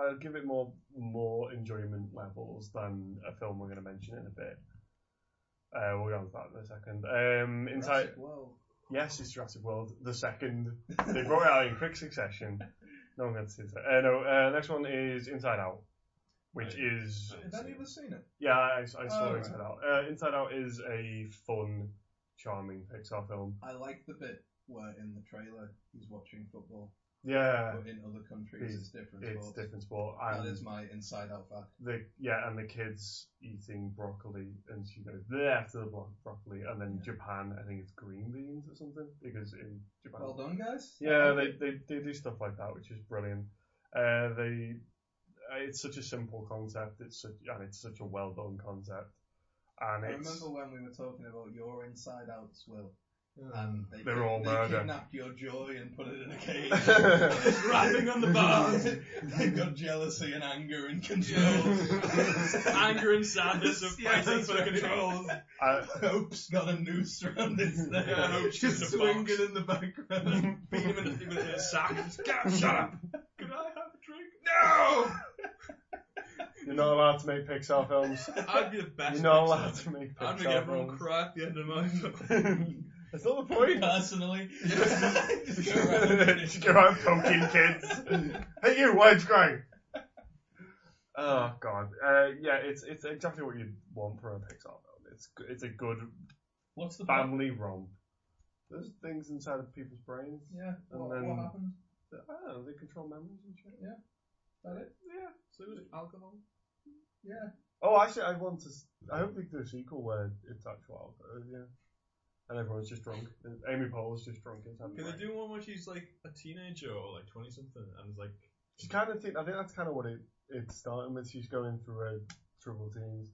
S1: I'll give it more more enjoyment levels than a film we're going to mention in a bit. Uh, we'll go on to that in a second. Um, inside,
S2: Jurassic World.
S1: yes, it's Jurassic World. The second they brought it out in quick succession. No one got to see that. Uh, no, uh, next one is Inside Out, which is
S2: Have any of us seen it?
S1: yeah, I, I saw
S2: Oh,
S1: Inside
S2: right.
S1: Out. Uh, Inside Out is a fun, charming Pixar film.
S2: I like the bit where in the trailer he's watching football,
S1: Yeah,
S2: but in other countries it's different
S1: it's
S2: sports.
S1: different sport.
S2: That
S1: and-
S2: is my inside out fact.
S1: the yeah, and the kids eating broccoli, and she goes there to the bro- broccoli, and then Japan, I think it's green beans or something because in Japan,
S2: Well done, guys.
S1: yeah, they, they they do stuff like that, which is brilliant. Uh, they uh, it's such a simple concept, it's such and it's such a well done concept, and
S2: I
S1: it's
S2: remember when we were talking about your inside outs, Will,
S4: Yeah.
S2: and they,
S1: They're all
S2: they
S1: murder.
S2: kidnapped your joy and put it in a cage.
S4: It's rapping on the bars.
S2: They've got jealousy and anger and control.
S4: Yeah. Anger and sadness of
S2: Yeah,
S4: fighting
S2: that's
S4: for the
S2: right.
S4: controls.
S1: I-
S2: Hope's got a noose around his neck.
S4: Yeah, Hope's
S2: just
S4: just in a
S2: swinging
S4: box.
S2: in the
S1: uh,
S2: background.
S4: Beat him in the, in the sack. Just, "Go, shut up! Could I have a drink? No!
S1: you're not allowed to make Pixar films.
S4: I'd be the best.
S1: You're not
S4: person.
S1: allowed to make
S4: I'd make
S1: Pixar
S4: everyone
S1: films.
S4: cry at the end of my film.
S1: That's not the point.
S2: Personally,
S1: Just go around poking kids. hey, you, why it's crying? Oh god, uh, yeah, it's it's exactly what you'd want from a Pixar film. It's g- it's a good
S2: What's the plan?
S1: family romp. There's things inside of people's brains.
S2: Yeah,
S1: And
S2: what,
S1: then-
S2: what happened?
S1: that- I don't know. They control memories and shit.
S2: That it?
S1: Yeah.
S4: So was alcohol?
S2: Yeah.
S1: Oh, actually, I want to. s- I hope they do a sequel where it's actual alcohol. Yeah. And everyone's just drunk. And Amy Poehler's just drunk inside. the
S4: Can they
S1: brain.
S4: do one where she's like a teenager or like 20 something and it's like.
S1: She kind of think I think that's kind of what it it's starting with. She's going through a trouble teens,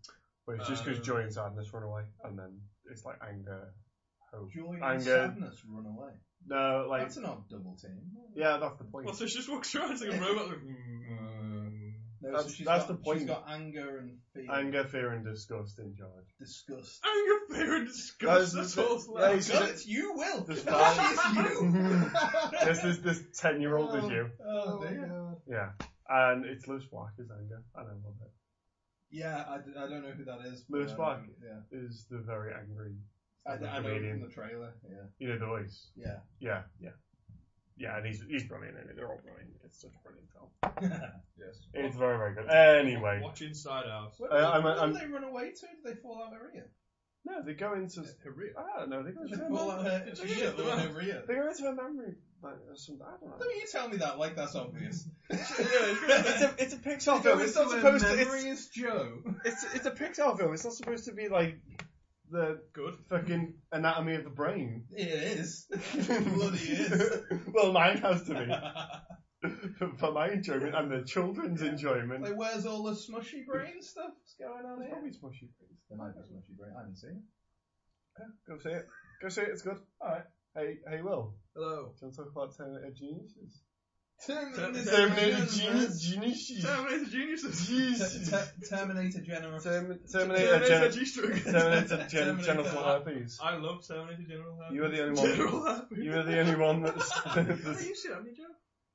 S1: But it's just because
S4: Um,
S1: joy and sadness run away, and then it's like anger, hope.
S2: Joy and
S1: Anger.
S2: sadness run away.
S1: No, like
S2: That's an odd double team.
S1: yeah, that's the point.
S4: Well, so she just walks around like a robot. Like, mm.
S2: No,
S1: That's-
S2: so she's
S1: that's
S2: got,
S1: the point.
S2: She's got anger and fear,
S1: anger, fear, and disgust in charge.
S2: disgust.
S4: Anger, fear, and disgust.
S1: That's-
S4: That's all. it's
S1: yeah,
S4: like.
S1: he's-
S2: God, it's you, Will.
S1: This
S2: That is you.
S1: this is this ten-year-old is you.
S2: Oh, dear.
S1: Yeah, and it's Lewis Black is anger, and I love it.
S2: Yeah, I, d- I don't know who that is. but,
S1: Lewis
S2: um,
S1: Black.
S2: Yeah,
S1: Is the very angry,
S2: I,
S1: The
S2: I know him
S1: comedian.
S2: from the trailer. Yeah,
S1: you know, the voice.
S2: yeah.
S1: Yeah, yeah, yeah, and he's he's brilliant in it. They're all brilliant. It's such a brilliant film.
S3: Yes.
S1: It's very very good. Anyway,
S4: Watch Inside Out.
S2: Where,
S1: Uh, I'm-
S2: where
S1: I'm-
S2: did they run away to? Did they fall out of Rio?
S1: no, they go into
S3: Korea.
S1: I don't know. They go
S2: Did
S1: into
S2: they
S1: her
S2: fall
S1: mem-
S2: out of
S4: Yeah,
S2: Rio? They went
S4: well.
S2: over Rio.
S1: they go into her memory. Like, or something. I don't know.
S2: I mean, you tell me that like that's obvious.
S1: it's a it's a Pixar film. It's not
S3: Going
S1: supposed to. It's,
S3: memory is Joe.
S1: it's it's a Pixar film. It's not supposed to be like the
S4: Good.
S1: fucking anatomy of the brain.
S2: It is. Bloody is.
S1: well, mine has to be
S2: like,
S1: for my enjoyment and the children's enjoyment.
S2: where's all the smushy brain stuff that's going on
S1: It's
S2: here?
S1: probably smushy.
S2: There might be smushy brain. I haven't seen it.
S1: Yeah, go see it. Go see it. It's good. All right. Hey, hey, Will.
S3: Hello.
S1: Do you want to talk about Terminator Geniuses?
S2: Terminator,
S1: Terminator Genius Geniuses.
S4: Terminator Geniuses.
S1: Geniuses.
S2: Terminator General.
S1: Term- Terminator
S4: Terminator
S1: Gen-
S4: G-Stroke.
S1: Terminator Gen- uh,
S2: Terminator.
S1: Genital Herpes.
S4: I love Terminator General Happy.
S1: You were the only one-
S4: General Happy.
S1: You were the only one that's.
S4: Have
S1: that's
S4: you seen it, haven't you, Joe?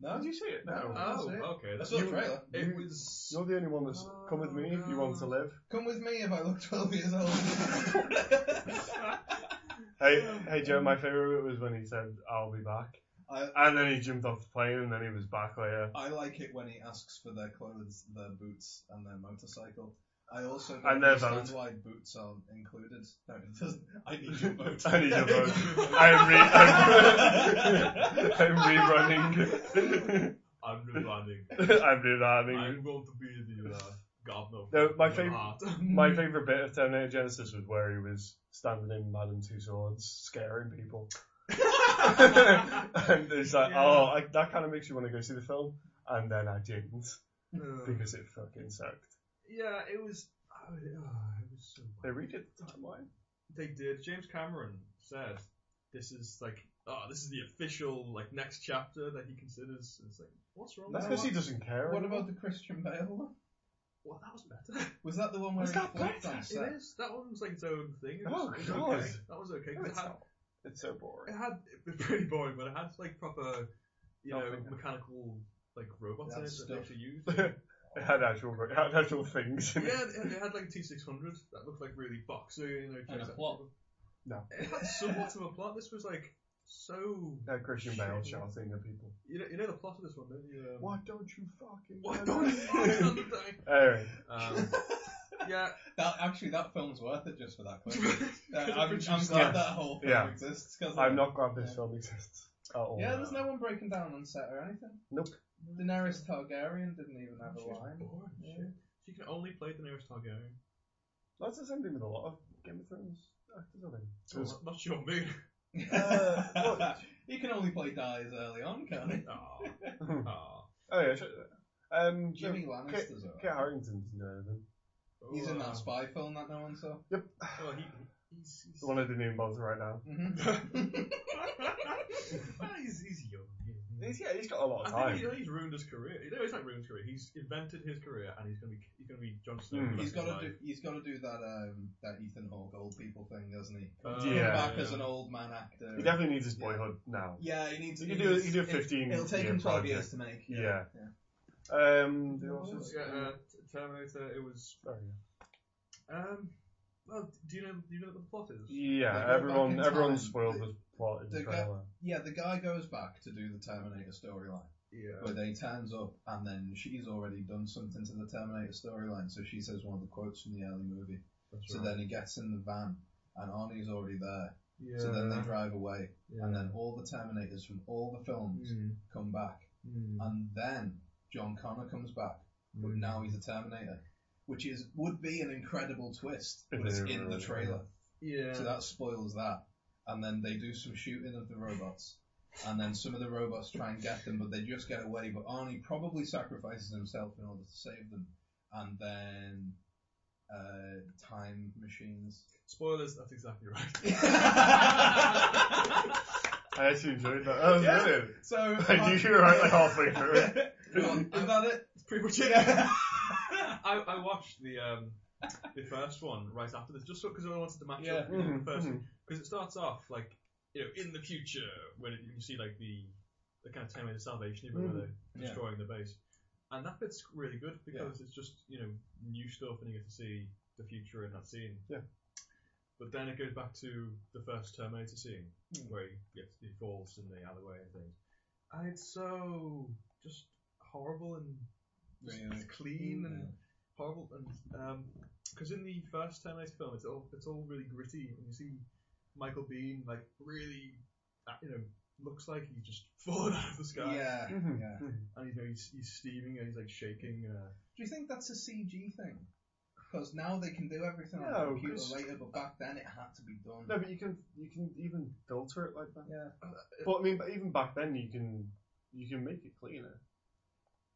S2: no,
S1: did you see it? No.
S2: I
S4: Oh,
S2: didn't see it.
S4: okay.
S2: I
S4: That's
S2: saw
S4: what
S2: the trailer.
S4: it
S1: You-
S4: was.
S1: You're the only one that's come with me if you want
S2: Oh,
S1: to live.
S2: Come with me if I look 12 years old.
S1: Hey, hey, Joe. My favorite bit was when he said, "I'll be back,"
S2: I,
S1: and then he jumped off the plane, and then he was back later.
S2: I like it when he asks for their clothes, their boots, and their motorcycle. I also don't
S1: And their
S2: understand
S1: vote.
S2: why boots aren't included. No, it doesn't. I need your vote.
S1: I need your vote.
S2: vote.
S1: I'm, re- I'm, I'm rerunning.
S4: I'm rewinding.
S1: I'm rerunning.
S4: I'm going to be the uh, gardener.
S1: No, my
S4: of
S1: fav-
S4: heart.
S1: My favorite bit of Terminator Genesis was where he was standing in Madame Two Swords, scaring people. and it's like,
S4: Yeah.
S1: oh, I, that kind of makes you want to go see the film. And then I didn't
S4: Uh,
S1: because it fucking sucked.
S4: yeah, it was. Oh, it was so.
S1: They redid the timeline.
S4: They did. James Cameron said, "This is like, oh, this is the official like next chapter that he considers." It's like, what's wrong?
S1: That's
S4: with
S1: because he doesn't care.
S2: What
S1: anymore.
S2: about the Christian Bale one?
S4: Well, that was better.
S2: Was that the one where
S1: Was
S2: he
S1: that
S2: flipped
S1: better?
S2: on set?
S4: It is. That one was like its own thing. It
S1: Oh,
S4: was, it was
S1: God.
S4: okay. That was okay.
S1: No,
S4: 'cause it
S1: it's,
S4: had,
S1: not. it's so
S4: it
S1: boring.
S4: had it was pretty boring, but it had like proper, you know,
S1: Nothing.
S4: mechanical like robots in it
S2: That's
S4: that
S2: stuff.
S4: they actually used.
S1: it had actual, it had actual things in it.
S4: Yeah, it, it had like a T600 that looked like really boxy. You know,
S2: And a
S4: Jason-
S2: plot.
S1: No.
S4: It had somewhat of a plot. This was like so.
S1: It had Christian Bale
S4: Shit.
S1: shouting at people.
S4: You know, you know the plot of this one, don't you? Um,
S1: Why don't you fucking?
S4: Why
S1: get
S4: don't
S1: it?"
S4: you fucking die?
S1: anyway,
S4: um, Yeah.
S2: That actually, that film's worth it just for that. clip. Uh,
S4: Could have
S2: I'm,
S4: produced
S2: I'm
S1: Yeah.
S2: glad that whole film
S1: Yeah.
S2: exists. 'cause, uh,
S1: I'm
S2: like,
S1: not glad this film exists at all.
S2: Yeah, there's no one breaking down on set or anything.
S1: Nope.
S2: Daenerys Targaryen didn't even have
S4: She
S2: a
S4: was
S2: line.
S4: boring,
S2: Yeah.
S4: shit. She can only play the nearest Targaryen.
S1: That's the same thing with a lot of Game of Thrones actors, I think.
S4: So
S1: Because
S4: not sure me.
S1: Uh, what?
S2: he can only play dies early on, can't he?
S4: Aw. Aw.
S1: Oh yeah, sh- um, Jimmy.
S2: Jimmy Lannister's
S1: Kit
S2: alright.
S1: Harrington's nervous.
S2: He's in
S4: Oh, uh,
S2: that spy film that no one saw.
S1: Yep,
S4: Well, Oh, he, he's, he's,
S1: the one I didn't even bother right now.
S2: Mhm.
S4: Well, he's, he's young.
S1: He's, yeah, he's got a lot of
S4: Mm. I think
S1: time.
S4: he, he's ruined his career. No, he's not ruined his career. He's invented his career, and he's gonna be he's gonna be John Snow.
S1: Hmm.
S4: for the
S2: he's
S4: rest of
S2: got to
S4: his
S2: do. He's got to do that. Um, that Ethan Hawke old people thing, doesn't he?
S4: life.
S1: do- Yeah,
S2: Come back
S4: yeah.
S2: as an old man actor.
S1: He definitely needs his boyhood now.
S2: yeah, he needs.
S1: You
S2: he
S1: could do-
S2: needs-
S1: you could do a
S2: it-
S1: 15
S2: It'll take
S1: year
S2: him twelve
S1: project.
S2: years to make. Yeah.
S1: Yeah. Um, the
S2: Oh,
S1: horses.
S4: Yeah, uh, T- Terminator. It was.
S1: Oh, yeah.
S4: Um, well, do you know do you know what the plot is?
S1: Yeah,
S2: They go back
S1: everyone
S2: in
S1: everyone
S2: time.
S1: spoiled
S2: They-
S1: the plot in the
S2: they go-
S1: trailer.
S2: Yeah, the guy goes back to do the Terminator storyline,
S4: Yeah.
S2: where they turns up and then she's already done something to the Terminator storyline, so she says one of the quotes from the early movie.
S4: That's
S2: So
S4: right.
S2: then he gets in the van, and Arnie's already there.
S4: yeah.
S2: So then they drive away,
S4: yeah.
S2: and then all the Terminators from all the films
S4: Mm,
S2: come back,
S4: mm,
S2: and then John Connor comes back, but
S4: mm.
S2: now he's a Terminator, which is would be an incredible twist,
S1: If
S2: but it's
S1: they
S2: in
S1: were-
S2: the trailer,
S4: Yeah.
S2: so that spoils that. And then they do some shooting of the robots, and then some of the robots try and get them, but they just get away. But Arnie probably sacrifices himself in order to save them, and then uh, time machines.
S4: Spoilers, that's exactly right.
S1: I actually enjoyed that. That was
S2: Yeah.
S1: brilliant.
S2: So
S1: I knew you were right like halfway through it.
S2: Well, is that it?
S4: It's pretty much it.
S2: Yeah.
S4: I, I watched the um, the first one right after this, just because I wanted to match
S2: Yeah.
S4: up
S2: Mm-hmm.
S4: with
S1: Mhm,
S4: the first
S1: mhm.
S4: Because it starts off like you know in the future when it, you see like the the kind of ten minute salvation even where
S2: Yeah.
S4: they're destroying the base, and that bit's really good because it's just you know new stuff and you get to see the future in that scene.
S1: Yeah.
S4: But then it goes back to the first Terminator scene
S2: Hmm.
S4: where he gets he falls in the other way and things, and it's so just horrible and just
S2: Really?
S4: clean and horrible and because in the first Terminator film it's all it's all really gritty and you see Michael Bean like really uh, you know looks like he's just fallen out of the sky
S2: Yeah,
S1: Mhm.
S2: yeah.
S4: and you know he's, he's steaming and he's like shaking uh,
S2: Do you think that's a CG thing? Because now they can do everything on
S1: No,
S2: a computer
S1: 'cause-
S2: later, but back then it had to be done.
S1: No, but you can you can even filter it like that.
S2: Yeah.
S1: But I mean, but even back then you can you can make it cleaner.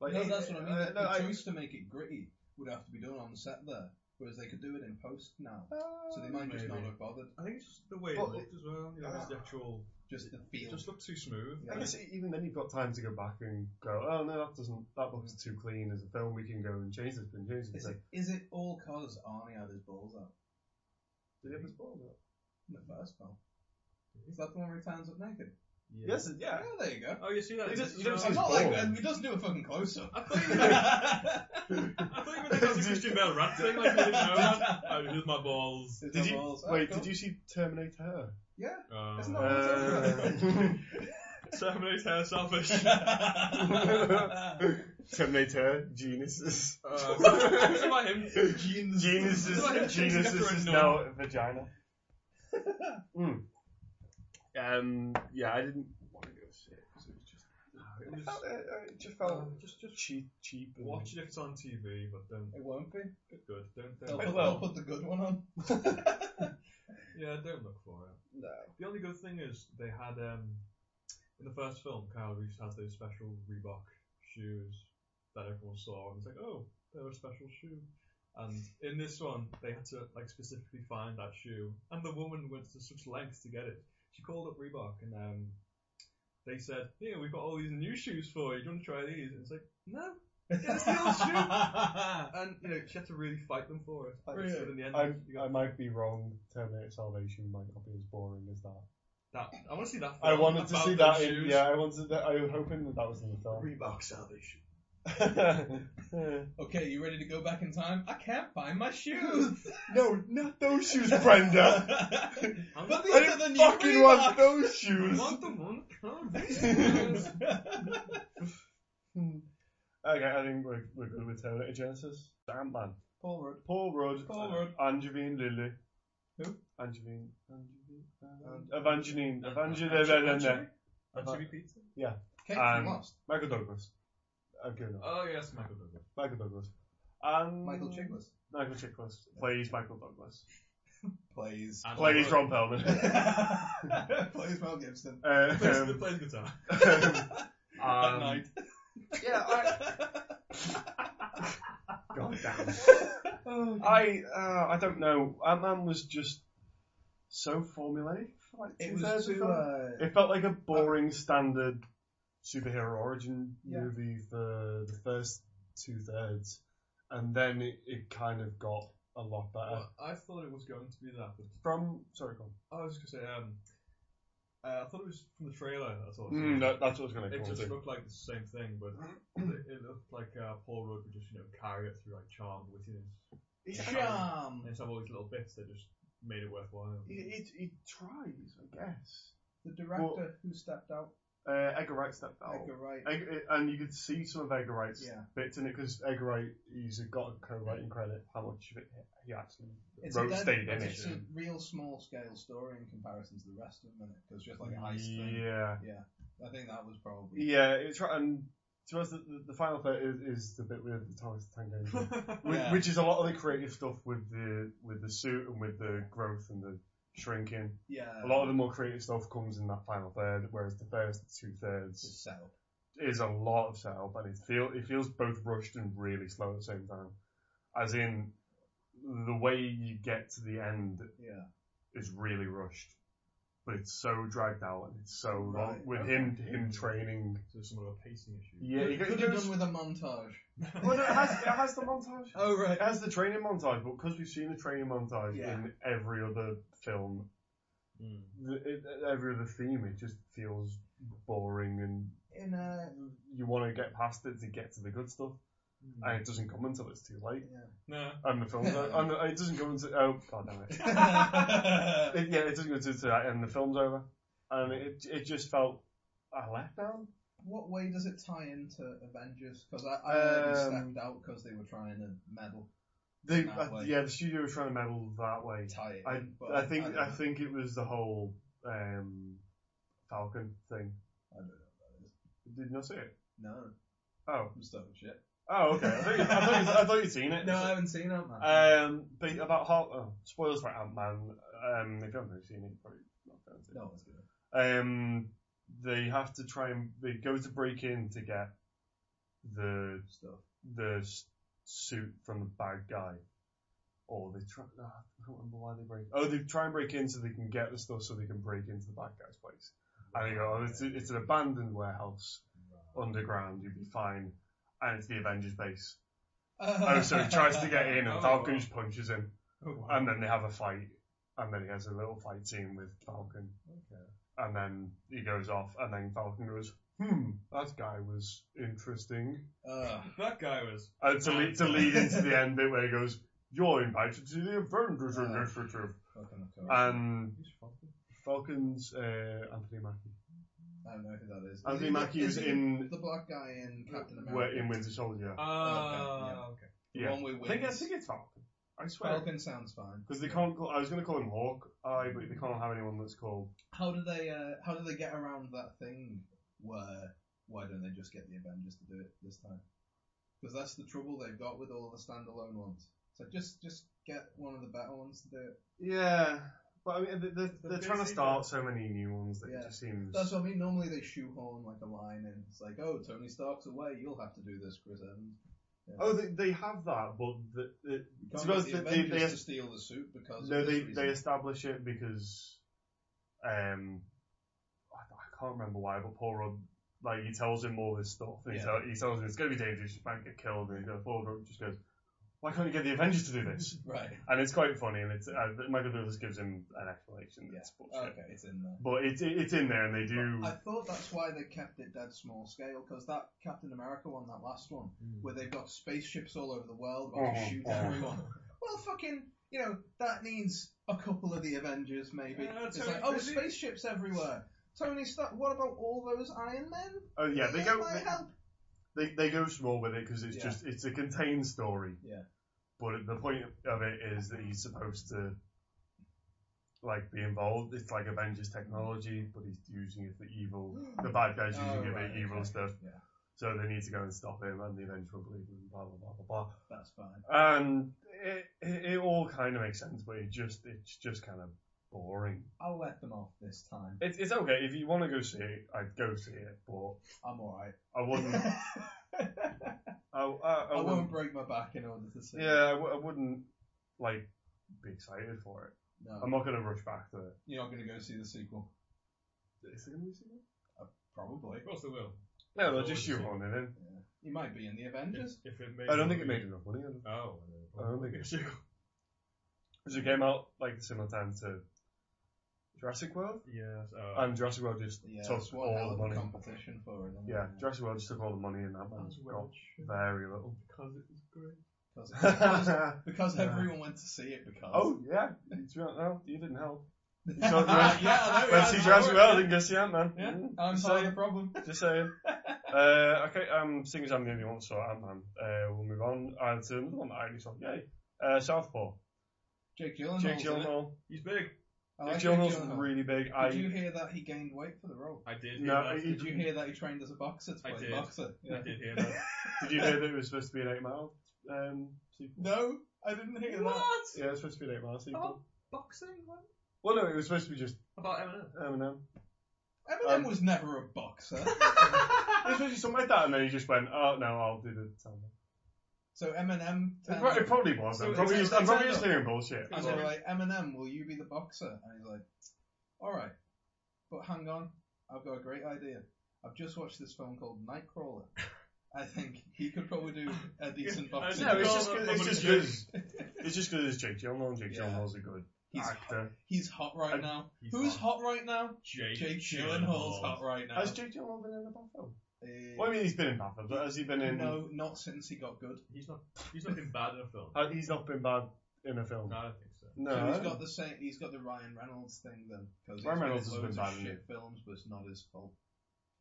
S2: no, that's what I mean.
S1: uh,
S2: the
S1: no, I-
S2: choice to make it gritty would have to be done on set there, whereas they could do it in post now.
S1: uh,
S2: So they might just not
S4: maybe.
S2: have bothered.
S4: I think it's just the way
S1: Well, uh,
S4: it looked as well you know just the actual
S2: Just the
S4: it
S2: feel.
S4: just looked too smooth
S1: I
S2: Yeah.
S1: guess e, even then you've got time to go back and go, oh no, that doesn't, that looks too clean as a film. We can go and change this and change this.
S2: Is
S1: Like,
S2: it, is it all because Arnie had his balls out
S1: did it have a spoiler?
S2: in the first film? Is that the one where he turns up naked?
S1: Yes, it- yeah.
S2: Yeah, there you go.
S4: oh you see that
S1: You
S4: It's
S1: don't-
S4: just-
S1: you don't
S4: no,
S1: see
S2: I'm
S1: He's
S2: not
S1: bald.
S2: like that. He doesn't do a fucking close up.
S4: I thought you meant- I thought you meant it was a Christian Bell rat thing like you didn't know that. oh, here's my balls
S1: Did you
S2: "Oh,
S1: wait? Did you see Terminator? Her?
S2: Yeah.
S4: Uh,
S2: Isn't that what it's
S1: Uh,
S4: Terminator hair selfish.
S1: Terminator Genesis.
S4: Uh, it's about him.
S1: Genesis.
S4: It's about him
S1: Genesis.
S4: chasing after a
S1: is
S4: nun.
S1: now a vagina. Mm. Um. Yeah, I didn't want to go see it 'cause it was just.
S4: Oh, It
S1: It,
S4: was-
S1: felt, it, it just felt
S4: uh, just, just
S1: cheap, cheap. and-
S4: watch it if it's on TV, but don't.
S2: It won't be.
S4: Good, good. Don't,
S2: They'll
S4: don't.
S2: put,
S1: will.
S2: they'll put the good one on.
S4: Yeah, don't look for it.
S1: No.
S4: The only good thing is they had um, in the first film, Kyle Reese has those special Reebok shoes that everyone saw, and it's like, oh, they're a special shoe. And in this one, they had to like specifically find that shoe, and the woman went to such lengths to get it. She called up Reebok, and um, they said, yeah, we've got all these new shoes for you. Do you want to try these? And it's like, no. It's the old shoe. And you know, she had to really fight them for it.
S1: Really?
S4: So in the end,
S1: I,
S4: you got
S1: I might be wrong. Terminator Salvation might not be as boring as that.
S4: That I want to see that.
S1: I
S4: film
S1: wanted to
S4: about
S1: see
S4: those
S1: that. In,
S4: shoes.
S1: yeah, I wanted. That, I was hoping that that was in the film.
S3: Reebok Salvation.
S2: Okay, you ready to go back in time? I can't find my shoes.
S1: no, not those shoes, Brenda.
S4: I
S2: but
S4: want,
S2: these
S1: I
S2: are the
S1: didn't
S2: new
S1: fucking want
S2: Reebok.
S1: those
S4: I
S1: shoes.
S4: want them on canvas.
S1: Hmm. okay, I think we're, we're good with Terminator Genesis. Ant Man,
S2: Paul Rudd.
S1: Paul Rudd,
S2: Paul Rudd.
S1: Angeline Lilly.
S2: Who?
S1: Angeline. Angeline. Evangeline. Evangeline.
S4: Angeline?
S1: Uh-huh.
S4: Anchovy pizza.
S2: Kate
S1: Um,
S2: from Lost.
S1: Michael Douglas. Okay, no.
S4: Oh yes, Michael Douglas.
S1: Michael Douglas. And
S2: Michael Chiklis.
S1: Michael Chiklis plays Michael Douglas.
S2: Plays.
S4: And
S1: Plays
S4: Paul
S1: Ron Perlman.
S2: Plays Mel Gibson.
S1: Uh,
S4: Rudd. Plays,
S1: um,
S4: plays guitar.
S1: um,
S2: night.
S1: Yeah, I, God damn.
S2: Oh,
S1: I uh, I don't know. Ant Man was just so formulaic. For like
S2: It
S1: two
S2: was
S1: thirds of
S2: too.
S1: the film.
S2: Uh,
S1: It felt like a boring standard superhero origin
S2: Yeah.
S1: movie for the first two thirds, and then it, it kind of got a lot better.
S4: Well, I thought it was going to be that, but
S1: From sorry, go on.
S4: I was just gonna say um, uh, I thought it was from the trailer. I thought.
S1: Mm, that's what I was going
S4: It just looked like the same thing, but it, it looked like uh, Paul Rudd would just, you know, carry it through like charmed wittiness.
S2: Charm.
S4: And just have all these little bits that just made it worthwhile.
S1: It, it, it tries, I guess.
S2: The director
S1: Well-
S2: who stepped out.
S1: Uh, Edgar Wright stepped out.
S2: Edgar Wright.
S1: Egg, eh, and you could see some of Edgar Wright's
S2: Yeah.
S1: bits in it because Edgar Wright he's got a co-writing credit. How much of it he actually
S2: It's a
S1: wrote
S2: dead-
S1: stayed in
S2: It's
S1: it.
S2: a real small scale story in comparison to the rest of them, because just like Ice thing.
S1: Yeah,
S2: I think that was probably.
S1: yeah. It's right, and to us, the, the, the final third is, is the bit with the Thomas the Tank Engine, which,
S2: Yeah.
S1: which is a lot of the creative stuff with the with the suit and with the growth and the shrinking.
S2: Yeah.
S1: A lot of the more creative stuff comes in that final third, whereas the first two
S2: It's
S1: thirds
S2: set up.
S1: is a lot of setup, and it feel it feels both rushed and really slow at the same time. As in, the way you get to the end
S2: Yeah.
S1: is really rushed, but it's so dragged out and it's so long
S2: Right,
S1: with him him training.
S4: So there's some sort of pacing issue.
S1: Yeah,
S2: Could-
S1: he goes-
S2: could
S1: he
S2: have
S1: goes-
S2: done with a montage.
S1: well, no, it has it has the montage.
S2: Oh right.
S1: It has the training montage, but because we've seen the training montage
S2: Yeah.
S1: in every other film,
S4: Mm.
S1: the, it, every other theme, it just feels boring, and
S2: In uh,
S1: you want to get past it to get to the good stuff, and it doesn't come until it's too late.
S4: Nah.
S1: And the film, and the, it doesn't come until oh god damn it.
S2: yeah.
S1: It- yeah, it doesn't go to, to that, and the film's over. And it it just felt a letdown.
S2: what way does it tie into Avengers? Because I, I heard it
S1: Um,
S2: stepped out because they were trying to meddle,
S1: They,
S2: That
S1: uh,
S2: way.
S1: yeah, the studio was trying to meddle that way.
S2: tie it.
S1: I
S2: in, but
S1: I think
S2: don't
S1: I,
S2: know.
S1: think it was the whole um, Falcon thing.
S2: I don't know.
S1: Did you not see it?
S2: No,
S1: Oh,
S2: I'm stuck with shit.
S1: oh, okay. I thought you, I thought you, I thought you'd seen it.
S2: No, I haven't seen Ant Man.
S1: Um, but about Hulk, oh, spoilers for Ant Man. Um, if you haven't really seen it, you're probably not going to.
S2: no, it's good.
S1: Um, they have to try and they go to break in to get the
S2: Stuff.
S1: the s- suit from the bad guy, or they try. ah, I don't remember why they break. Oh, they try and break in so they can get the stuff so they can break into the bad guy's place. And they go, oh, it's, a- it's an abandoned warehouse underground. You'll be fine. And it's the Avengers base. Oh, so he tries to get in, and
S4: Oh.
S1: Falcon just punches him,
S4: Oh, wow.
S1: and then they have a fight, and then he has a little fight scene with Falcon,
S2: Okay.
S1: and then he goes off, and then Falcon goes, "Hmm, that guy was interesting."
S2: Uh,
S4: that guy was.
S1: And to lead, to lead into the end bit where he goes, You're invited to the Avengers Initiative.
S2: fucking of course.
S1: And
S4: Who's Falcon?
S1: Falcons, uh, Anthony Mackie.
S2: I don't know who that is. Is
S1: Anthony
S2: he-
S1: Mackie
S2: is
S1: was
S2: he
S1: in,
S2: the black guy in Captain America.
S1: were in Winter Soldier.
S4: Ah, Oh, uh, okay.
S2: The
S1: yeah.
S2: one with
S1: I think, I
S2: wings.
S1: think it's Falcon. I swear.
S2: Falcon sounds fine.
S1: Because they can't call, I was going to call him Hawk, I, but they can't have anyone that's called.
S2: How do they? Uh, how do they get around that thing? Where why don't they just get the Avengers to do it this time? Because that's the trouble they've got with all the standalone ones. So just just get one of the better ones to do it.
S1: Yeah. But I mean, they're,
S4: they're trying to start
S1: so many new ones
S2: that it just
S1: seems.
S2: That's what I mean. Normally they shoehorn like a line in. It's like, oh, Tony Stark's away. You'll have to do this, Chris Evans.
S1: Oh, they, they have that, but the, the,
S2: You can't
S1: Because
S2: get the
S1: they- they-
S2: Avengers
S1: they-
S2: to steal the suit because
S1: No,
S2: of
S1: they
S2: this
S1: they
S2: reason.
S1: establish it because, um, I, I can't remember why, but Paul Rudd, like he tells him all this stuff. And he,
S2: Yeah.
S1: tell, he tells him it's going to be dangerous. You might get killed. And go- Paul Rudd just goes, "Why can't you get the Avengers to do this?"
S2: right.
S1: and it's quite funny. And it's uh, Michael Douglas gives him an explanation.
S2: Yeah.
S1: That's bullshit.
S2: Okay, it's in there.
S1: But it's it, it's in there, and they do.
S2: I thought that's why they kept it dead small scale because that Captain America one, that last one,
S4: Mm.
S2: where they've got spaceships all over the world where they
S1: Mhm.
S2: shoot
S4: oh.
S1: Mhm.
S2: everyone. Well, fucking, you know, that needs a couple of the Avengers maybe.
S4: Yeah,
S2: it's
S4: Tony
S2: like, oh,
S4: Fizzy.
S2: spaceships everywhere. Tony Stark. What about all those Iron Men?
S1: oh yeah, they
S2: They
S1: go
S2: might
S1: they,
S2: help.
S1: they, they go small with it because it's
S2: Yeah.
S1: just it's a contained story.
S2: Yeah.
S1: But the point of it is that he's supposed to like be involved. It's like Avengers technology, but he's using it for evil. The bad guys
S2: Oh,
S1: using it
S2: right,
S1: for evil
S2: okay.
S1: stuff.
S2: Yeah.
S1: So they need to go and stop him, and the Avengers will believe him. Blah blah blah blah
S2: That's fine.
S1: blah. And it it, it all kind of makes sense, but it just it's just kind of boring.
S2: I'll let them off this time.
S1: It's it's okay if you want to go see it. I'd go see it, but
S2: I'm alright.
S1: I wouldn't. I, I, I
S2: I
S1: wouldn't
S2: won't break my back in order to see. it.
S1: Yeah, I, w- I wouldn't like be excited for it.
S2: No,
S1: I'm not gonna rush back to it.
S2: you're not going to go see the sequel.
S1: Is there gonna be a sequel?
S2: Probably.
S4: Of course they will.
S1: No,
S4: There's
S1: they'll just
S4: always a sequel.
S1: shoehorn it in.
S2: Yeah. You might be in the
S4: If,
S2: Avengers.
S4: if it made
S1: I don't think it made enough money.
S4: Oh,
S1: I don't think it
S4: it's sequel.
S1: Because it came out like similar time to Jurassic World,
S4: Yes. Uh,
S1: and Jurassic World just
S2: Yeah,
S1: took
S2: it's one hell
S1: all
S2: of
S1: the
S2: a
S1: money.
S2: competition for it. isn't
S1: Yeah,
S2: it?
S1: Jurassic World just took all the money, and that one
S4: Because
S1: got
S4: it was
S1: very little.
S4: great.
S2: 'Cause- because, because everyone went to see it because.
S1: oh yeah, you don't know. You didn't help. You
S2: yeah,
S1: saw Jurassic-
S2: I know,
S1: Went
S2: yeah,
S1: to
S2: I
S1: see
S2: know.
S1: Jurassic World and go see Mm. Ant Man.
S2: Oh, Yeah. I'm sorry, the problem.
S1: Just saying. Uh, okay, um, seeing as I'm the only one, so Ant Man. Uh, we'll move on. And to another one that I only saw. Yay. Uh, Southpaw.
S2: Jake Gyllenhaal.
S1: Jake Gyllenhaal.
S4: He's big.
S2: I like
S1: Jake
S2: Oh, Jake
S1: Gyllenhaal's
S2: Gyllenhaal.
S1: really big. I
S2: Did you hear that he gained weight for the role?
S4: I did.
S1: No,
S4: hear that.
S1: he-
S2: Did you hear that he trained as a boxer to
S4: I
S2: play
S4: did.
S2: boxer?
S4: I did hear that.
S1: did you hear that it was supposed to be an eight mile um sequel?
S2: No, I didn't hear that.
S4: what?
S1: Yeah, it was supposed to be an eight mile sequel.
S2: Oh.
S4: About boxing? What?
S1: Well, no, it was supposed to be just
S4: About Eminem?
S1: Eminem.
S2: Eminem
S1: Um,
S2: was never a boxer.
S1: It was supposed to be something like that, and then he just went, "Oh no, I'll do the sound."
S2: So Eminem
S1: It,
S2: turned
S1: pro-
S2: up-
S1: it probably was. I'm
S4: So
S1: probably
S2: it's-
S1: just, I'm
S2: it's
S1: probably
S2: end
S1: just
S2: up-
S1: hearing bullshit.
S2: and they were like, Eminem, will you be the boxer? And he's like, all right, but hang on, I've got a great idea. I've just watched this film called Nightcrawler. I think he could probably do a decent
S4: I
S2: boxing.
S4: know,
S1: No, it's
S4: Well,
S1: just 'cause- it's
S4: nobody
S1: just
S4: cares.
S1: because it's just because it's Jake Gyllenhaal. and Jake
S2: Yeah.
S1: Gyllenhaal's a good
S2: He's
S1: actor.
S2: He's hot right
S1: And
S2: now.
S3: he's
S2: Who's
S3: hot.
S2: hot. right now?
S4: Jake,
S2: Jake Gyllenhaal's hot right now.
S1: Has Jake Gyllenhaal been in a bad film?
S2: Uh,
S1: Well, I mean, he's been in bad films, but has he been in?
S2: no, not since he got good.
S4: He's not. He's not been bad in a film.
S1: Uh, He's not been bad in a film.
S4: No, I don't think so.
S1: No.
S2: So he's got the same. He's got the Ryan Reynolds thing then, because
S1: Ryan Reynolds has
S2: been
S1: been
S2: in loads
S1: bad,
S2: of
S1: hasn't
S2: shit films, but it's not his fault.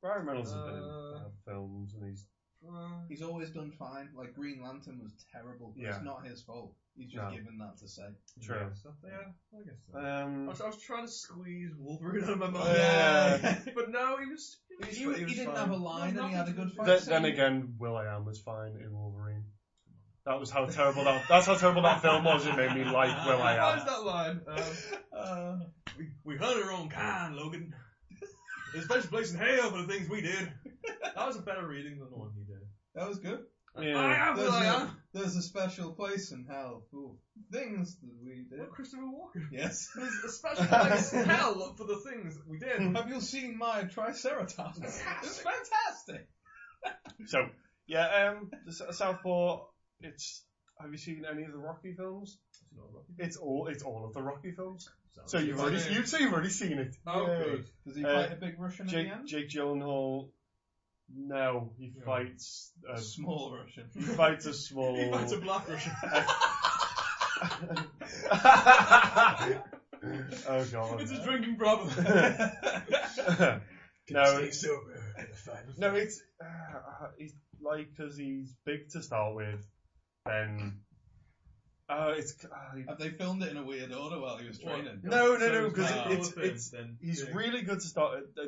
S1: Ryan Reynolds has been in
S4: Uh,
S1: bad films, and he's
S4: Uh,
S2: He's always done fine. Like Green Lantern was terrible. But
S1: Yeah.
S2: It's not his fault. He's just
S1: No.
S2: given that to say.
S1: True.
S4: Yeah, so- yeah, I guess so. I
S1: um.
S4: was, I was trying to squeeze Wolverine out of my mind,
S1: Yeah.
S4: but no, he was.
S2: He,
S1: was- he was
S2: didn't
S1: fine.
S2: have a line,
S4: No,
S2: and he had a
S4: nothing
S2: good
S4: to
S2: fight.
S1: Then,
S2: scene.
S1: then again, Will I Am was fine in Wolverine. That was how terrible that. That's how terrible that film was. It made me like Will
S4: Why
S1: I
S4: is
S1: Am.
S4: that line? Um,
S2: Uh,
S4: we, we hunted our own kind, Logan. There's a special place in hell for the things we did. That was a better reading than the one he did.
S2: that was good.
S1: Yeah.
S4: I am who I
S2: There's
S4: am.
S2: There's a special place in hell for things that we did.
S4: Look, Christopher Walken.
S2: Yes.
S4: There's a special place in hell for the things we did.
S2: have you seen my Triceratops? it's fantastic.
S1: So yeah, um, the S- Southpaw. It's. Have you seen any of the Rocky films? It's all. It's all of the Rocky films. So you've already.
S2: Okay.
S1: You so you've already seen it.
S4: Oh,
S1: Yay.
S4: good.
S2: Does he
S1: Uh,
S2: fight a big Russian
S1: Jake
S2: at the end?
S1: Jake Gyllenhaal. No, he
S4: Yeah.
S1: fights.
S2: A
S1: A,
S2: small Russian.
S1: he fights a small.
S4: He fights a black Russian.
S1: oh god.
S4: it's a drinking problem.
S1: no, it's-
S3: sober. in the fight with
S1: no,
S3: me.
S1: it's uh, he's like because he's big to start with, then uh, it's uh,
S2: Have they filmed it in a weird order while he was
S4: What?
S2: training?
S1: No, no, no,
S2: 'cause
S4: it's-
S1: it's-
S4: then-
S1: it's-
S4: then
S1: he's
S4: big.
S1: really good to start. uh,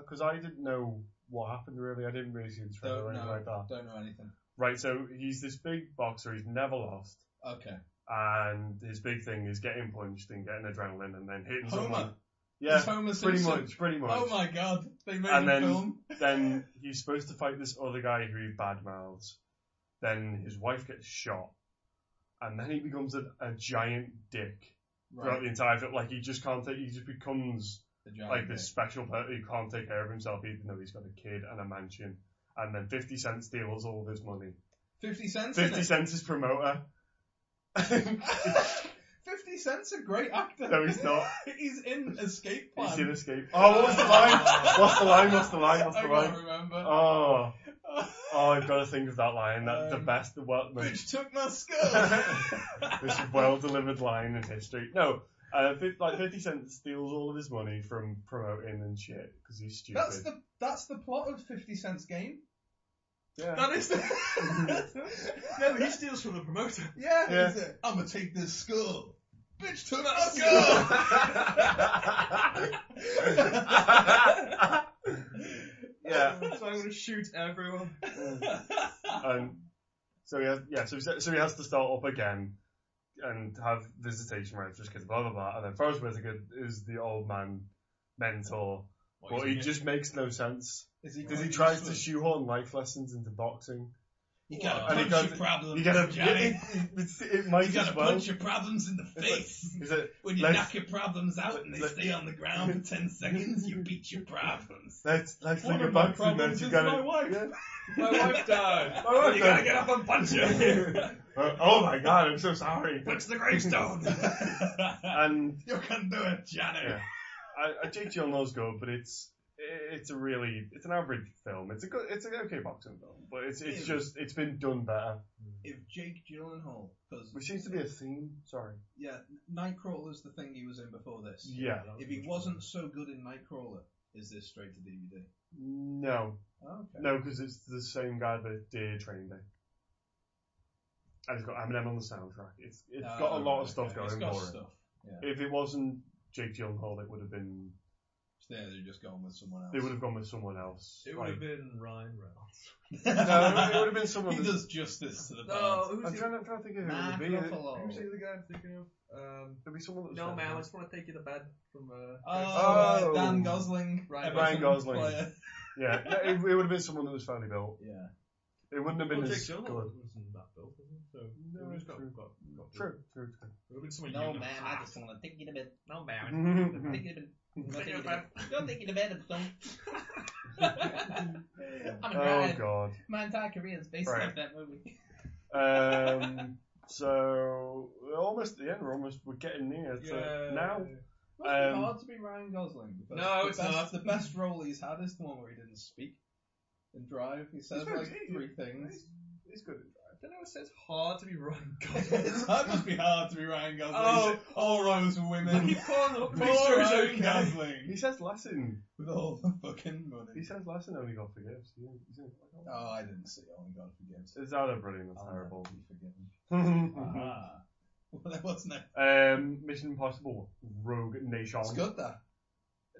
S1: Because I didn't know what happened really. I didn't really see the trailer or
S2: Don't
S1: anything
S2: know.
S1: like that.
S2: Don't know anything.
S1: Right, so he's this big boxer. He's never lost.
S2: Okay.
S1: And his big thing is getting punched and getting adrenaline and then hitting someone.
S2: Homer.
S1: Yeah,
S2: It's Homer
S1: pretty
S2: Simpson.
S1: much, pretty much.
S2: Oh my god. They made
S1: And
S2: a
S1: then-
S2: film.
S1: then he's supposed to fight this other guy who he badmouths. Then his wife gets shot, and then he becomes a, a giant dick throughout
S2: Right.
S1: the entire film. Like he just can't take. He just becomes
S2: The giant
S1: like this special person who can't take care of himself, even though he's got a kid and a mansion. And then Fifty Cent steals all of his money.
S2: dick. 50 cents in
S1: Fifty
S2: it.
S1: Cent's his promoter. no,
S2: 50 Cent's a great actor.
S1: he's not.
S2: he's in Escape Plan.
S1: He's in escape. Oh, what was the line? What's the line? What's the line? What's
S2: I
S1: the
S2: can't
S1: line?
S2: remember.
S1: Oh, oh, I've got to think of that line. That's the
S2: Um,
S1: best. The well, most
S2: Bitch took my skull.
S1: this well delivered line in history. No, uh, fif- like 50 Cent steals all of his money from promoting and shit because he's stupid.
S2: that's the that's the plot of 50 Cent's game.
S1: yeah.
S4: That is the. no, he steals from the promoter.
S2: Yeah,
S1: Yeah.
S2: is it? I'ma take this skull. Bitch took my
S4: Let's
S2: skull.
S1: yeah.
S4: So I'm gonna shoot everyone.
S1: Um, so he has, yeah, so, he- so he has to start up again and have visitation rights, just kids, blah blah blah. And then Forrest Whitaker is the old man mentor, but he just makes no sense
S2: Is he
S1: because he
S2: quite
S1: tries to
S2: useless?
S1: shoehorn life lessons into boxing.
S2: You
S4: Wow.
S2: got
S1: And
S2: a
S1: he
S2: punch
S1: goes-
S2: your problems,
S1: You get a,
S2: Johnny.
S1: it, it, it's- it might
S2: you got
S1: as
S2: to
S1: well.
S2: punch your problems in the
S1: It's like-
S2: face.
S1: Is it?
S2: When you
S1: let's-
S2: knock your problems out and they
S1: let's-
S2: stay on the ground for ten seconds, you beat your problems.
S1: Let's let's
S2: One
S1: think
S2: of my
S1: about the
S2: problems
S1: match. You
S2: is
S1: got
S2: my
S1: wife.
S4: My wife died.
S1: My wife
S4: you gotta
S1: died.
S4: get up and punch her.
S1: Yeah. Uh, oh my god, I'm so sorry.
S4: punch the gravestone.
S1: And
S2: you can do it, Johnny.
S1: Yeah. I, I Jake Gyllenhaal's good, but it's it's a really it's an average film. It's a good it's an okay boxing film, but it's it's
S2: Yeah.
S1: just it's been done better,
S2: If Jake Gyllenhaal, because
S1: which seems to be a theme. Sorry.
S2: yeah, Nightcrawler's the thing he was in before this.
S1: Yeah.
S2: If he wasn't so good in Nightcrawler, is this straight to DVD?
S1: No,
S2: Okay.
S1: no, because it's the same guy that did Train Day. And it's got Eminem on the soundtrack. It's it's
S2: Uh,
S1: got a lot of stuff
S2: okay,
S1: going
S2: it's got
S1: for it.
S2: stuff.
S1: If it wasn't Jake Gyllenhaal, it would have been.
S2: So yeah, they're just going with someone else.
S1: They would have gone with someone else.
S4: It would
S1: like-
S4: have been Ryan Reynolds.
S1: No, it would have been someone.
S2: he
S1: that-
S2: does justice to the part.
S1: I'm
S4: No, Oh, Uh, who's the,
S1: trying, I'm trying to think of who
S2: Mark
S1: it would be.
S2: Ruffalo.
S4: who's the other guy I'm thinking of? Um,
S1: It'd be someone that was
S4: no,
S1: very
S4: man, I
S1: good.
S4: just want to take you to bed from. Uh,
S2: Oh,
S1: Oh.
S2: uh, Dan Gosling.
S4: Ryan
S2: Everton
S1: Gosling.
S2: player.
S1: Yeah, no, it, it would have been someone that was fairly built.
S2: Yeah.
S1: It wouldn't have been
S4: well, Oh, Jake
S1: as
S4: Gyllenhaal
S1: good.
S4: was in that film, wasn't
S5: So it would just got, got, got
S1: True, true, true.
S5: It would have been something
S6: No,
S5: you
S6: ma'am, I
S5: have
S6: just want to take you to bed. No, ma'am. I'm
S1: Mhm.
S6: taking you to bed. I'm taking you to bed. Don't take you to bed, don't. I'm
S1: oh
S6: crying.
S1: god.
S6: My entire career is based
S1: Right.
S6: off that movie.
S1: Um, so we're almost at the end. We're almost we're getting near. to
S5: Yeah.
S1: now,
S2: Must be
S1: Um,
S2: hard to be Ryan Gosling. The
S4: No,
S2: the
S4: it's
S2: best,
S4: not.
S2: The best role he's had is the one where he didn't speak and drive. He said
S4: very
S2: like
S4: good.
S2: three things.
S4: It's good. I don't know. It says hard to be Ryan Gosling.
S2: it's, that must be hard to be Ryan Gosling.
S4: Oh.
S2: He said, all rows of
S4: I
S2: women.
S4: keep calling up.
S2: Make sure he's
S4: Ryan
S2: okay.
S1: he
S2: Gosling
S1: says lesson.
S2: with all the
S1: He
S2: fucking money.
S1: says lesson only God forgives. He didn't- he didn't-
S2: Oh, I didn't see. Oh my God, forgives.
S1: Is that a brilliant? That's
S2: I'll
S1: terrible. Mm-hmm.
S2: never be forgiven. Ah. Well, What's next?
S1: um, Mission Impossible, Rogue Nation.
S2: It's good. That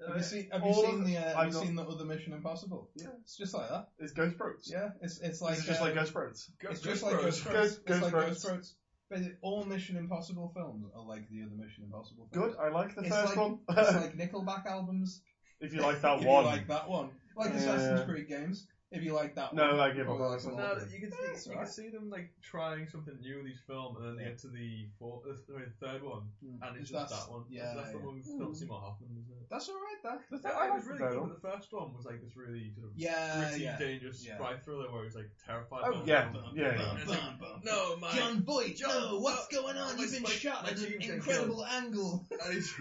S1: Uh,
S2: have you seen? Have you
S1: all
S2: seen
S1: of-
S2: the? Uh,
S1: I've
S2: have you
S1: not-
S2: seen the other Mission Impossible?
S1: Yeah.
S2: It's just like that.
S1: It's Ghost Bros.
S2: Yeah. It's it's like
S1: it's just
S2: uh,
S1: like Ghost Bros.
S5: Go,
S2: It's just like Ghost
S1: Ghost-
S2: It's like
S1: Ghostbusters.
S2: Ghost Boats. But all Mission Impossible films are like the other Mission Impossible films.
S1: Good. I like the
S2: It's
S1: first
S2: like-
S1: one.
S2: it's like Nickelback albums.
S1: if you like that
S2: if
S1: one,
S2: You like that one. Like
S1: Yeah.
S2: Assassin's Creed games. If you like that
S1: No,
S2: one.
S1: I give up.
S2: or like the
S4: No,
S2: whole thing.
S4: you can,
S2: Yeah,
S4: see,
S2: it's
S4: you
S2: alright.
S4: can see them like trying something new with each film, and then they
S2: Yeah.
S4: get to the fourth, uh, sorry, the third one,
S2: Mm.
S4: and it's
S2: That's-
S4: just that one.
S2: Yeah,
S4: that's the
S2: yeah.
S4: one with Philip Seymour Hoffman, isn't it?
S2: That's alright, that.
S1: I
S4: The third one
S1: like
S4: was
S1: the
S4: really
S1: third
S4: good,
S1: one.
S4: but the first one was like this really sort of
S2: Yeah,
S4: gritty,
S2: yeah.
S4: dangerous
S2: yeah.
S4: spy thriller where it was like terrified.
S1: Oh,
S4: by all
S1: yeah,
S4: of them.
S1: yeah,
S4: And it's like, No, my.
S2: John Boyd,
S4: John,
S2: no, what's
S4: no,
S2: going on?
S4: my
S2: You've been
S4: spike-
S2: shot
S4: my
S2: at an
S4: team's getting
S2: incredible angle.
S4: And he's,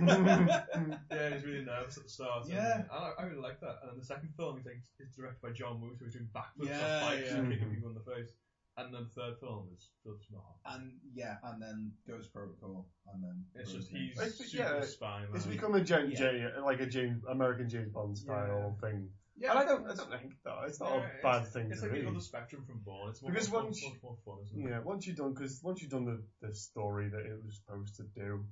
S4: yeah, he's really nervous at the start. and
S2: Yeah.
S4: then- I, I really like that. And then the second film, he's like, it's directed by John Woo, so he's doing backflips
S2: Yeah,
S4: on bikes
S1: yeah.
S4: and kicking people in the face. And then the third film is Philip Seymour Hoffman.
S2: And yeah, and then Ghost Protocol, and then
S4: It's just
S2: Rosebank.
S4: he's
S1: Mm-hmm. It's-
S4: super
S1: yeah,
S4: spy man.
S1: It's become a James,
S2: Yeah.
S1: like a James American James Bond style thing.
S2: Yeah,
S1: And I don't, I don't think that it's not
S4: Yeah,
S1: a bad thing
S4: It's
S1: to
S4: like
S1: be.
S4: another spectrum from Bourne. It's more,
S1: Because
S4: more,
S1: once-
S4: more, more fun, isn't it?
S1: Yeah, once you've done, because once you've done the, the story that it was supposed to do,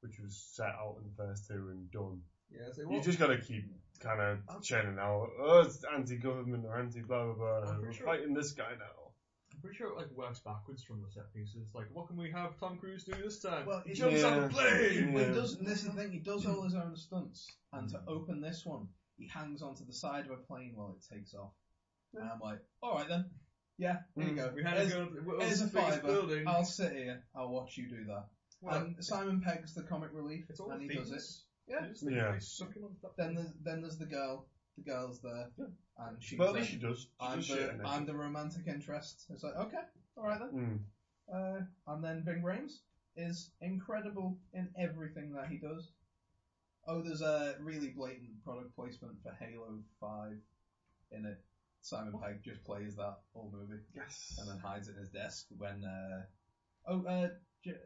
S1: which was set out in the first two and done,
S4: Yeah, it's like,
S1: you
S4: well,
S1: just gotta keep kind of churning out. Oh, it's anti-government or anti-blah blah blah.
S4: I'm
S1: We're
S4: pretty sure-
S1: fighting this guy now.
S4: I'm pretty sure it like works backwards from the set pieces. Like, what can we have Tom Cruise do this time?
S2: Well,
S4: he
S2: it-
S4: jumps
S1: Yeah.
S4: on the plane.
S2: Well,
S1: Yeah.
S2: he does. This is the thing. He does all his own stunts, and to open this one, he hangs onto the side of a plane while it takes off. And I'm like, all right then, yeah, here you go.
S4: We had
S2: There's-
S4: to go to the
S2: there's
S4: world's
S2: a
S4: biggest
S2: fiver.
S4: building.
S2: I'll sit here. I'll watch you do that.
S4: Well,
S2: and Simon Pegg's the comic relief,
S4: it's all
S2: and he
S4: themes.
S2: does it. Yeah.
S4: It's like
S1: Yeah.
S4: they suck him on the-
S2: Then there's then there's the girl. The girl's there,
S1: Yeah.
S2: and she's
S1: But at
S2: like,
S1: least she does. She
S2: I'm
S1: does shit
S2: the
S1: in it.
S2: I'm the romantic interest. It's like okay, all right
S1: Mm.
S2: then. Uh, and then Ving Rhames is incredible in everything that he does. Oh, there's a really blatant product placement for Halo 5 in it. Simon Pegg just plays that whole movie
S1: Yes.
S2: and then hides it in his desk when. Uh, oh, uh, J-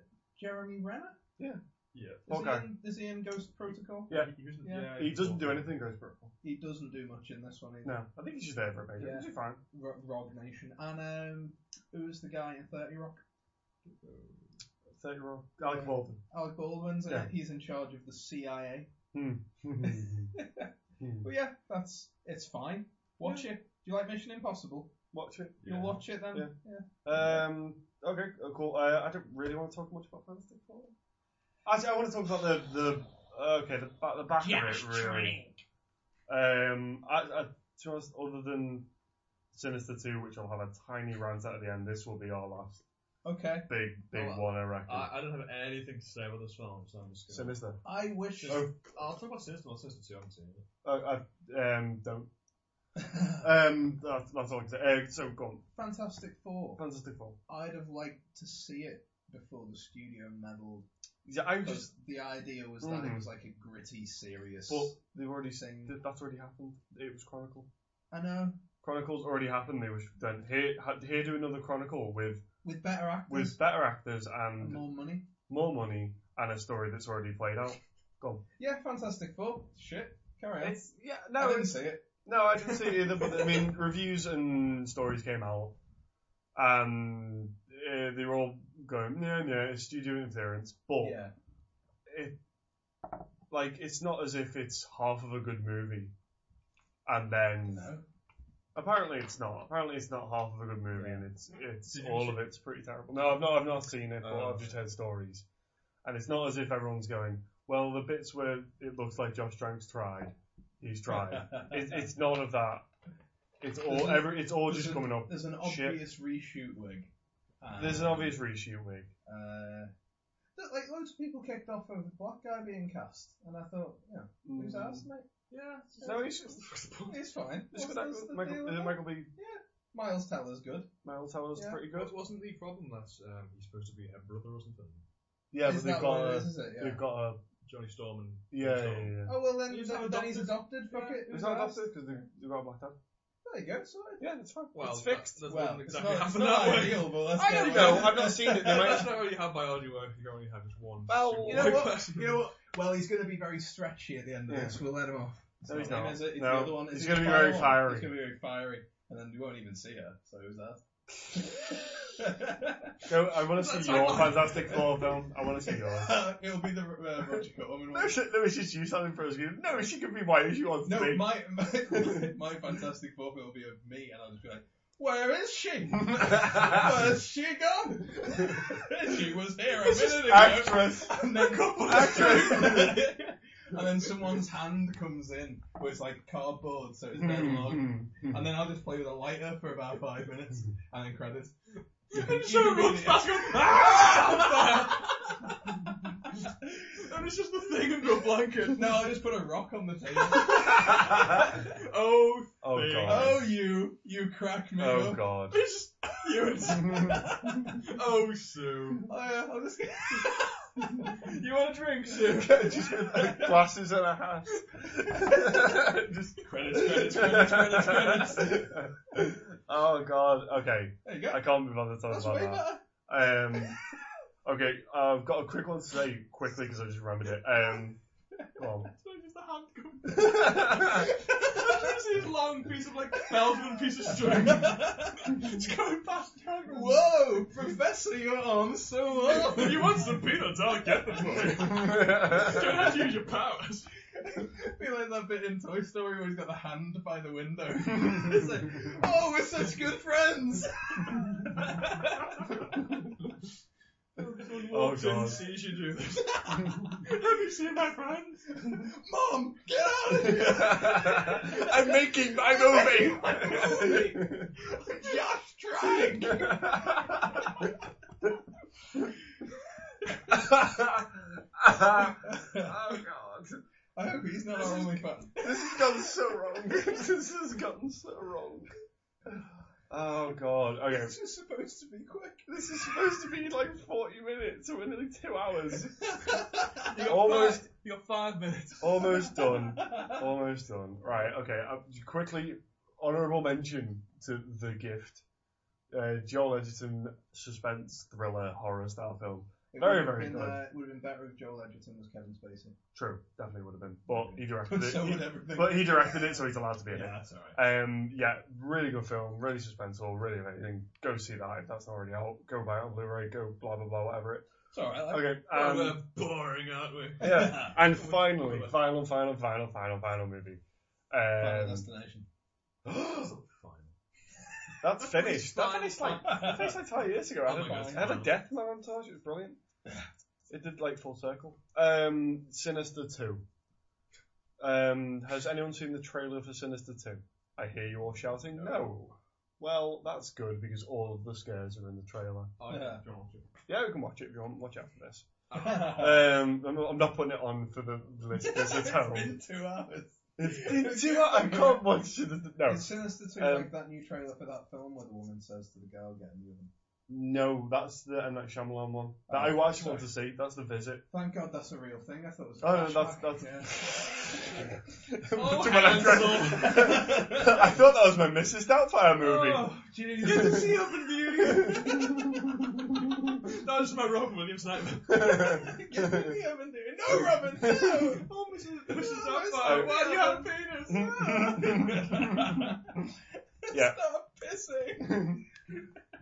S2: Jeremy Renner?
S4: Yeah.
S2: Is,
S1: Okay.
S2: he in, is he in Ghost Protocol?
S1: Yeah.
S4: He, doesn't,
S2: Yeah.
S4: yeah,
S1: He doesn't do
S4: awful.
S1: anything goes purple.
S2: He doesn't do much in this one either.
S1: No, I think he's just there for a bit.
S2: Yeah.
S1: He's fine.
S2: Ro- Rogue Nation. And um, who's the guy in 30 Rock?
S1: Thirty roll. Alec
S2: Yeah.
S1: Baldwin.
S2: Alec Baldwin's in
S1: Yeah.
S2: it. He's in charge of the CIA.
S1: Hmm.
S2: But yeah, that's it's fine. Watch it. Do you like Mission Impossible?
S1: Watch it.
S2: You'll
S4: Yeah.
S2: watch it then.
S1: Yeah.
S2: yeah.
S1: Um. Okay. uh, Cool. Uh, I don't really want to talk much about Fantastic Four. Actually, I want to talk about the the okay the back the back
S6: Josh
S1: of it really.
S6: Trank.
S1: Um. I, I to be honest, other than Sinister Two, which I'll have a tiny rant at at the end. This will be our last
S2: Okay.
S1: big big
S4: Oh,
S1: one, I reckon.
S4: I, I don't have anything to say about this film, so I'm just gonna.
S1: Sinister.
S2: I wish.
S1: Oh,
S4: I'll talk about Sinister One, Sinister Two. I haven't seen
S1: uh,
S4: it.
S1: I um don't. Um. That's that's all. I can say. Uh, so go on.
S2: Fantastic Four.
S1: Fantastic Four.
S2: I'd have liked to see it before the studio meddled.
S1: Yeah, I just.
S2: Because the idea was that
S1: Mhm.
S2: it was like a gritty, serious.
S1: Oh, But they've already
S2: Producing-
S1: th- That's already happened. It was Chronicle.
S2: I know
S1: Chronicles already happened. They was then here ha- here do another Chronicle with
S2: with better actors
S1: with better actors
S2: and
S1: and
S2: more money.
S1: more money and a story that's already played out.
S2: Yeah, Fantastic Four. Shit. Carry on.
S1: It's yeah
S2: I
S1: no
S2: didn't
S1: it's,
S2: see it.
S1: no I didn't see it either. But I mean reviews and stories came out and uh, they were all going yeah yeah it's studio interference. But
S2: Yeah.
S1: it like it's not as if it's half of a good movie and then
S2: No.
S1: Apparently it's not. Apparently it's not half of a good movie, and it's it's
S4: Did you
S1: all
S4: see-
S1: of it's pretty terrible. No, I've not I've not seen it, but
S4: Oh.
S1: I've just heard stories, and it's not as if everyone's going. Well, the bits where it looks like Josh Trank's tried, he's tried. it, it's none of that. It's all
S2: There's a-
S1: every. It's all
S2: there's
S1: just
S2: a-
S1: coming up.
S2: There's an
S1: Shit.
S2: obvious reshoot wig, And,
S1: There's an obvious reissue wig.
S2: Uh, look, like loads of people kicked off over the black guy being cast, and I thought, yeah, who's asked, mate?
S4: Yeah.
S1: Hmm. No, he's
S2: It's fine.
S1: It's good.
S2: What's the deal
S1: Michael, is
S2: with
S1: it
S2: that?
S1: Michael B.
S2: Miles Teller's good.
S1: Miles Teller's
S2: Yeah.
S1: pretty good.
S4: But wasn't the problem that um, he's supposed to be a brother or something?
S1: Yeah,
S2: is
S1: but
S2: that
S1: they've got
S2: what it
S1: a,
S2: is, is it? Yeah.
S1: they've got a
S4: Johnny Storm and
S1: yeah, yeah,
S4: Storm.
S1: yeah. yeah.
S2: Oh well, then,
S4: He's
S2: then,
S4: not
S2: then he's
S4: adopted.
S2: adopted. Fuck
S4: Yeah.
S2: it.
S1: It's
S2: who's
S1: not
S2: asked?
S1: adopted because they've, they've got a black dad.
S2: There you go. Sorted.
S1: Yeah, that's fine.
S4: Well,
S1: it's fixed.
S4: That, that
S2: Well,
S4: doesn't
S2: it's
S4: exactly
S2: not-
S4: happen
S2: it's not
S4: that way.
S2: ideal, but let's
S1: I
S2: go
S1: don't
S2: with
S1: know.
S2: it.
S1: I've not seen it. They might.
S4: That's not really how biology works. You can only have just one.
S1: Well,
S4: super
S1: you
S2: know
S4: white
S2: what?
S4: person.
S2: You know what? Well, he's going to be very stretchy at the end of this. We'll let him off. It's
S1: No, he's
S2: him,
S1: not.
S2: is it? It's
S1: No.
S2: the other one. Is
S1: He's
S2: it
S1: gonna
S2: the
S1: be
S2: final
S1: very
S2: one?
S1: fiery.
S2: He's going to be very fiery, and then we won't even see her. So who's that?
S1: Go, I want
S4: That's
S1: to see
S4: not
S1: your
S4: mine.
S1: Fantastic Four film. I want to see yours.
S2: It'll be the uh, Roger Corman
S1: No,
S2: one.
S1: she, no, it's just you standing for us. going, No, she can be white if she wants
S2: No,
S1: to be.
S2: my my, my Fantastic Four will be of me, and I'll just be like, "Where is she? Where's she gone? she was here a
S1: It's just
S2: minute ago."
S1: actress.
S2: and then
S1: actress.
S2: and then someone's hand comes in where it's like cardboard, so it's
S1: Mm-hmm.
S2: deadlocked.
S1: and
S2: and then I'll just play with a lighter for about five minutes, and then credits.
S4: And so
S2: Even
S4: runs
S2: if-
S4: back up. Ah! and it's just the thing under a blanket.
S2: No, I just put a rock on the table.
S4: Oh,
S1: oh
S4: Thing.
S1: god.
S2: oh, you, you crack me
S1: Oh
S2: up.
S1: god.
S4: it's just you. It's, oh, Sue.
S2: I, I'm just
S4: You want a drink, Sue?
S1: Just with like, glasses and a hat. Just
S4: Credits, credits, credits, credits, credits.
S1: oh god. Okay,
S2: there you go.
S1: I can't move on to talk
S2: That's
S1: about
S2: way
S1: that.
S2: better.
S1: Um, okay, I've got a quick one to say quickly because I just remembered it. Um, go on.
S4: So just a hand comes.
S1: That's
S4: I just see this long piece of like Feldman piece of string. it's going past Jack.
S2: Whoa, Professor, your arm's so long.
S4: If you want some peanuts, I'll get them for you. Don't have to use your powers.
S2: be like that bit in Toy Story where he's got the hand by the window. it's like, oh, we're such good friends.
S4: Someone
S1: Oh,
S4: walks in
S1: God.
S4: and sees you do this. have you seen my friends?
S2: Mom, get out of here.
S1: I'm making. I'm moving.
S2: Josh, trying.
S1: oh god.
S2: I hope he's not our only fan.
S1: This has gone so wrong. this has gone so wrong. Oh god. Okay.
S2: This was supposed to be quick.
S1: This is supposed to be like 40 minutes, so we're nearly two hours.
S4: You got
S1: Almost-
S4: Five, you got five minutes.
S1: Almost done. Almost done. Right, okay. Uh, quickly, honourable mention to The Gift. Uh, Joel Edgerton suspense thriller horror style film.
S2: It
S1: Very,
S2: would've
S1: very
S2: been,
S1: good.
S2: Uh, would have been better if Joel Edgerton was Kevin Spacey.
S1: True, definitely would have been. But he directed
S2: But
S1: it.
S2: so
S1: He-
S2: would everything.
S1: but he directed it, so he's allowed to be in it.
S2: yeah, that's alright.
S1: Um, yeah, really good film, really suspenseful, really amazing. Go see that if that's not already out. Go buy it on Blu-ray. Go blah blah blah, whatever it.
S2: It's alright. like-
S1: Okay.
S4: Oh,
S1: Um,
S4: we're boring, aren't we?
S1: yeah. And finally, final, final, final, final, final movie.
S2: Final
S1: Um,
S2: destination.
S4: That's not fine.
S1: that's finished. That
S4: Final,
S1: finished like that finished like five years ago.
S4: Oh
S1: I had,
S4: my
S1: a,
S4: God,
S1: I had a
S4: final.
S1: death montage. It was brilliant. It did like full circle. Um, Sinister Two. Um, has anyone seen the trailer for Sinister Two? I hear you all shouting no. Well, that's good because all of the scares are in the trailer.
S4: Oh,
S2: Yeah.
S4: don't want to.
S1: Yeah, we can watch it if you want. Watch out for this. Um, I'm, I'm not putting it on for the listeners at
S2: It's
S1: home.
S2: been two hours.
S1: It's been two hours. I can't watch it. No,
S2: It's sinister too,
S1: Um,
S2: like that new trailer for that film where the woman says to the girl, "Get in the oven."
S1: no, that's the M Night Shyamalan one that I
S2: Oh,
S1: actually
S2: sorry.
S1: want to see. That's the visit.
S2: Thank God that's a real thing. I thought it was. a
S1: Oh, no, that's
S2: flashback.
S1: that's.
S4: Oh,
S1: To when I
S4: Hansel.
S1: tried- I thought that was my Mrs. Doubtfire movie.
S4: Oh, do you need to see up in beauty? that was my Robin Williams nightmare.
S2: Get in the oven, dude. No, Robin. No.
S4: Oh, Mrs. Mrs.
S2: Oh, it's
S1: not
S4: Doubtfire, why do you have penis?
S1: Yeah.
S2: Stop pissing.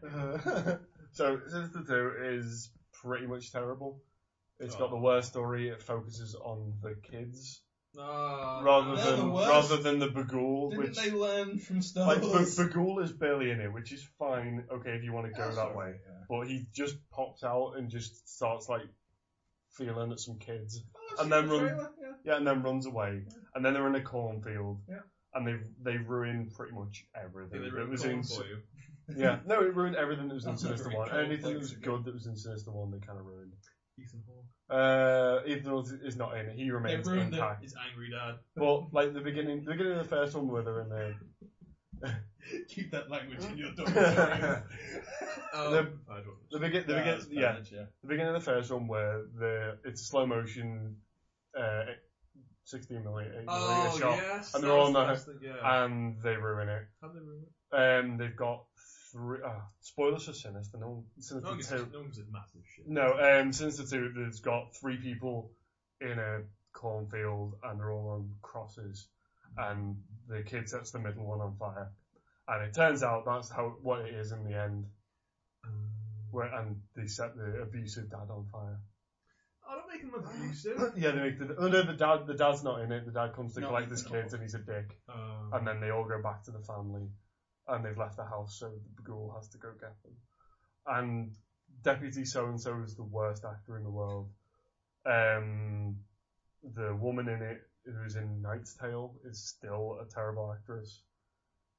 S2: Oh.
S1: Uh, so Sinister Two is pretty much terrible. It's got
S4: Oh.
S1: the worst story. It focuses on the kids
S4: No.
S1: rather
S2: they're the
S1: than
S2: worst.
S1: rather than the Bagul,
S2: Didn't
S1: which
S2: they learn from Star
S1: like Ba-
S2: Wars?
S1: Bagul is barely in it, which is fine. Okay, if you want to go
S2: That's
S1: that
S2: all
S1: way,
S2: right, yeah.
S1: but he just pops out and just starts like feeling at some kids.
S2: Oh, I've
S1: And
S2: seen
S1: then
S2: the
S1: run-
S2: trailer, yeah.
S1: Yeah, and then runs away, and then they're in a cornfield.
S2: Yeah.
S1: And they they ruin pretty much everything.
S4: They
S1: It
S4: were
S1: was
S4: calling
S1: ins-
S4: for you.
S1: Yeah, no, it ruined everything that was in
S2: That's not
S1: Sinister
S2: very
S1: One.
S2: cool,
S1: Anything that
S2: like,
S1: was
S2: to be-
S1: good that was in Sinister One, they kind of ruined.
S3: Ethan Hawke.
S1: Uh, Ethan Hawke is not in it. He
S4: They
S1: remains
S4: ruined it.
S1: intact.
S4: His angry dad.
S1: But like the beginning, the beginning of the first one, where they're in the
S4: Keep that language in your
S1: the,
S3: Um,
S1: the begin, the
S2: Yeah,
S1: begin,
S2: that's
S1: yeah,
S2: bad, yeah.
S1: the beginning of the first one where the it's a slow motion, uh, sixteen millimeter
S3: oh,
S1: shot,
S3: yes.
S1: And
S3: that
S1: they're all
S3: was the
S1: now-
S3: best thing, Yeah.
S1: and they ruin it.
S3: Have they ruined it?
S1: Um, they've got three uh, spoilers for Sinister. No, Sinister
S4: No one gives
S1: two.
S4: no one gives a massive shit.
S1: No, um, Sinister two. There's got three people in a cornfield, and they're all on crosses, and the kid sets the middle one on fire, and it turns out that's how what it is in the end.
S4: Uh,
S1: Where and they set the abusive dad on fire.
S4: I don't make him
S1: Ah.
S4: abusive.
S1: yeah, they make the oh no, the dad the dad's not in it. The dad comes to
S2: No,
S1: collect
S2: he's
S1: his
S2: not.
S1: kids, and he's a dick.
S4: Um,
S1: And then they all go back to the family, and they've left the house, so the ghoul has to go get them. And Deputy So and So is the worst actor in the world. Um, the woman in it who's in Knight's Tale is still a terrible actress.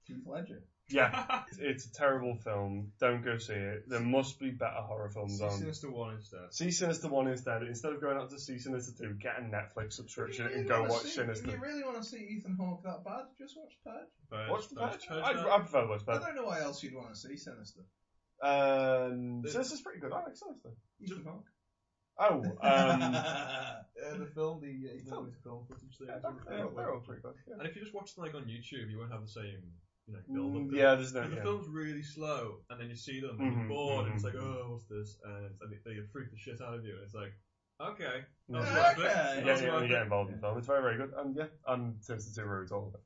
S2: Heath Ledger.
S1: Yeah, it's a terrible film. Don't go see it. There must be better horror films
S4: See
S1: on.
S4: Sinister One instead.
S1: See Sinister 1 instead. Instead of going out to see Sinister 2, get a Netflix subscription
S2: If you
S1: and
S2: really
S1: go
S2: wanna
S1: watch
S2: see- If you
S1: Sinister.
S2: really want to see Ethan Hawke that bad, just watch Purge.
S4: Purge,
S1: Watch the
S4: Purge,
S1: Purge?
S4: Purge,
S1: I'd-
S4: Purge.
S1: I prefer Watch Purge.
S2: I don't know why else you'd want to see Sinister.
S1: Um,
S4: The-
S1: so this is pretty good, Alex, honestly.
S2: Ethan Hawke.
S1: Oh, um,
S3: Uh, the film, the uh, Ethan
S1: Film.
S3: Hawke film footage. There,
S1: yeah, they're, they're all pretty good. Yeah,
S4: And if you just watch them like on YouTube, you won't have the same, you know, build up.
S1: Mm, yeah there's no.
S4: If the
S1: Yeah.
S4: film's really slow, and then you see them, and
S1: Mhm,
S4: you're bored, and it's
S1: mhm.
S4: like, oh, what's this? And, it's, and they, they freak the shit out of you, and it's like, okay.
S1: Mm, Yeah.
S4: that's
S2: Yeah.
S4: worth it.
S2: Okay.
S1: Yeah,
S4: That's
S1: yeah,
S4: worth
S1: you
S4: it.
S1: get involved in film. It's very, very good. And yeah, um, and Sims to Two Roads, all of it.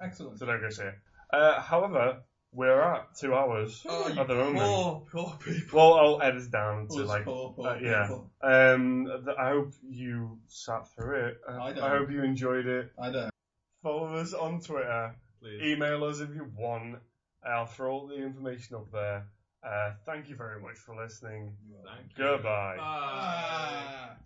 S2: Excellent.
S1: So don't go see it. Uh, however, we're at two hours
S3: Oh, you
S1: at the moment.
S3: poor, poor people.
S1: Well, I'll edit down to
S2: Us
S1: like.
S2: poor, poor
S1: uh, yeah.
S2: people.
S1: Um, th- I hope you sat through it. Uh,
S2: I don't.
S1: hope you enjoyed it.
S2: I don't.
S1: Follow us on Twitter.
S4: Please.
S1: Email us if you want. I'll throw all the information up there. Uh, thank you very much for listening.
S4: Thank you.
S1: Goodbye.
S4: Bye.
S2: Ah.